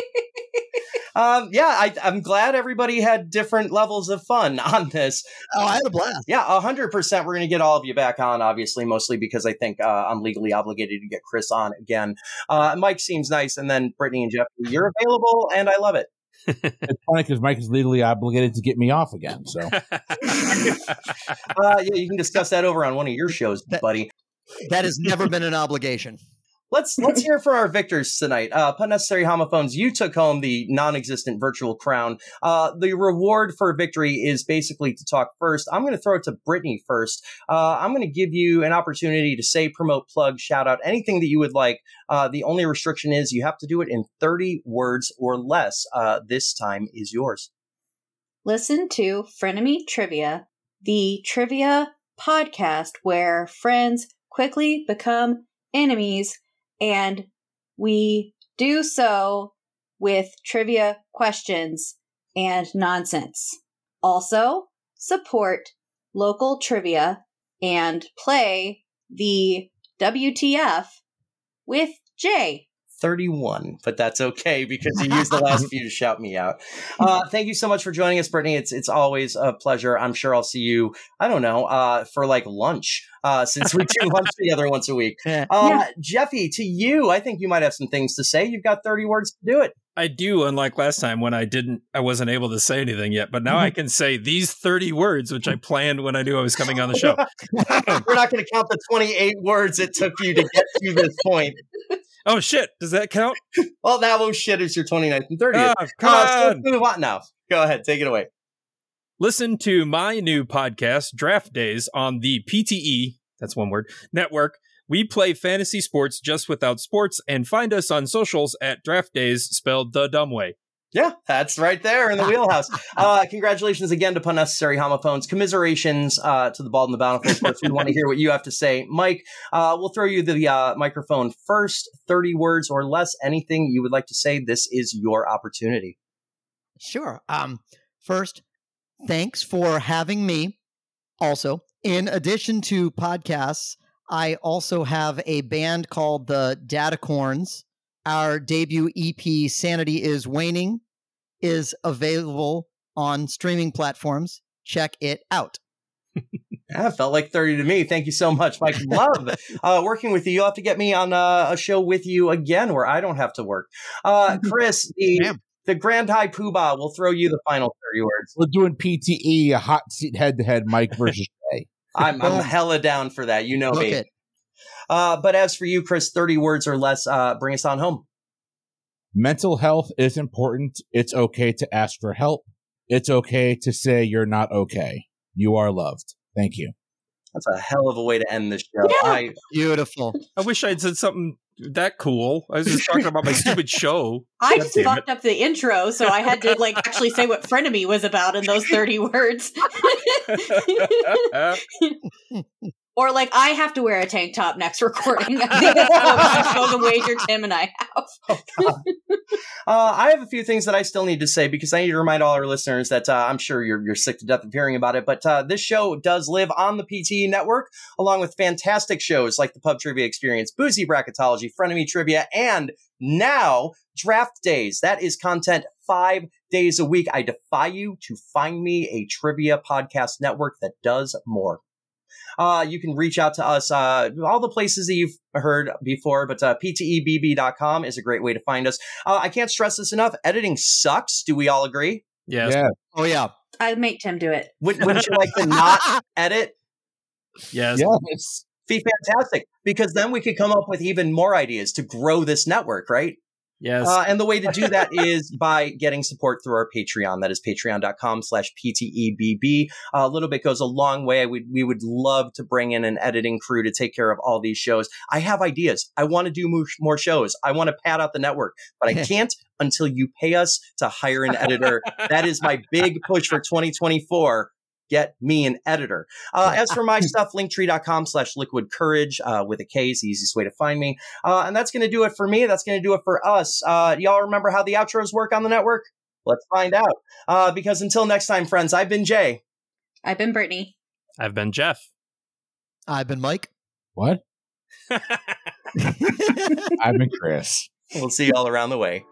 Speaker 1: Um, yeah, I, I'm glad everybody had different levels of fun on this.
Speaker 4: Oh, I had a blast.
Speaker 1: Yeah, 100%. We're going to get all of you back on, obviously, mostly because I think uh, I'm legally obligated to get Chris on again. Uh, Mike seems nice. And then Brittany and Jeff, you're available, and I love it.
Speaker 5: It's funny because Mike is legally obligated to get me off again. So
Speaker 1: Uh, yeah, you can discuss that over on one of your shows,
Speaker 4: That-
Speaker 1: buddy.
Speaker 4: That has never been an obligation.
Speaker 1: Let's let's hear for our victors tonight. Uh, pun necessary homophones. You took home the non-existent virtual crown. Uh, the reward for victory is basically to talk first. I'm going to throw it to Brittany first. Uh, I'm going to give you an opportunity to say, promote, plug, shout out, anything that you would like. Uh, the only restriction is you have to do it in 30 words or less. Uh, this time is yours.
Speaker 2: Listen to Frenemy Trivia, the trivia podcast where friends quickly become enemies, and we do so with trivia questions and nonsense. Also, support local trivia and play the WTF with Jay.
Speaker 1: 31, but that's okay because you used the last few to shout me out. Uh, thank you so much for joining us, Brittany. It's it's always a pleasure. I'm sure I'll see you. I don't know uh, for like lunch uh, since we do lunch together once a week.
Speaker 4: Yeah.
Speaker 1: Uh,
Speaker 2: Yeah.
Speaker 1: Jeffy, to you, I think you might have some things to say. You've got 30 words to do it.
Speaker 3: I do, unlike last time when I didn't, I wasn't able to say anything yet, but now I can say these 30 words, which I planned when I knew I was coming on the show.
Speaker 1: We're not going to count the 28 words it took you to get to this point.
Speaker 3: oh, shit. Does that count?
Speaker 1: Well, that was shit. It's your 29th and 30th.
Speaker 3: Ah,
Speaker 1: Uh, so
Speaker 3: come on.
Speaker 1: let's move on now. Go ahead, take it away.
Speaker 3: Listen to my new podcast, Draft Days, on the PTE, that's one word, network. We play fantasy sports just without sports and find us on socials at Draft Days, spelled the dumb way.
Speaker 1: Yeah, that's right there in the wheelhouse. Uh, congratulations again to Pun Necessary Homophones. Commiserations uh, to the Bald and the Bountiful. Of course, we want to hear what you have to say. Mike, uh, we'll throw you the uh, microphone first. 30 words or less, anything you would like to say. This is your opportunity.
Speaker 4: Sure. Um, first, thanks for having me. Also, in addition to podcasts, I also have a band called the Datacorns. Our debut EP, Sanity is Waning, is available on streaming platforms. Check it out.
Speaker 1: Yeah, felt like 30 to me. Thank you so much, Mike. Love uh, working with you. You'll have to get me on uh, a, a show with you again where I don't have to work. Uh, Chris, the,
Speaker 4: Ma'am.
Speaker 1: the Grand High Poobah will throw you the final 30 words.
Speaker 5: we're doing PTE, a hot seat head to head, Mike versus Jay.
Speaker 1: I'm, I'm
Speaker 4: Boom.
Speaker 1: hella down for that. You know
Speaker 4: Book
Speaker 1: me.
Speaker 4: it.
Speaker 1: Uh, but as for you, Chris, 30 words or less, uh, bring us on home.
Speaker 5: Mental health is important. It's okay to ask for help. It's okay to say you're not okay. You are loved. Thank you.
Speaker 1: That's a hell of a way to end this show.
Speaker 2: Yeah.
Speaker 1: I,
Speaker 4: Beautiful.
Speaker 3: I wish I had said something that cool. I was just talking about my stupid show.
Speaker 2: I
Speaker 3: God
Speaker 2: just
Speaker 3: damn it.
Speaker 2: fucked up the intro, so I had to like actually say what frenemy was about in those 30 words. or like I have to wear a tank top next recording. I think that's what I'm going to wager Tim and I have.
Speaker 1: Uh, I have a few things that I still need to say because I need to remind all our listeners that uh, I'm sure you're, you're sick to death of hearing about it, but uh, this show does live on the PTE network along with fantastic shows like the Pub Trivia Experience, Boozy Bracketology, Frenemy Trivia, and now Draft Days. That is content five days a week. I defy you to find me a trivia podcast network that does more. Uh, you can reach out to us uh, all the places that you've heard before, but uh, ptebb.com is a great way to find us. Uh, I can't stress this enough. Editing sucks. Do we all agree?
Speaker 3: Yes.
Speaker 5: Yeah.
Speaker 4: Oh yeah.
Speaker 2: I make Tim do it.
Speaker 1: Would, wouldn't you like to not edit?
Speaker 3: Yes.
Speaker 5: Yeah.
Speaker 1: It's be fantastic because then we could come up with even more ideas to grow this network, right?
Speaker 3: Yes.
Speaker 1: Uh, and the way to do that is by getting support through our Patreon. That is patreon.com slash PTEBB. Uh, a little bit goes a long way. I would, we would love to bring in an editing crew to take care of all these shows. I have ideas. I want to do more, more shows. I want to pad out the network, but I can't until you pay us to hire an editor. that is my big push for 2024. Get me an editor. Uh, as for my stuff, linktree.com slash liquid courage uh, with a K is the easiest way to find me. Uh, and that's going to do it for me. That's going to do it for us. Uh, y'all remember how the outros work on the network? Let's find out. Uh, because until next time, friends, I've been Jay.
Speaker 2: I've been Brittany.
Speaker 3: I've been Jeff.
Speaker 4: I've been Mike.
Speaker 5: What? I've been Chris.
Speaker 1: We'll see you all around the way.